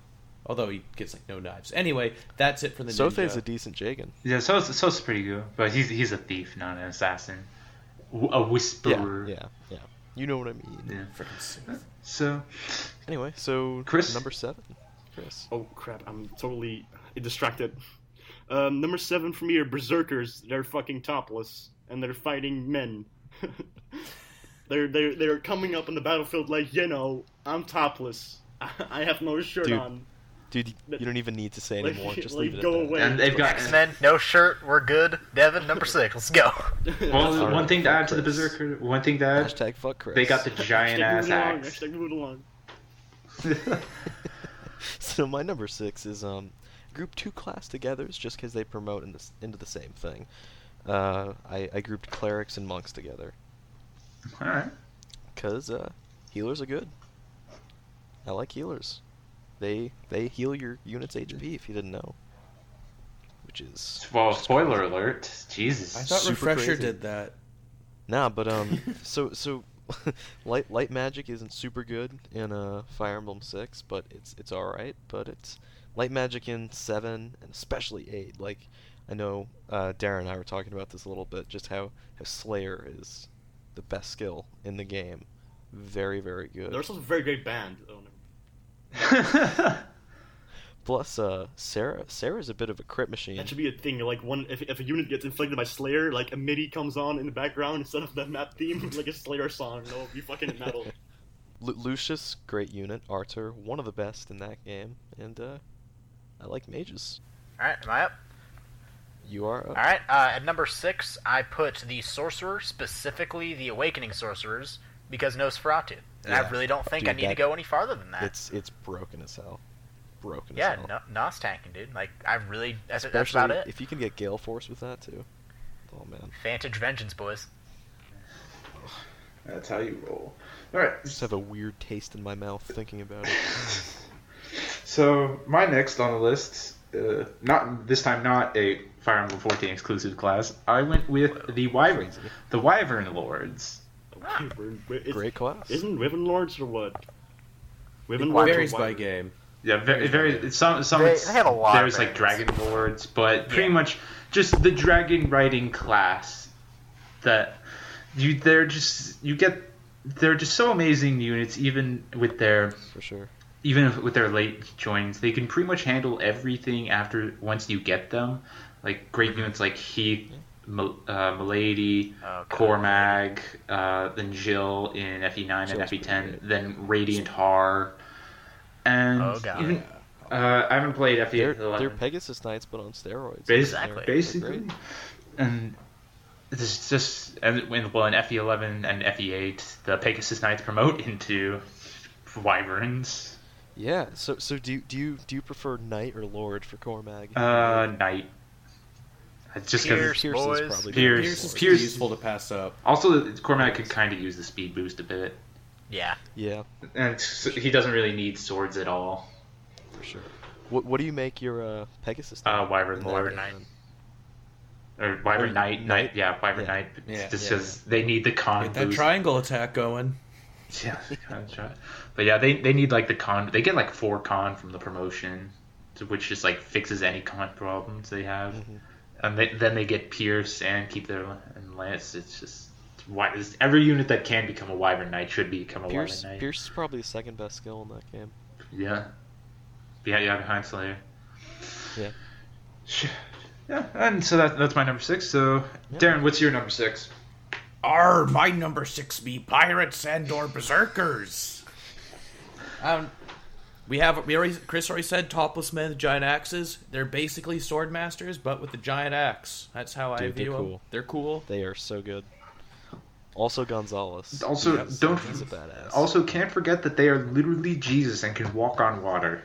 Although he gets like no knives. Anyway, that's it for the Sothei's ninja. a decent Jagan. Yeah, so so's pretty good, but he's he's a thief, not an assassin. W- A Yeah, whisperer. yeah, yeah. You know what I mean. Yeah. Frickin' Soth. So Anyway, so Chris? number seven, Chris. Oh crap! I'm totally distracted. Um, number seven for me are berserkers. They're fucking topless and they're fighting men. they're they're they're coming up on the battlefield like you know I'm topless. I have no shirt Dude, on. Dude, you don't even need to say Like, anymore. Just like, leave it go at that. away. and they've got X Men, no shirt, we're good. Devin, number six, let's go. well, Alright, one thing to fuck add to the Chris. berserker. One thing to add. Hashtag fuck Chris. They got the Hashtag giant ass moving along, axe. hashtag moving along. so my number six is um, group two class togethers just because they promote in this, into the same thing. Uh, I, I grouped clerics and monks together All right. because uh, healers are good. I like healers. They they heal your unit's HP if you didn't know, which is Well, spoiler alert. Jesus. I thought Super Refresher crazy. did that. Nah, but um, so so, light light magic isn't super good in uh Fire Emblem Six, but it's it's all right. But it's light magic in seven and especially eight. Like I know uh, Darren and I were talking about this a little bit, just how how Slayer is the best skill in the game. Very very good. They're also a very great band. Oh, no. Plus uh, Sarah Sarah's a bit of a crit machine. That should be a thing. Like one, if, if a unit gets inflicted by Slayer, like a MIDI comes on in the background instead of the map theme, like a Slayer song. No, you fucking metal. Lu- Lucius, great unit. Arter, one of the best in that game, and uh, I like mages. Alright, am I up? You are up. All right. Uh, at number six, I put the sorcerer, specifically the awakening sorcerers, because Nosferatu. And Yeah. I really don't think Dude, I need to that- go any farther than that. It's it's broken as hell. Broken yeah, as hell. no, Nos tanking, dude. Like I really, that's, that's Especially about it. If you can get Gale Force with that too. Oh man. Vantage vengeance, boys. That's how you roll. All right. I just have a weird taste in my mouth thinking about it. So my next on the list, uh, not this time, not a Fire Emblem 14 exclusive class. I went with the Wyvern, the Wyvern Lords. Okay, we're- we're- it's- Great class. Isn't Riven Lords or what? Riven Lords Varies or by what? game. Yeah, very, very. It's some, some. They- it's- they have a lot of There's like dragons. dragon lords, but pretty much just the dragon riding class. That you, they're just you get. They're just so amazing units, even with their For sure. even if- with their late joins, they can pretty much handle everything after once you get them. Like great units like Heath, Mil- uh, Milady, Oh, God. Cormag, uh, then Jill in FE9 and Jill's FE10, pretty good. then Radiant Har, and Oh, God. even- uh, I haven't played They're, FE11. they're Pegasus Knights but on steroids. Basi- Exactly. They're- they're basically, great. and it's just and when- well in FE11 and FE8, the Pegasus Knights promote into Wyverns. Yeah. So so do you- do you do you prefer knight or lord for Cormag? Uh, Knight. It's just Pierce, because Pierce is boys. probably better. Pierce, Pierce is Pierce- useful to pass up. Also, Cormac could kind of use the speed boost a bit, Yeah. Yeah, and s- he doesn't really need swords at all. for sure. What what do you make your uh Pegasus? Uh, Knight Wyvern in that Lord. game, then? or Wyvern Knight, Knight, yeah, Wyvern Knight. Yeah, just yeah, because they need the con Get that boost. triangle attack going. yeah, kind of try. But yeah, they they need like the con. They get like four con from the promotion, to- which just like fixes any con problems they have. Mm-hmm. And they, then they get Pierce and keep their and Lance. It's just it's wi- it's- every unit that can become a Wyvern Knight should become a Pierce, Wyvern Knight. Pierce is probably the second best skill in that game. Yeah. Yeah, yeah, behind Slayer. Yeah. Sh- Yeah, and so that, that's my number six. So, Darren, what's your number six? Are my number six be pirates and or berserkers? Um, We have we already Chris already said topless men with giant axes. They're basically sword masters, but with the giant axe. That's how I Dude, they're view them. cool. They're cool. They are so good. Also Gonzalez. Also, don't He's a badass. also can't forget that they are literally Jesus and can walk on water.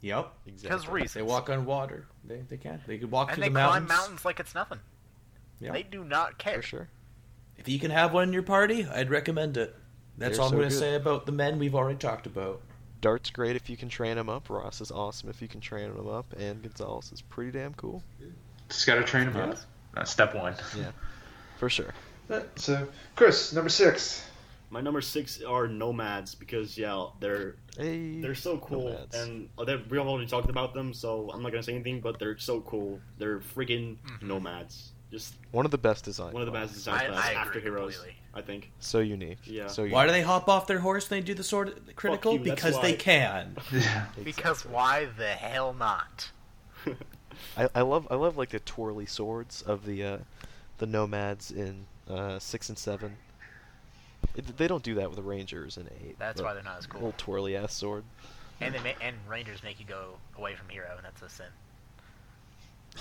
Yep. exactly. They walk on water. They, they can. They could walk and through they the climb mountains. mountains like it's nothing. Yeah. They do not care. for sure. If you can have one in your party, I'd recommend it. That's They're all so I'm going to good. say about the men we've already talked about. Dart's great if you can train him up. Ross is awesome if you can train him up, and Gonzalez is pretty damn cool. Just gotta train them up. That's step one. For sure. So, Chris, number six. My number six are nomads because yeah, they're Hey. they're so cool Nomads. and uh, they're- we've already talked about them, so I'm not gonna say anything. But they're so cool. They're freaking nomads. Just One of the best designs. one of the best design Mm-hmm. I, class I after agree heroes. completely. I think. So unique. Yeah. So unique. Why do they hop off their horse and they do the sword critical? you, that's because they why. can. Because why the hell not? I, I love I love like the twirly swords of the uh, the nomads in uh, six and seven. It, they don't do that with the rangers in eight. That's but why they're not as cool. Little twirly ass sword. And they ma- and rangers make you go away from hero, and that's a sin.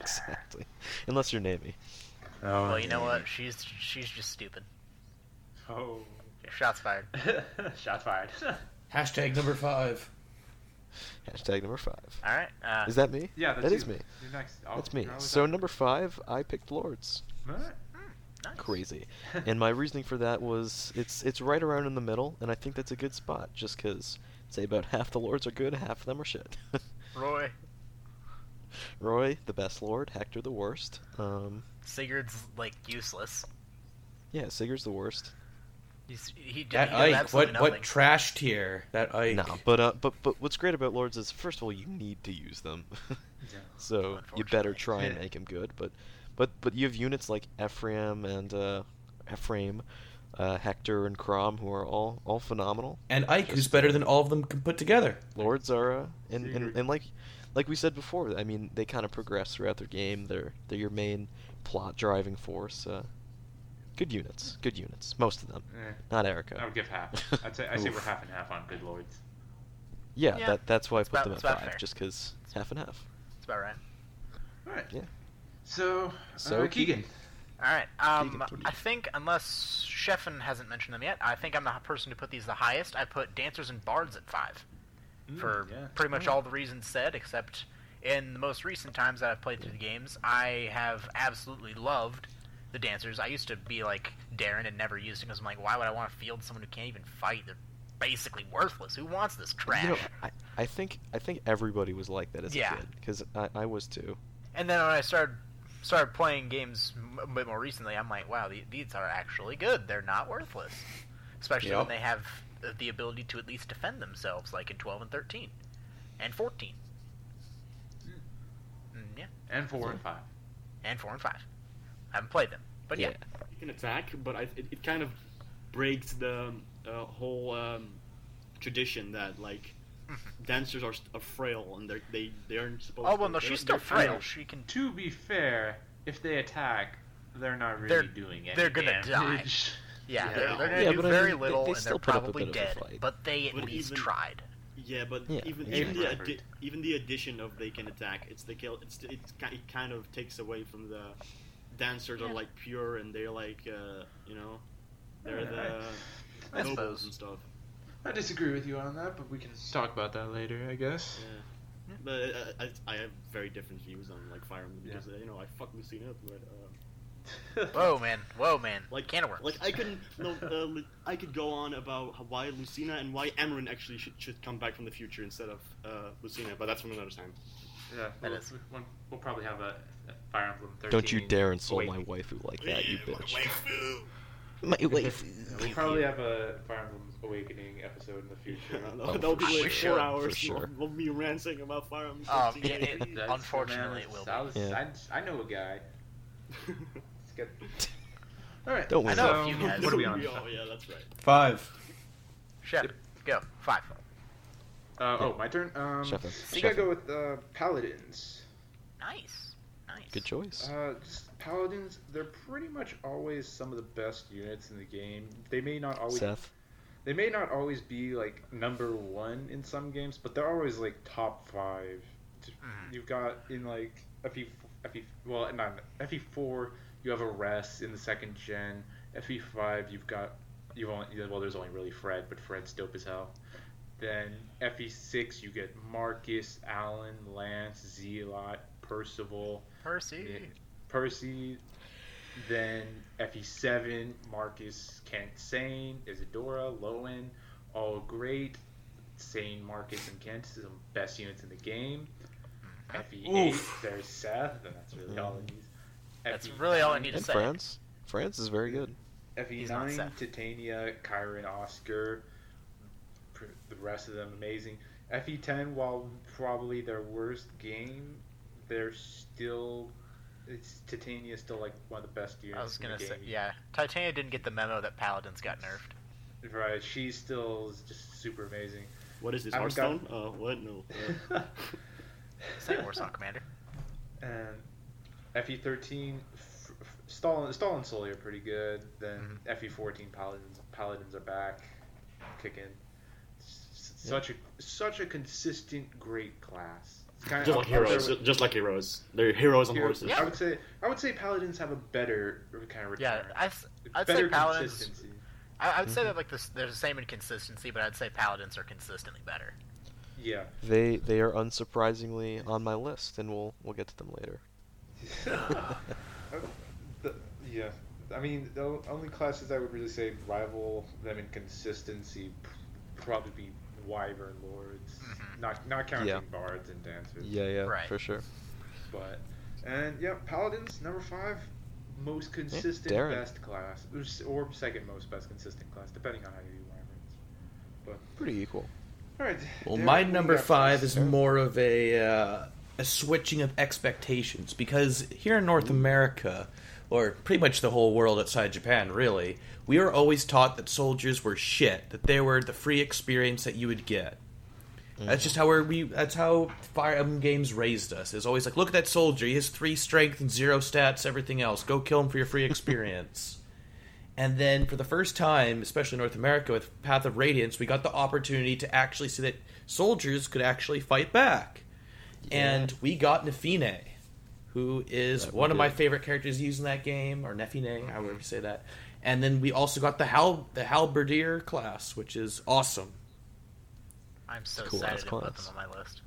Exactly. Unless you're navy. Oh, Well, you know what? She's she's just stupid. Oh. Shots fired. Shot fired. Hashtag number five. Hashtag number five. All right. Uh, Is that me? Yeah, that's That you. is me. You're next. I'll- That's me. you're always So up. number five, I picked lords. Alright. hmm, nice. Crazy. and my reasoning for that was it's it's right around in the middle, and I think that's a good spot just because say about half the lords are good, half of them are shit. Roy Roy, the best lord. Hector, the worst. Um, Sigurd's like useless. yeah, Sigurd's the worst. He's, he, he does That Ike, absolutely what nothing. what trash tier? That Ike. No, but uh, but but what's great about lords is first of all you need to use them, so you better Unfortunately. try and Yeah. make them good. But but but you have units like Ephraim and uh, Ephraim, uh, Hector and Crom who are all all phenomenal. And Ike, who's better than all of them put together. Lords are uh, and, and Sigurd. and like like we said before, I mean they kind of progress throughout their game. They're they're your main plot driving force. Uh, good units, good units, most of them. Yeah. Not Erica. Eh. I would give half. I'd say, I say we're half and half on Good Lords. Yeah, Yeah. that that's why I put about- them at it's about five, fair. just 'cause half and half. That's about right. Alright. Yeah. So, So, uh, Keegan. All right. Um, Keegan, Keegan. I think unless Sheffin hasn't mentioned them yet, I think I'm the person to put these the highest. I put dancers and bards at five, for yeah. pretty much all the reasons said, except in the most recent times that I've played through the games, I have absolutely loved the dancers. I used to be like Darren and never used it because I'm like, why would I want to field someone who can't even fight? They're basically worthless. Who wants this trash? You know, I, I think I think everybody was like that as Yeah. a kid because I, I was too. And then when I started started playing games m- a bit more recently, I'm like, wow, the- these are actually good. They're not worthless, especially when Yep. they have uh, the ability to at least defend themselves, like in 12 and 13, and 14. Hmm. Mm, yeah, And four and five. and four and five. I haven't played them, but yeah, You can attack, but I, it, it kind of breaks the uh, whole um, tradition that like dancers are, st- are frail and they're, they they aren't supposed. Mm-hmm. Oh to. well, no, They're- she's still they're frail. kind She can. To be fair, if they attack, they're not really They're- doing anything. they're gonna damage. Yeah, they're, they're gonna Yeah, do but I very mean, they- little, they and still they're put up a probably bit of a dead. fight. But they at But least even- tried. Yeah, but Yeah, even yeah. even the Effort. addi- even the addition of they can attack, it's the kill. It's it's ki- it kind of takes away from the dancers are Yeah. like pure and they're like uh, you know they're the I nobles suppose. and stuff. I disagree with you on that, but we can talk about that later, I guess. Yeah. But uh, I, I have very different views on like Fire Emblem because uh, you know I fucking seen it, but um, Whoa, man! Whoa, man! Like- can of worms. like I can no, uh, li- I could go on about how- why Lucina and why Amarin actually should should come back from the future instead of uh, Lucina, but that's from another time. Yeah, we'll, is. we'll, we'll probably have a a Fire Emblem 13. Don't you dare insult wait, my waifu like that, you bitch. We'll probably have a Fire Emblem Awakening episode in the future. Oh, That'll for be like sure, four for hours. sure. We'll be ranting about Fire Emblem. Um, Six yeah, again. it- That's- unfortunately, man, it will I, was, Yeah. I, I know a guy. Let's get. All right. Don't I worry. know So- a few guys. What are we on? Oh yeah, that's right. Five. Shep, go five. Uh, oh, my turn. Um, Sheffield. I think I Sheffield. go with uh, paladins. Nice, nice. Good choice. Uh, just paladins, they're pretty much always some of the best units in the game. They may not always Seth. they may not always be like number one in some games, but they're always like top five. You've got in like FE, FE E, well not FE four, you have a rest in the second gen. FE five, you've got you've only well there's only really Fred, but Fred's dope as hell. Then FE six, you get Marcus, Allen, Lance, Zealot, Percival. Percy. Percy, then FE7, Marcus, Kent, Sane, Isadora, Lowen, all great. Sane, Marcus, and Kent is the best units in the game. Mm-hmm. FE8, there's Seth, and that's really all it needs. That's really all I need to And say. France. France is very good. He's not FE9, Seth. Titania, Kyron, Oscar, pr- the rest of them amazing. FE10, while probably their worst game, they're still. It's, Titania is still like one of the best units. I was in the gonna say, game. yeah. Titania didn't get the memo that Paladins got nerfed. Right, she still is just super amazing. What is this? I haven't got- Hearthstone? Uh, what? No. Uh, Is that Warsaw Commander? and FE13, f- f- Stall, and- Stall and Sully are pretty good. Then Mm-hmm. FE14, Paladins, Paladins are back, kicking. S- s- Such a such a consistent great class. It's kind just like heroes. I would, Just, just like heroes. They're heroes on Hero- horses. I would say I would say Paladins have a better kind of Yeah, return. I, s- I'd better say Paladins. consistency. I, I'd say that like this, they're the same in consistency, but I'd say Paladins are consistently better. Yeah. They they are unsurprisingly on my list, and we'll we'll get to them later. Uh, The, yeah, I mean the o- only classes I would really say rival them in consistency p- probably be wyvern lords, not not counting Yeah. bards and dancers. Yeah, yeah, Right. for sure. But and yeah, paladins number five, most consistent Darren. best class, or s- or second most best consistent class, depending on how you do wyverns. Pretty equal. All right. Well, Darren, my what do you number got for five us? is more of a uh, a switching of expectations because here in North America, or pretty much the whole world outside Japan, really, we are always taught that soldiers were shit, that they were the free experience that you would get. That's just how we're, we. That's how Fire Emblem games raised us. It's always like, look at that soldier. He has three strength and zero stats. Everything else, go kill him for your free experience. And then for the first time, especially in North America with Path of Radiance, we got the opportunity to actually see that soldiers could actually fight back. And we got Nefine, who is one of my favorite characters used in that game, or Nefine, however you say that. And then we also got the Hal the Halberdier class, which is awesome. I'm so Cool, that's excited to put class. them on my list.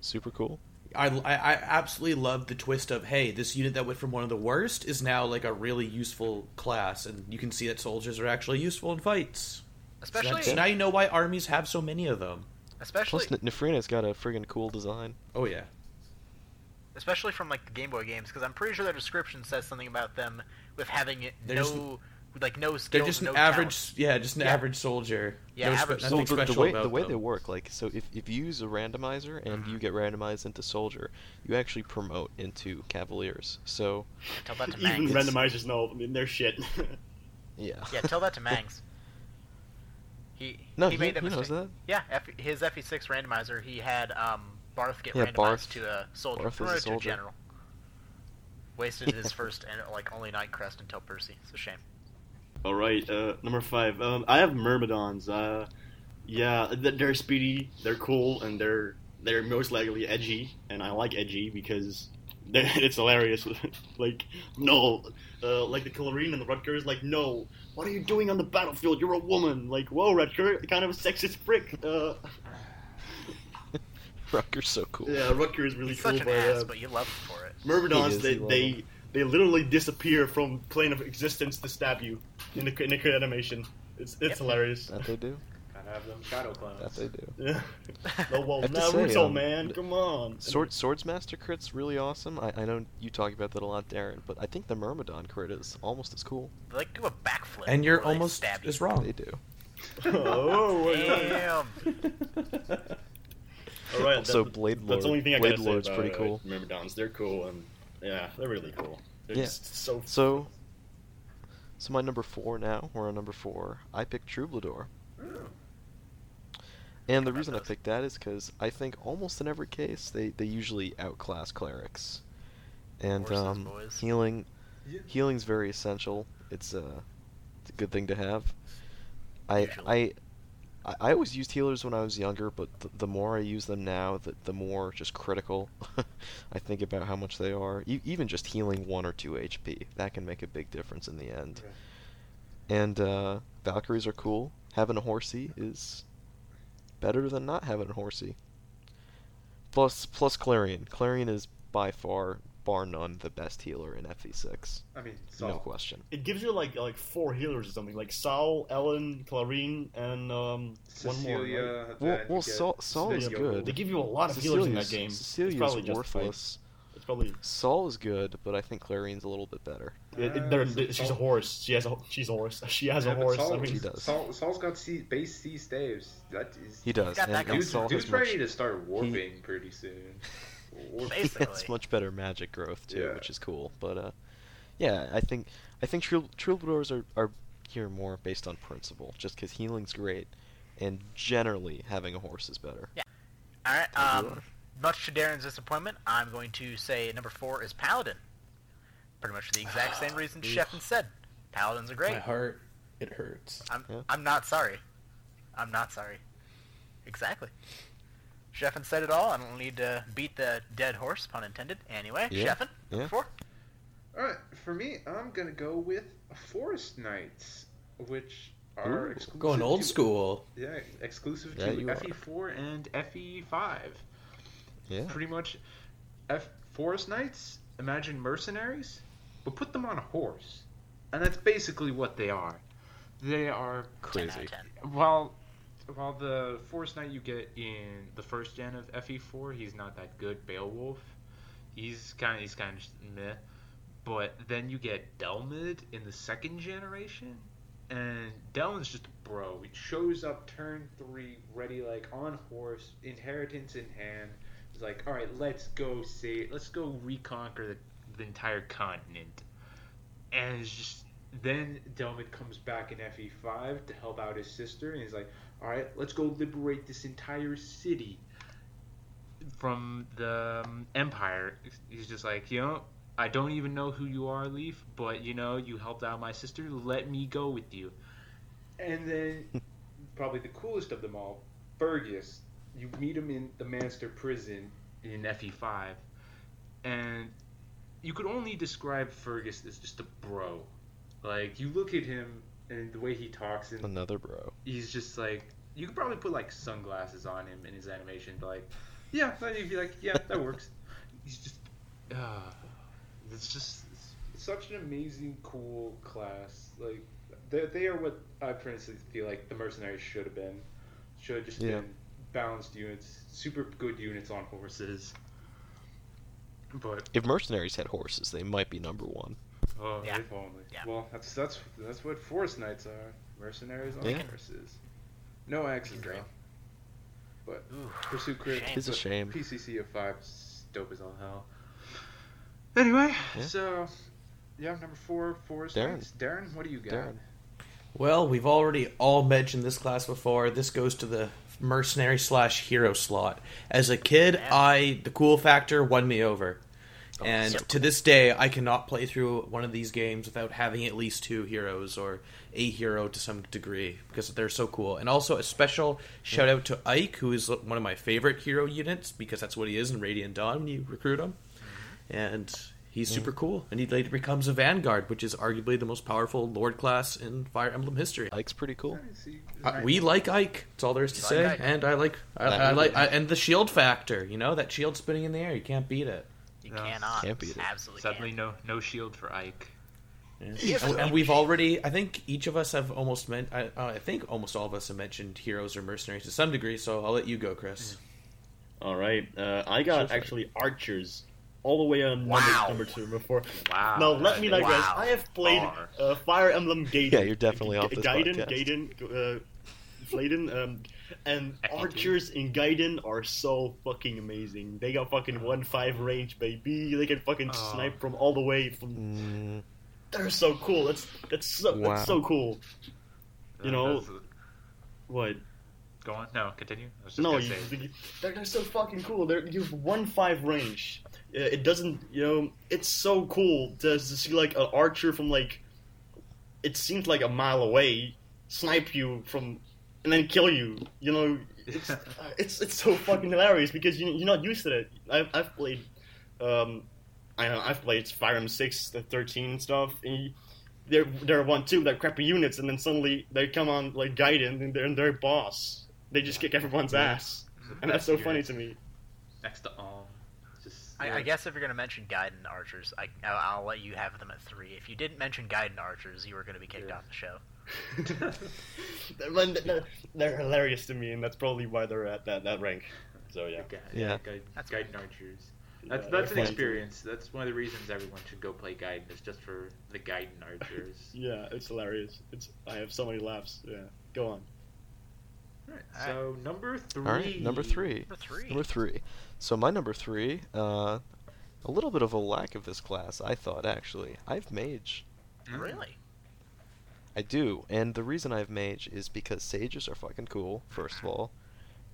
Super cool. I, I, I absolutely love the twist of hey, this unit that went from one of the worst is now like a really useful class, and you can see that soldiers are actually useful in fights. So Especially, that's- now you know why armies have so many of them. especially, Plus, N- Nefrina's got a friggin' cool design. Oh yeah. especially from like the Game Boy games, because I'm pretty sure their description says something about them with having it They're no, just- like no skills. They're just an no average talents. yeah, just an Yeah. average soldier. Yeah, No spe- average nothing Well, the, special the way about the way them. Mm-hmm. they work, like so, if, if you use a randomizer and you get randomized into soldier, you actually promote into cavaliers. So Tell that to Even Mangs. randomizers know I mean, they're shit. yeah, Yeah, tell that to Mangs. He No, he he- made that he knows mistake. that. Yeah, F- his FE6 randomizer, he had um, Barth get Yeah, randomized Barth- to a soldier, Barth is a promoted to soldier. general. Wasted his first and like only night crest until Percy. It's a shame. All right, uh, number five. Um, I have Myrmidons. Uh, yeah, th- they're speedy, they're cool, and they're they're most likely edgy, and I like edgy because they're- it's hilarious. like, no, uh, like the Killarine and the Rutgers, like, no, what are you doing on the battlefield? You're a woman. Like, whoa, Rutger, kind of a sexist prick. Uh, Rucker's so cool. yeah, Rutger is really He's cool, such an but, ass, uh, but you love him for it. He Myrmidons, is, they, he will. they they literally disappear from plane of existence to stab you in the in the animation. It's it's Yep. hilarious. That they do. God, have them shadow clones. That they do. no, well, have to say, Naruto, um, man, come on. Sword Swords Master crit's really awesome. I, I know you talk about that a lot, Darren, but I think the Myrmidon crit is almost as cool. They, like do a backflip. And you're before they almost stab you. is wrong. They do. oh, Damn. Oh. all right. Also, that- Blade Lord. That's the only thing I Blade gotta say Lord's about, pretty cool. Uh, Myrmidons, they're cool and yeah, they're really cool. They're Yeah. just so So, so my number four now. We're on number four. I picked Troubadour. And the reason I picked that is because I think almost in every case they, they usually outclass clerics, and Horses, um, boys. healing Yeah. healing's very essential. It's a it's a good thing to have. I Usually. I I I always used healers when I was younger, but th- the more I use them now, the, the more just critical I think about how much they are. E- even just healing one or two HP, that can make a big difference in the end. And uh, Valkyries are cool. Having a horsey is better than not having a horsey. Plus, plus Clarion. Clarion is by far, bar none, the best healer in FE6. I mean, No Saul. question. It gives you like like four healers or something, like Saul, Ellen, Clarine, and um one more. Cecilia. right? then Well- you well, get Saul- Saul is Sven Oh, good. They Yogel. give you a lot of healers in that Cecilia's- game. It's Cecilia's probably justified. worthless. It's probably Saul is good, but I think Clarion's a little bit better. it, it, they're- they- Uh, she's a horse. She has a she's a horse. She has Yeah, a but horse. Saul, I mean, She does. Saul, Saul's got C, base C staves. That is. He does. got And, that and going. dude's Saul dude's has ready much, to start warping pretty soon. Warp- he has Basically. much better magic growth too, Yeah. which is cool. But uh, yeah, I think I think Trou- troubadours are, are here more based on principle, just because healing's great, and generally having a horse is better. All right. Um, much to Darren's disappointment, I'm going to say number four is Paladin. Pretty much the exact same Ah, reason Sheffin said. Paladins are great. My heart, it hurts. I'm Yeah. I'm not sorry. I'm not sorry. Exactly. Sheffin said it all. I don't need to beat the dead horse, pun intended. Anyway, Yeah. Sheffin, Yeah. four. All right, for me, I'm gonna go with Forest Knights, which are Ooh, exclusive Going old to- school. Yeah, exclusive Yeah, to you are. FE4 and E FE5. Yeah. Pretty much, F Forest Knights. Imagine mercenaries, but put them on a horse, and that's basically what they are. They are Ten out Crazy. of ten. While while the Forest Knight you get in the first gen of FE4, he's not that good. Beowulf, he's kind of he's kind of meh. But then you get Delmid in the second generation, and Delmid's just a bro. He shows up turn three, ready like on horse, inheritance in hand. He's like, all right, let's go say, let's go reconquer the, the entire continent. And it's just then Delmid comes back in FE5 to help out his sister, and he's like, "All right, let's go liberate this entire city from the um, Empire." He's just like, "You know, I don't even know who you are, Leaf, but you know, you helped out my sister. Let me go with you." And then, probably the coolest of them all, Fergus. You meet him in the Manster prison in FE5, and you could only describe Fergus as just a bro. Like you look at him and the way he talks, and Another bro. he's just like you could probably put like sunglasses on him in his animation, but like, yeah, that- you'd be like, yeah, that works. He's just, uh, it's just it's such an amazing, cool class. Like they they are what I personally feel like the mercenaries should have been. Should have just Yeah. been balanced units, super good units on horses. But If mercenaries had horses, they might be number one. Oh, Yeah. if only. Yeah. Well, that's that's that's what forest knights are. Mercenaries on Yeah. horses. No axes Dream. though. But Ooh, pursue crit. shame. It's a but shame. PCC of five, is dope as all hell. Anyway, Yeah. so yeah, number four, forest Darren. knights. Darren, what do you got? Darren. Well, we've already all mentioned this class before. This goes to the mercenary slash hero slot. As a kid, I the cool factor won me over, and Oh, Oh, so to this day, I cannot play through one of these games without having at least two heroes or a hero to some degree because they're so cool. And also a Mm. special shout out to Ike, who is one of my favorite hero units because that's what he is in Radiant Dawn when you recruit him Mm-hmm. and Mm. he's super cool. And he later becomes a vanguard, which is arguably the most powerful lord class in Fire Emblem history. Ike's pretty cool. See, Uh, we like Ike. That's all there is to like say. Ike. And I like, I, That I is like, I, and the shield factor. You know that shield spinning in the air. You can't beat it. you No, cannot. can't beat it. Absolutely Suddenly, can't. no no shield for Ike. Yeah. And, and we've already, I think each of us have almost meant, I, uh, I think almost all of us have mentioned heroes or mercenaries to some degree, so I'll let you go, Mm. Chris. All right, uh, I got actually archers all the way on number, Wow. number two before. Wow. Now let me digress. Wow. I have played Far. uh, Fire Emblem Gaiden. Yeah, you're definitely off this Gaiden, podcast. Gaiden, uh, Fladen, um, and archers in Gaiden are so fucking amazing. They got fucking one five range, baby. They can fucking Oh. snipe from all the way from. Mm, They're so cool. That's that's so Wow. that's so cool. You know That's- what? go on. No, continue. I was just No, gonna you, say- you- they're, they're so fucking cool. They're, you have one five range. Uh, It doesn't, you know, it's so cool to, to see like an archer from like, it seems like a mile away, snipe you from, and then kill you. You know, it's uh, it's, it's so fucking hilarious because you, you're not used to that. I've, I've played, um, I know I've played Fire Emblem Six, the thirteen and stuff, and. You, they're, they're one two they're crappy units and then suddenly they come on like Gaiden and they're, and they're boss they just kick everyone's ass the and that's best so unit funny to me. Next to all, just I, I guess if you're going to mention Gaiden Archers, I, I'll, I'll let you have them at three. If you didn't mention Gaiden Archers, you were going to be kicked off the show. They're, they're- they're hilarious to me, and that's probably why they're at that, that rank. So yeah, Guide, Yeah. guide, That's guide archers. That's Yeah, that's an fun. experience. That's one of the reasons everyone should go play Gaiden is just for the Gaiden archers. Yeah, it's hilarious. It's I have so many laughs. Yeah, go on. Alright, so number three. All right, number three. Number three. Number three. So my number three, uh, a little bit of a lack of this class, I thought actually. I've mage. Mm. Really? I do, and the reason I have mage is because sages are fucking cool. First of all,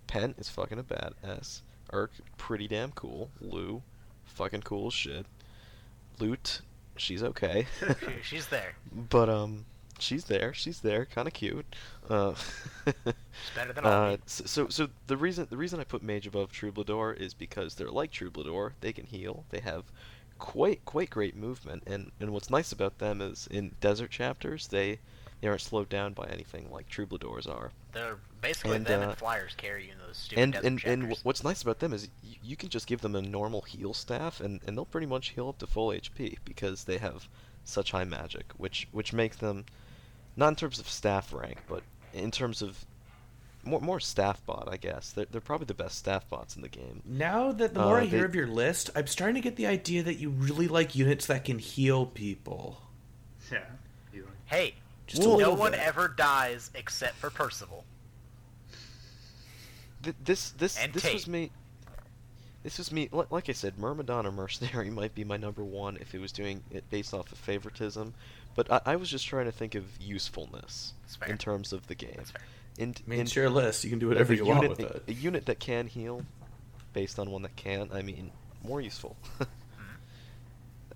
Pent is fucking a badass. Urk, pretty damn cool. Lou, fucking cool as shit. Loot, she's okay. She- She's there. But um, she's there. She's there. Kind of cute. Uh, better than all of uh, you. s- so so the reason the reason I put Mage above Troubadour is because they're like Troubadour. They can heal. They have quite quite great movement. And and what's nice about them is in desert chapters they they aren't slowed down by anything like Troubadours are. They're basically And, them uh, and flyers carry you in those stupid And desert and, and chapters. wh- what's nice about them is you, you can just give them a normal heal staff and, and they'll pretty much heal up to full HP because they have such high magic, which which makes them not in terms of staff rank, but in terms of more more staff bot, I guess. They're they're probably the best staff bots in the game. Now that the more Uh, I hear they- of your list, I'm starting to get the idea that you really like units that can heal people. Yeah. you- hey, Just a no little one bit. ever dies except for Percival. Th- this this And this was tape. me. This was me. li- Like I said, Myrmidon or Mercenary might be my number one if it was doing it based off of favoritism, but I, I was just trying to think of usefulness That's fair. in terms of the game. That's fair. In, I mean, in, it's your list. You can do whatever a you unit, want with a- A it. unit that can heal, based on one that can't. I mean, more useful.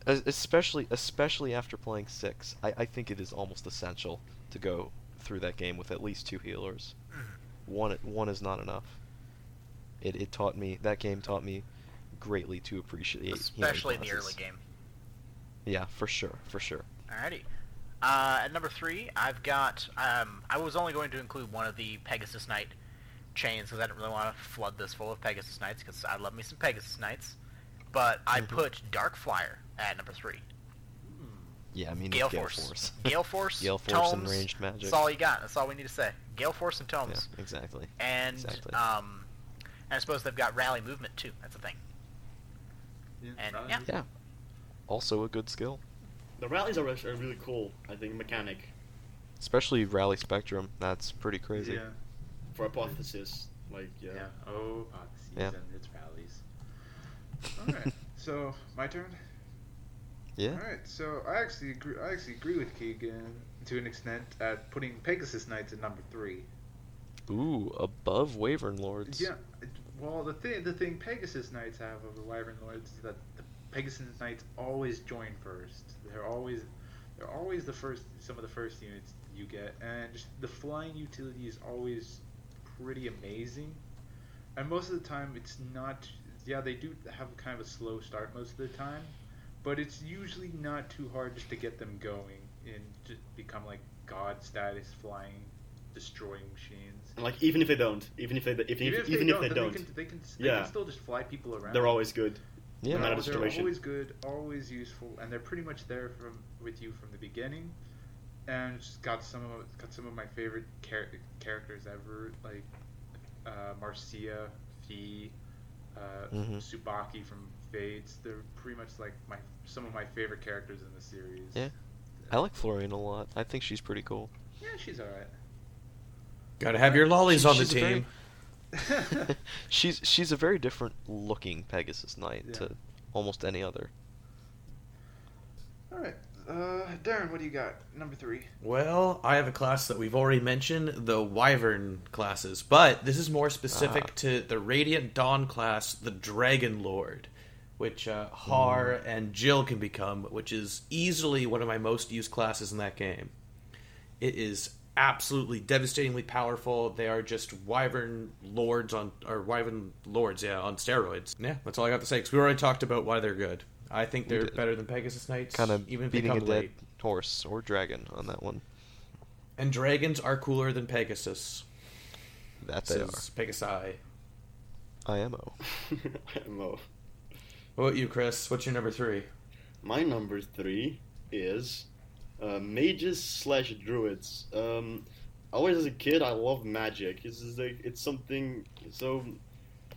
Mm-hmm. Es- especially, especially after playing six, I, I think it is almost essential to go through that game with at least two healers. Mm-hmm. One, one is not enough. It, it taught me that game taught me greatly to appreciate healing Especially in the classes. early game. Yeah, for sure, for sure. Alrighty. Uh, at number three, I've got. Um, I was only going to include one of the Pegasus Knight chains because I didn't really want to flood this full of Pegasus Knights because I love me some Pegasus Knights. But I Mm-hmm. put Dark Flyer at number three. Yeah, I mean Gale, Gale Force. Gale Force. Gale Force and Tomes, ranged magic. That's all you got. That's all we need to say. Gale Force and yeah, Tomes. exactly. And exactly. um, and I suppose they've got rally movement too. That's a thing. And uh, yeah, yeah, also a good skill. The rallies are actually a really cool. I think mechanic especially Rally Spectrum. That's pretty crazy. Yeah. for hypothesis. Like yeah, Yeah. Oh, Oxys Yeah. and its rallies. All right. so my turn. Yeah. All right. So I actually agree. I actually agree with Keegan to an extent at putting Pegasus Knights at number three. Ooh, above Wavern Lords. Yeah. it- Well, the thing the thing Pegasus Knights have over Wyvern Lords is that the Pegasus Knights always join first. They're always they're always the first some of the first units you get, and just the flying utility is always pretty amazing. And most of the time, it's not. Yeah, they do have kind of a slow start most of the time, but it's usually not too hard just to get them going and just become like god status flying, destroying machines and like even if they don't, even if they even, if, even if they then don't, they can, they can, they Yeah. can still just fly people around. they're always good. Yeah. no matter No, the they're situation. always good, always useful, and they're pretty much there from with you from the beginning. And it's just got some of got some of my favorite char- characters ever, like uh, Marcia, Fee, uh, Mhm. Subaki from Fates. They're pretty much like my some of my favorite characters in the series. Yeah. I like Florian a lot. I think she's pretty cool. Yeah, she's all right. Gotta have your lollies on the she's a very- team. she's she's a very different looking Pegasus Knight Yeah. to almost any other. all right, uh, Darren, what do you got? Number three. Well, I have a class that we've already mentioned, the Wyvern classes, but this is more specific Ah. to the Radiant Dawn class, the Dragon Lord, which uh, Har Hmm. and Jill can become, which is easily one of my most used classes in that game. It is absolutely devastatingly powerful. They are just Wyvern Lords on, or Wyvern Lords, yeah, on steroids. Yeah, that's all I got to say because we already talked about why they're good. I think they're did. better than Pegasus Knights, Kind of even if they beating a come dead late. horse or dragon on that one. And dragons are cooler than Pegasus. That they Says Pegasi. are. IMO. Mo. What about you, Chris? What's your number three? My number three is uh, mages slash druids. Um, always as a kid, I loved magic. It's just like it's something so.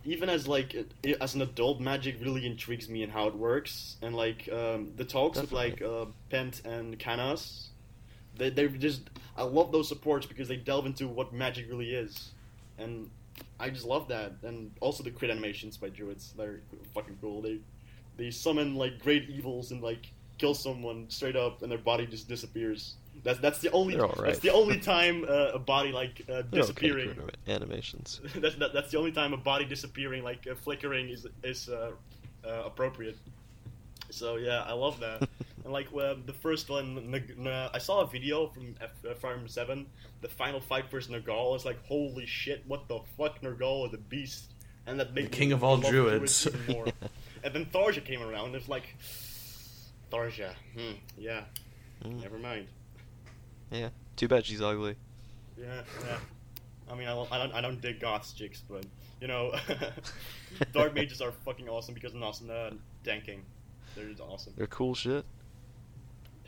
Even as like it, it- as an adult, magic really intrigues me and how it works. And like um, the talks with like uh, Pent and Canas, they they just I love those supports because they delve into what magic really is, and I just love that. And also the crit animations by druids, they're fucking cool. They they summon like great evils and like kill someone straight up, and their body just disappears. That's that's the only They're all right. that's the only time uh, a body like uh, They're okay disappearing. group animations. that's that, that's the only time a body disappearing like uh, flickering is is uh, uh, appropriate. So yeah, I love that. and like well, the first one, Nag- Na- I saw a video from F- uh, Farm Seven. The final fight versus Nergal is like holy shit! What the fuck? Nergal is a beast, and that made me king of all love druids. even more. and then Tharja came around. and It's like Tharja, hmm, yeah, Hmm. Mm, never mind. yeah. Too bad she's ugly. Yeah, yeah. I mean, I don't, I don't, I don't dig goths chicks, but you know, dark mages are fucking awesome because of awesome uh, tanking. They're just awesome. They're cool shit.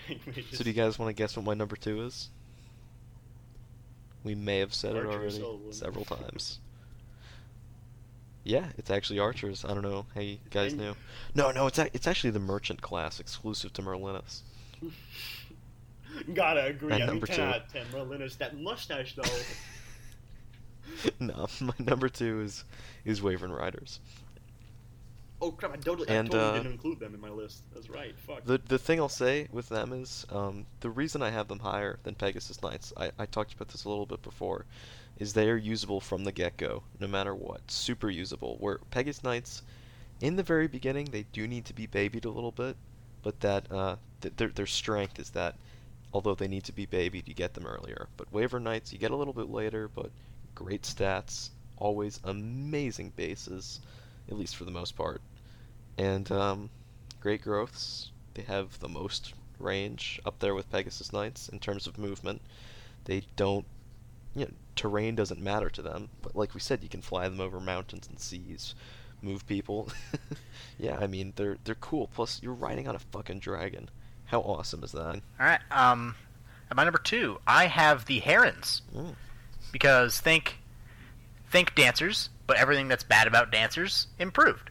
Dank mages. So do you guys want to guess what my number two is? We may have said it Archer's already own. several times. Yeah, it's actually archers. I don't know how you guys Dang. knew. No, no, it's ac it's actually the merchant class, exclusive to Merlinus. Gotta agree. At I mean, number ten two. out of ten. Merlinus, that mustache though. no, my number two is is Wavern Riders. oh crap! I totally, And, I totally uh, didn't include them in my list. That's right. Fuck. The the thing I'll say with them is um, the reason I have them higher than Pegasus Knights. I, I talked about this a little bit before, is they are usable from the get go, no matter what. Super usable. Where Pegasus Knights, in the very beginning, they do need to be babied a little bit, but that uh, th- their their strength is that, although they need to be babied, you get them earlier. But Waver Knights, you get a little bit later, but great stats, always amazing bases, at least for the most part, and um, great growths. They have the most range up there with Pegasus Knights in terms of movement. They don't, you know, terrain doesn't matter to them. But like we said, you can fly them over mountains and seas, move people. yeah, I mean they're they're cool. Plus you're riding on a fucking dragon. How awesome is that? All right. Um, at my number two, I have the herons Mm. because think, think dancers, but everything that's bad about dancers improved.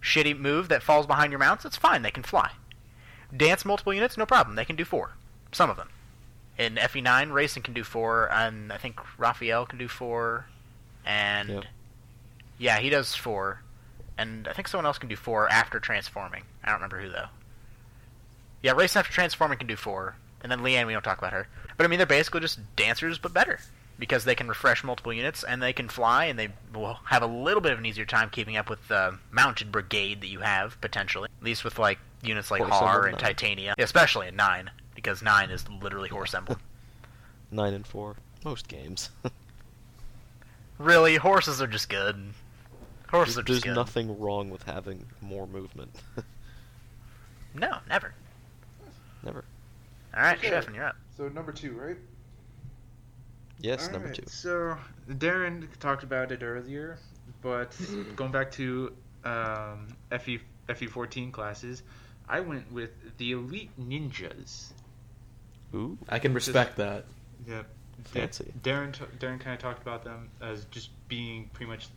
Shitty move that falls behind your mounts. It's fine. They can fly. Dance multiple units, no problem. They can do four. Some of them. In FE9, Racing can do four, and I think Raphael can do four, and Yep. yeah, he does four, and I think someone else can do four after transforming. I don't remember who though. Yeah, Racing after transforming can do four, and then Leanne, we don't talk about her. But I mean, they're basically just dancers, but better because they can refresh multiple units and they can fly, and they will have a little bit of an easier time keeping up with the mounted brigade that you have potentially. At least with like units like Horse Emblem Har and nine. Titania, especially in nine, because nine is literally horse emblem. Nine and four. Most games. really, horses are just good. Horses there's are just there's good. nothing wrong with having more movement. No, never. Never. All right, Okay. Chefin, you're up. So number two, right? Yes, All number right, two. So Mm. Darren talked about it earlier, but going back to um, FE FE14 classes, I went with the Elite Ninjas. Ooh, I can respect that. Yep. fancy. Darren t- Darren kind of talked about them as just being pretty much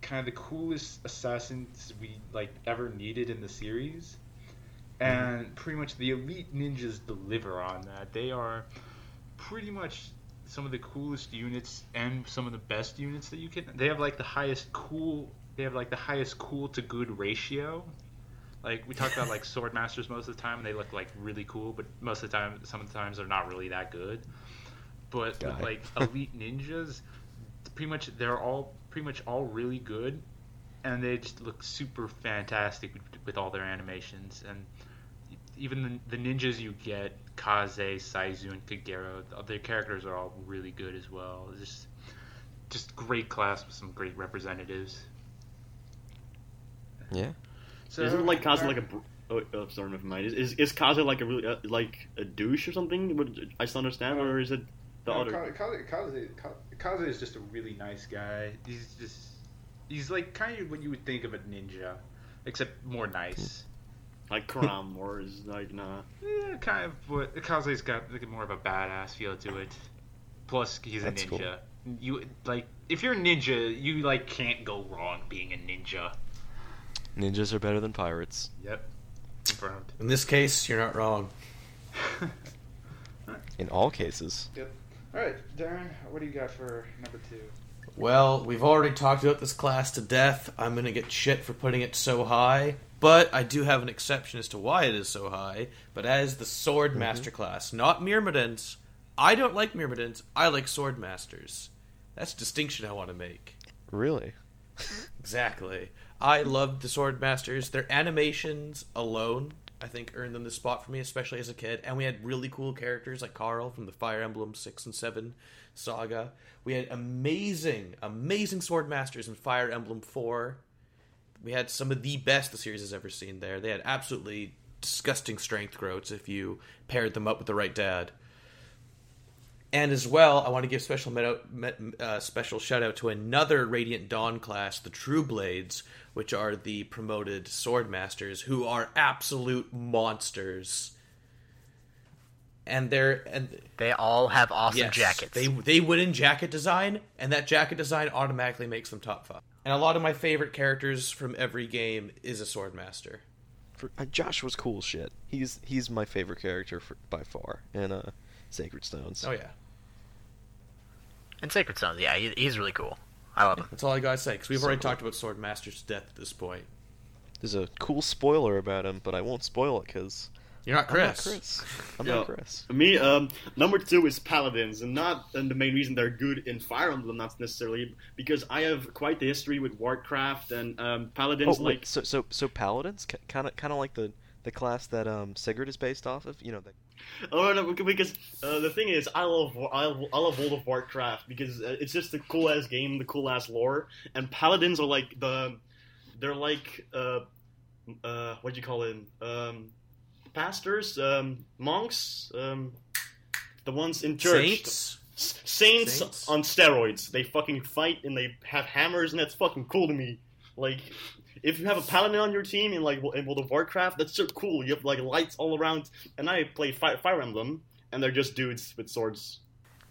kind of the coolest assassins we like ever needed in the series, Mm-hmm. and pretty much the elite ninjas deliver on that. They are pretty much some of the coolest units and some of the best units that you can. They have like the highest cool. They have like the highest cool to good ratio. Like we talk about like sword masters most of the time, and they look like really cool, but most of the time, some of the times they're not really that good. But with Guy. like elite ninjas, pretty much they're all pretty much all really good, and they just look super fantastic with, with all their animations and even the, the ninjas you get, Kaze, Saizu, and Kagero, their characters are all really good as well. It's just, just great class with some great representatives. Yeah. So Isn't like Kaze like a? br- Oh, oh, sorry, never mind. Is is, is Kaze like a really uh, like a douche or something? What I still understand, or is it the No, other? Ka- Ka- Kaze, Ka- Kaze is just a really nice guy. He's just he's like kind of what you would think of a ninja, except more nice. like Kram, or is like nah? Yeah, Eh, kind of. But Kaze's got like, more of a badass feel to it. Plus, he's That's a cool. ninja. You like if you're a ninja, you like can't go wrong being a ninja. Ninjas are better than pirates. Yep, confirmed. In this case, you're not wrong. In all cases. Yep. All right, Darren, what do you got for number two? Well, we've already talked about this class to death. I'm going to get shit for putting it so high, but I do have an exception as to why it is so high. But as the Sword Master class, not Myrmidons. I don't like Myrmidons. I like Sword Masters. That's a distinction I want to make. Really? Exactly. I loved the Sword Masters. Their animations alone, I think, earned them the spot for me, especially as a kid. And we had really cool characters like Carl from the Fire Emblem 6 and 7 saga. We had amazing, amazing Sword Masters in Fire Emblem 4. We had some of the best the series has ever seen there. They had absolutely disgusting strength growths if you paired them up with the right dad. And as well, I want to give special met met- uh, special shout out to another Radiant Dawn class, the True Blades, which are the promoted sword masters, who are absolute monsters. And they're and They all have awesome yes, jackets. They they win in jacket design, and that jacket design automatically makes them top five. And a lot of my favorite characters from every game is a sword master. For, uh, Josh was cool as shit. He's he's my favorite character for, by far in uh, Sacred Stones. Oh yeah, And Sacred Stones, yeah, he, he's really cool. I love him. that's all I gotta say because we've already talked about sword masters to death at this point. There's a cool spoiler about him, but I won't spoil it because You're not I'm not Chris. Chris. I'm Yeah. not Chris. Me, um, number two is paladins, and not and the main reason they're good in Fire Emblem, not necessarily because I have quite the history with Warcraft and um, Oh, paladins. wait, like so so so paladins, kind of kind of like the the class that um Sigurd is based off of. You know, the, Oh no, because uh, the thing is, I love War- I love, I love World of Warcraft because uh, it's just the cool ass game, the cool ass lore, and paladins are like the they're like uh uh what do you call it um pastors um monks um the ones in church Saints. S- Saints, Saints? on steroids. They fucking fight and they have hammers, and that's fucking cool to me. Like, if you have a paladin on your team in like in World of Warcraft, that's so cool. You have like lights all around, and I play Fi Fire Emblem, and they're just dudes with swords.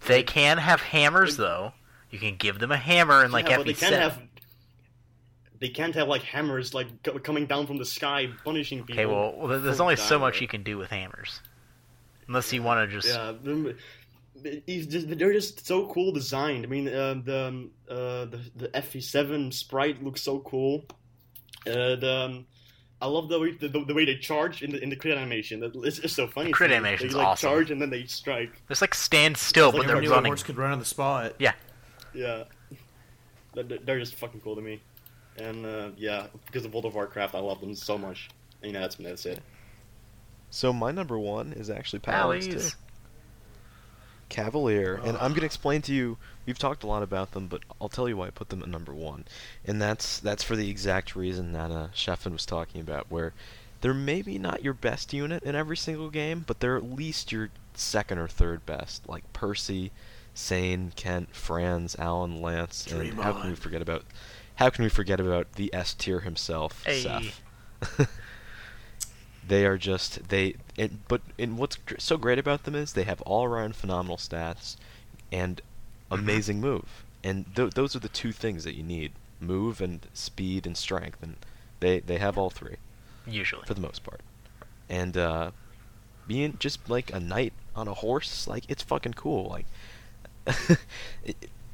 They can have hammers, though. You can give them a hammer and like yeah, have but they FE can't set. have they can't have like hammers like co- coming down from the sky, punishing people. Okay, well, well, there- there's from only so down much there. you can do with hammers, unless you want to just. Yeah, them- he's just, they're just so cool designed. I mean, uh, the um, uh, the the FE7 sprite looks so cool. Uh, the um, I love the way the, the way they charge in the in the crit animation. That- It's, it's so funny. The crit to me. animation's They like awesome. charge and then they strike. There's like stand still, like but a they're New running. could run on the spot. Yeah, They're- they're they're just fucking cool to me. And uh, yeah, because of World of Warcraft, I love them so much. And, you know, that's that's it. so my number one is actually paladins too. Alleys. Cavalier, and I'm gonna explain to you. We've talked a lot about them, but I'll tell you why I put them at number one, and that's that's for the exact reason that uh, Sheffin was talking about, where they're maybe not your best unit in every single game, but they're at least your second or third best, like Percy, Sane, Kent, Franz, Allen, Lance, and how can we forget about how can we forget about the S tier himself, Hey. Seth? they are just they. It, but and what's gr- so great about them is they have all around phenomenal stats and amazing move, and th- those are the two things that you need: move and speed and strength, and they they have all three Usually. for the most part. And uh, being just like a knight on a horse, like it's fucking cool. Like,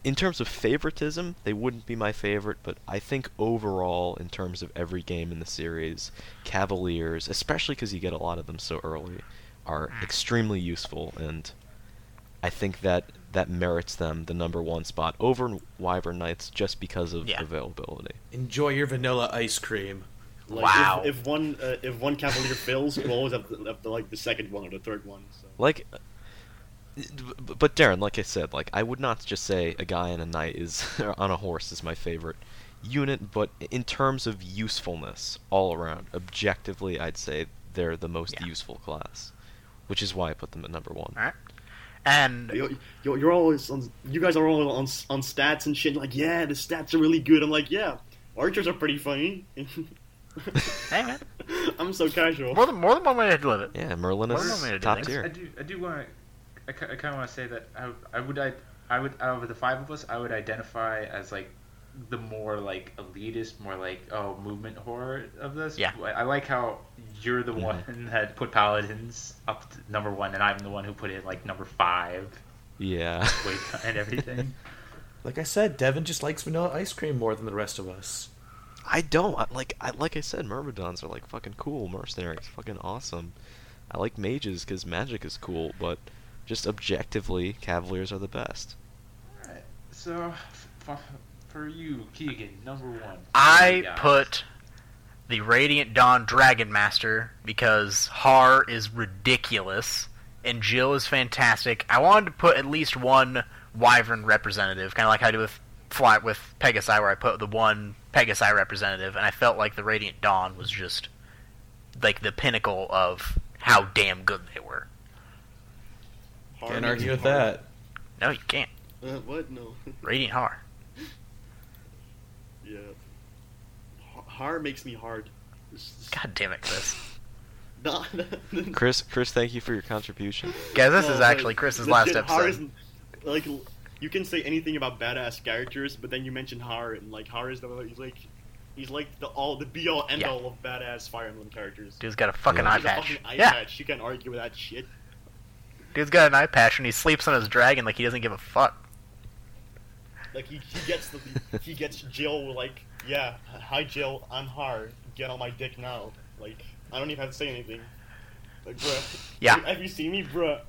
in terms of favoritism, they wouldn't be my favorite, but I think overall, in terms of every game in the series, Cavaliers, especially because you get a lot of them so early, are extremely useful, and I think that that merits them the number one spot over Wyvern Knights just because of Yeah. availability. Enjoy your vanilla ice cream. Like, Wow. If, if one uh, if one cavalier fails, you always have, the, have the, like the second one or the third one. So. Like, b- but Darren, like I said, like I would not just say a guy and a knight is on a horse is my favorite unit, but in terms of usefulness all around, objectively, I'd say they're the most Yeah. useful class, which is why I put them at number one. All right. And You're, you're, you're always on. You guys are all on on stats and shit. Like, yeah, the stats are really good. I'm like, yeah, archers are pretty funny. hey, man, I'm so casual. more than more than one way to live it. Yeah, Merlin What am I is gonna do top next? I tier. do. I do want. I, ki- I kind of want to say that I, I would. I, I would. Out of the five of us, I would identify as like the more like elitist, more like oh movement horror of this. Yeah. Mm-hmm. I, I like how you're the one that put paladins up to number one, and I'm the one who put it like number five, Yeah. way behind everything. Like I said, Devin just likes vanilla ice cream more than the rest of us. I don't I, like. I like I said, myrmidons are like fucking cool. Mercenaries, fucking awesome. I like mages because magic is cool, but just objectively, cavaliers are the best. so, f- for you, Keegan, number one. Oh I Yeah. put the Radiant Dawn Dragon Master because Har is ridiculous and Jill is fantastic. I wanted to put at least one Wyvern representative, kind of like I do with Fly with Pegasi, where I put the one Pegasi representative, and I felt like the Radiant Dawn was just like the pinnacle of how damn good they were. Can't argue with that. No, you can't. Uh, what? No. Radiant Har. yeah. Har- Har makes me hard. It's- God damn it, Chris. Nah, Chris, Chris, thank you for your contribution. Guys, this No, is but actually Chris's last legit, Har episode. isn't- like, l- you can say anything about badass characters, but then you mention Har, and like Har is the he's like he's like the all the be all end Yeah. all of badass Fire Emblem characters. Dude's got a fucking Yeah. eye He's a patch. fucking eye Yeah, patch. You can't argue with that shit. Dude's got an eye patch and he sleeps on his dragon like he doesn't give a fuck. Like he, he gets the he gets Jill like yeah hi Jill I'm Har get on my dick now like I don't even have to say anything like bruh Yeah. have you seen me bruh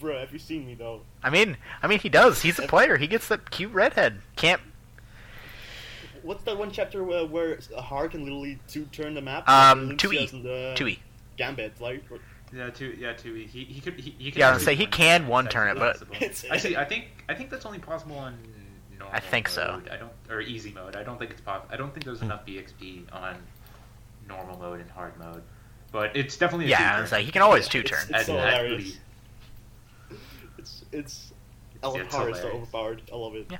bruh have you seen me though I mean, I mean, he does. He's a player. He gets that cute redhead. Can't. what's that one chapter where, where Har can literally two turn the map Um, Like, Tui. Lucius and, uh, Tui. Gambit like or- Yeah, two. Yeah, two. E. He, he could. He, he could Yeah, I was actually gonna say, he win. can one That's turn it, but- possible. It's- actually, I think I think that's only possible on normal. I think so. Hmm. mode. I don't or easy mode. I don't think it's possible. I don't think there's enough BXP on normal mode and hard mode. But it's definitely a Yeah, I two was like, he can always two it's- turn. it's- so hilarious. E. it's it's I love Yeah, it's Har is so hilarious. overpowered I love it Yeah.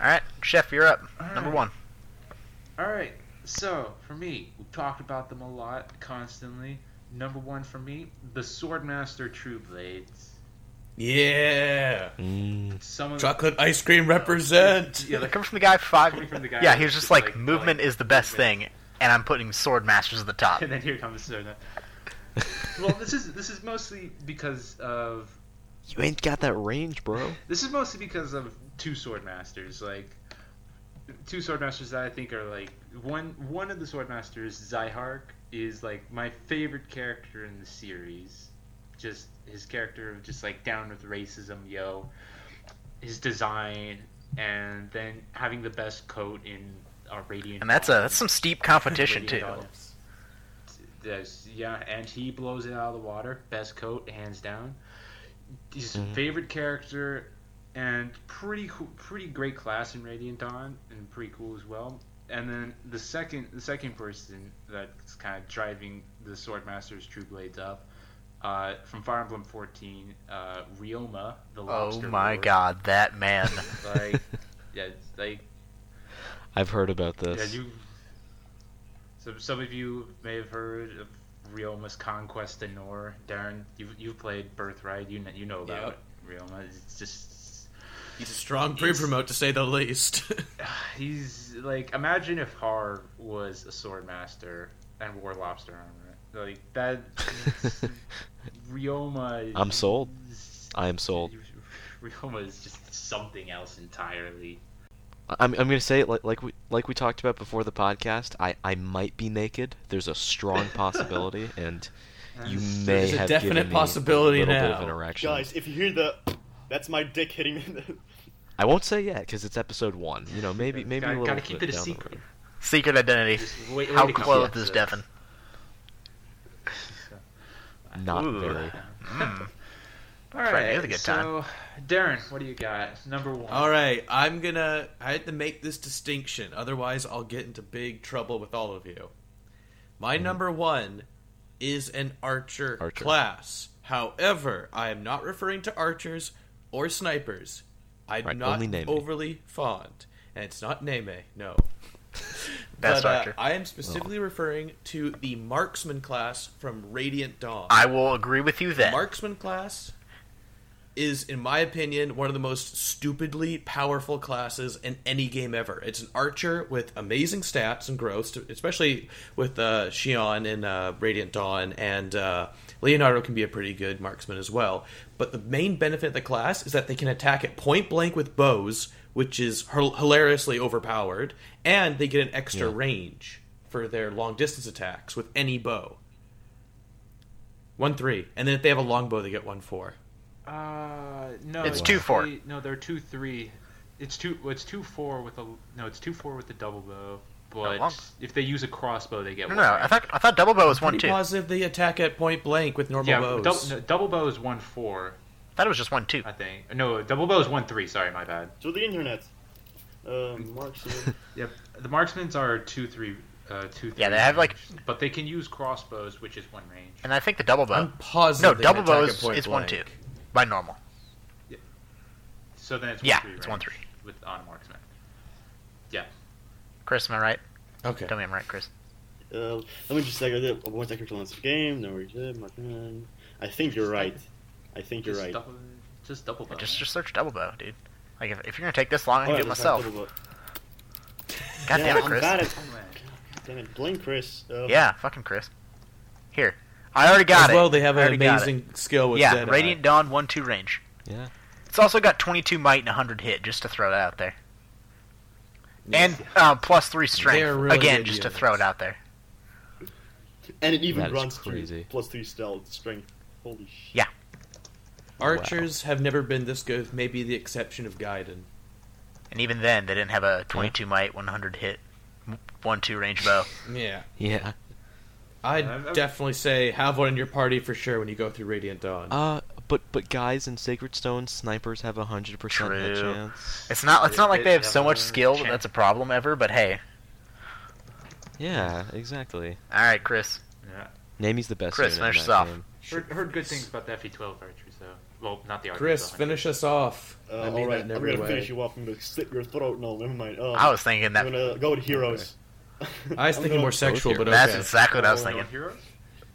All right, Chef, you're up. All Number right. one. All right. So for me, we talked about them a lot, constantly. Number one for me, the Swordmaster True Blades. Yeah. Mm. Some of the Chocolate ice cream represent. yeah, That the, comes from the guy five. Coming from the guy yeah, he was who's just just like, like, movement like, is the best movement. thing, and I'm putting sword masters at the top. and then here comes Serna. well, this is this is mostly because of You ain't got that range, bro. This is mostly because of two sword masters, like two sword masters that I think are like one one of the sword masters, Zyhark, is like my favorite character in the series. Just his character of just like down with racism, yo. His design and then having the best coat in a radiant And that's a Dawn. that's some steep competition too. Oh Radiant Dawn. There's- yeah, and he blows it out of the water. Best coat, hands down. His Mm-hmm. favorite character, and pretty cool, pretty great class in Radiant Dawn, and pretty cool as well. And then the second, the second person that's kind of driving the Swordmaster's True Blades up uh, from Fire Emblem 14, uh, Rioma, the Oh Lobster my Lord. god, that man. Like, yeah, it's like I've heard about this. yeah, you. So some of you may have heard of Realma's conquest to Nor. Darren, you've you've played Birthright. You know, you know about yep. Realma. It's just he's a strong pre-promote to say the least. he's like imagine if Har was a sword master and wore lobster armor. Like that, Rioma. I'm sold. I am sold. Rioma is just something else entirely. I'm, I'm gonna say it like like we like we talked about before the podcast. I, I might be naked. There's a strong possibility, and you may There's have a definite given me possibility a little now. bit of an erection. Guys, if you hear the, that's my dick hitting. the- I won't say yet because it's episode one. You know, maybe maybe gotta, a little gotta keep bit it a down the secret. road. Secret identity. Wait- wait How to come clothed back is to- Devin? Not Ooh. very. Hmm. All right, Friday is a good so Darren, what do you got? Number one. All right, I'm gonna. I had to make this distinction, otherwise I'll get into big trouble with all of you. My number one is an archer, Mm-hmm. Archer. class. However, I am not referring to archers or snipers. I'm Right, not only Naime. overly fond, and it's not Neme. No. Best but, uh, archer. I am specifically referring to the marksman class from Radiant Dawn. I will agree with you then. Marksman class is, in my opinion, one of the most stupidly powerful classes in any game ever. It's an archer with amazing stats and growth, especially with uh, Shion and uh, Radiant Dawn, and uh, Leonardo can be a pretty good marksman as well. But the main benefit of the class is that they can attack at point blank with bows, which is hil- hilariously overpowered, and they get an extra range for their long distance attacks with any bow. One three, and then if they have a longbow, they get one four. Uh, no, It's two four. actually- No, they're two three. It's two. well, It's two four with a no. It's two four with the double bow. But long- if they use a crossbow, they get no, one. no, I thought I thought double bow was one Pretty two. I positive they attack at point blank with normal yeah, bows. dou- no, double bow is one four. thought it was just one two. I think no, double bow is one three. Sorry, my bad. To the internet. Um, marksman. Yep, the marksmen's are two three. Uh, two, three Yeah, they have, like- range, but they can use crossbows, which is one range. And I think the double bow. I'm positive. No, they double bow can attack at is, point is one two blank. by normal. So then it's Yeah, one three it's one range with on a marksman. Yeah, Chris, am I right? Okay. Tell me I'm right, Chris. Uh, let me just like uh, what's the actual length of the game? No, we did, marksman. I think you're right. I think you're just right. double, just double bow. Just just search double bow, dude. Like if, if you're gonna take this long, I can Oh, do yeah, it that's myself. double bow. God yeah, damn it, I'm Chris. bad at- One range. damn it, blame Chris. Uh, Yeah, fucking Chris. Here, I already got As it. well, they have I an already got it. amazing skill with Yeah, Zed Eye. Radiant Dawn one two range. Yeah. It's also got 22 might and 100 hit, just to throw it out there. And uh, plus three strength They're really again, good just to units. throw it out there. and it even That is runs through crazy. plus three stealth strength. Holy shit! Archers have never been this good, with maybe the exception of Gaiden. And even then, they didn't have a 22 might, 100 hit, one two range bow. Yeah. Yeah. I'd I've- I've- definitely say have one in your party for sure when you go through Radiant Dawn. Uh, but but guys in Sacred Stone, snipers have a hundred percent hit True. chance. It's not. It's not like they have so much Yeah. skill that that's a problem ever. But hey, Yeah, exactly. all right, Chris. Yeah. Namie's the best. Chris, unit in finish that us game. Heard, heard good things about the E FE12 archers, though. Well, not the archers. Chris, the finish us off. Uh, I mean all right, that I'm in gonna every way. finish you off. I'm gonna slit your throat. No, never mind. Um, I was thinking that. I'm gonna go with heroes. I was I'm thinking gonna- more sexual, but okay. That's exactly what I was hunter. thinking. Oh, No heroes?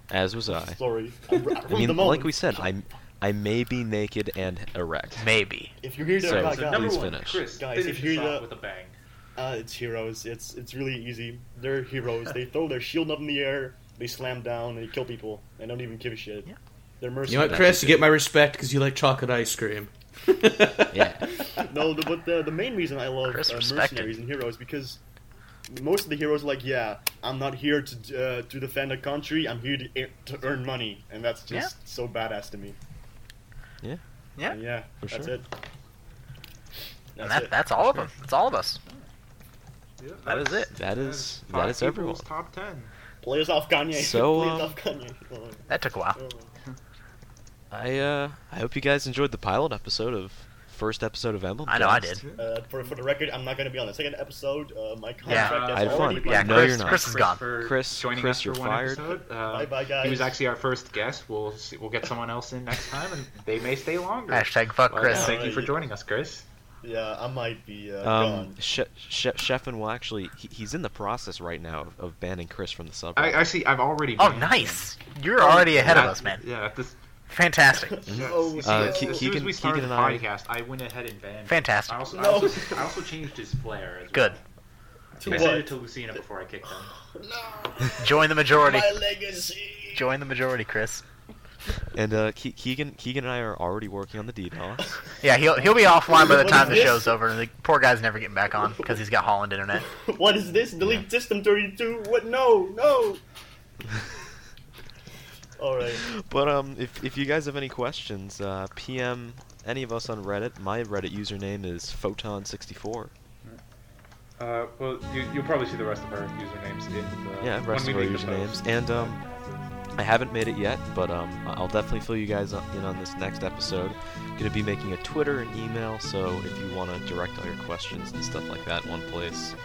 As was I. Sorry. I'm, I'm I from mean, the like moment. we said, I I may be naked and erect. Maybe. If you hear that, So- guys, so guys, number please one, finish. Chris, Guys, finish if you us hear off the- with a bang. Uh, it's heroes. It's it's really easy. They're heroes. they throw their shield up in the air. They slam down and they kill people. They don't even give a shit. Yeah. They're You know merciless. what, Chris? You get my respect because you like chocolate ice cream. Yeah. no, the, but the, the main reason I love Chris uh, respected. mercenaries and heroes because most of the heroes are like, yeah, I'm not here to uh, to defend a country. I'm here to, ear- to earn money, and that's just so badass to me. Yeah. Yeah. And yeah. For that's sure. it. That's And that, it. that's all of them. It's all of us. Yeah, That is it. That is five that is everyone. people's Top ten. Play us off Kanye. So, Play us um, off Kanye. Oh, That took a while. oh. I uh I hope you guys enjoyed the pilot episode of first episode of Emblem. I know I Blast. did. Uh, for, for the record, I'm not going to be on the second episode. Uh, my Yeah, contract I had has fun. already been Yeah, No, Chris, you're not. Chris is gone. for Chris- joining Chris, us you're for one fired. episode. Uh, Bye-bye, He was guys. actually our first guest. We'll see, we'll get someone else in next time, and they may stay longer. Hashtag fuck But, uh, Chris. Thank you for joining us, Chris. Yeah, I might be uh, um, she- she- Sheffin will actually. He, he's in the process right now of, of banning Chris from the sub. I, actually, I've already. Oh, nice! You're already ahead of At- us, man. Yeah, this. Fantastic. Mm-hmm. Oh, Uh, as Ke- soon as Keegan- we started Keegan the and I- podcast, I went ahead and banned. Fantastic. I also, I, No. also, I also changed his flair. As Good. Well. I To said what? it to Lucina before I kicked him. Join the majority. My legacy. Join the majority, Chris. And uh, Ke- Keegan, Keegan and I are already working on the DDoS. Yeah, he'll he'll be offline by the What time is the this? show's over. The poor guy's never getting back on because he's got Holland internet. What is this? Delete system 32? What? No, no! Alright. But um, if, if you guys have any questions, uh, PM any of us on Reddit. My Reddit username is photon64. Uh, well, you, you'll probably see the rest of our usernames in the Yeah, when rest we of our leave the post. usernames. And um, I haven't made it yet, but um, I- I'll definitely fill you guys up- in on this next episode. gonna be making a Twitter and email, so if you want to direct all your questions and stuff like that in one place,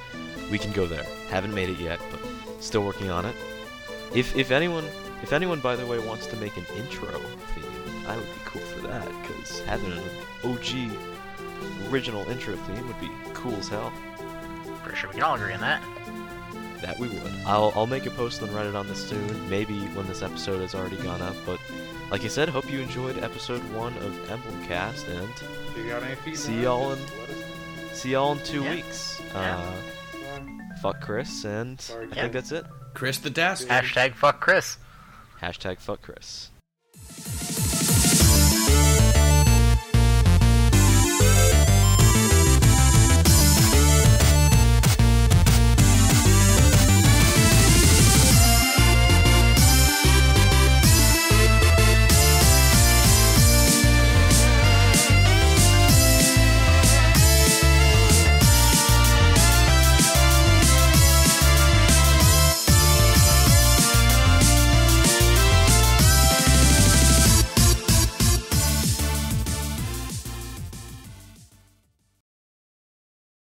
we can go there. Haven't made it yet, but still working on it. If if anyone if anyone by the way wants to make an intro theme, I would be cool for that because having an OG original intro theme would be cool as hell. Pretty sure we can all agree on that. That we would. I'll, I'll make a post on Reddit on this soon, maybe when this episode has already gone up. But like I said, hope you enjoyed episode one of Emblemcast, and If you got any feedback, See y'all in- just let us know. see y'all in two Yeah. weeks. Yeah. Uh, fuck Chris, and I Yeah. think that's it. Chris the Desk. Hashtag fuck Chris. Hashtag fuck Chris.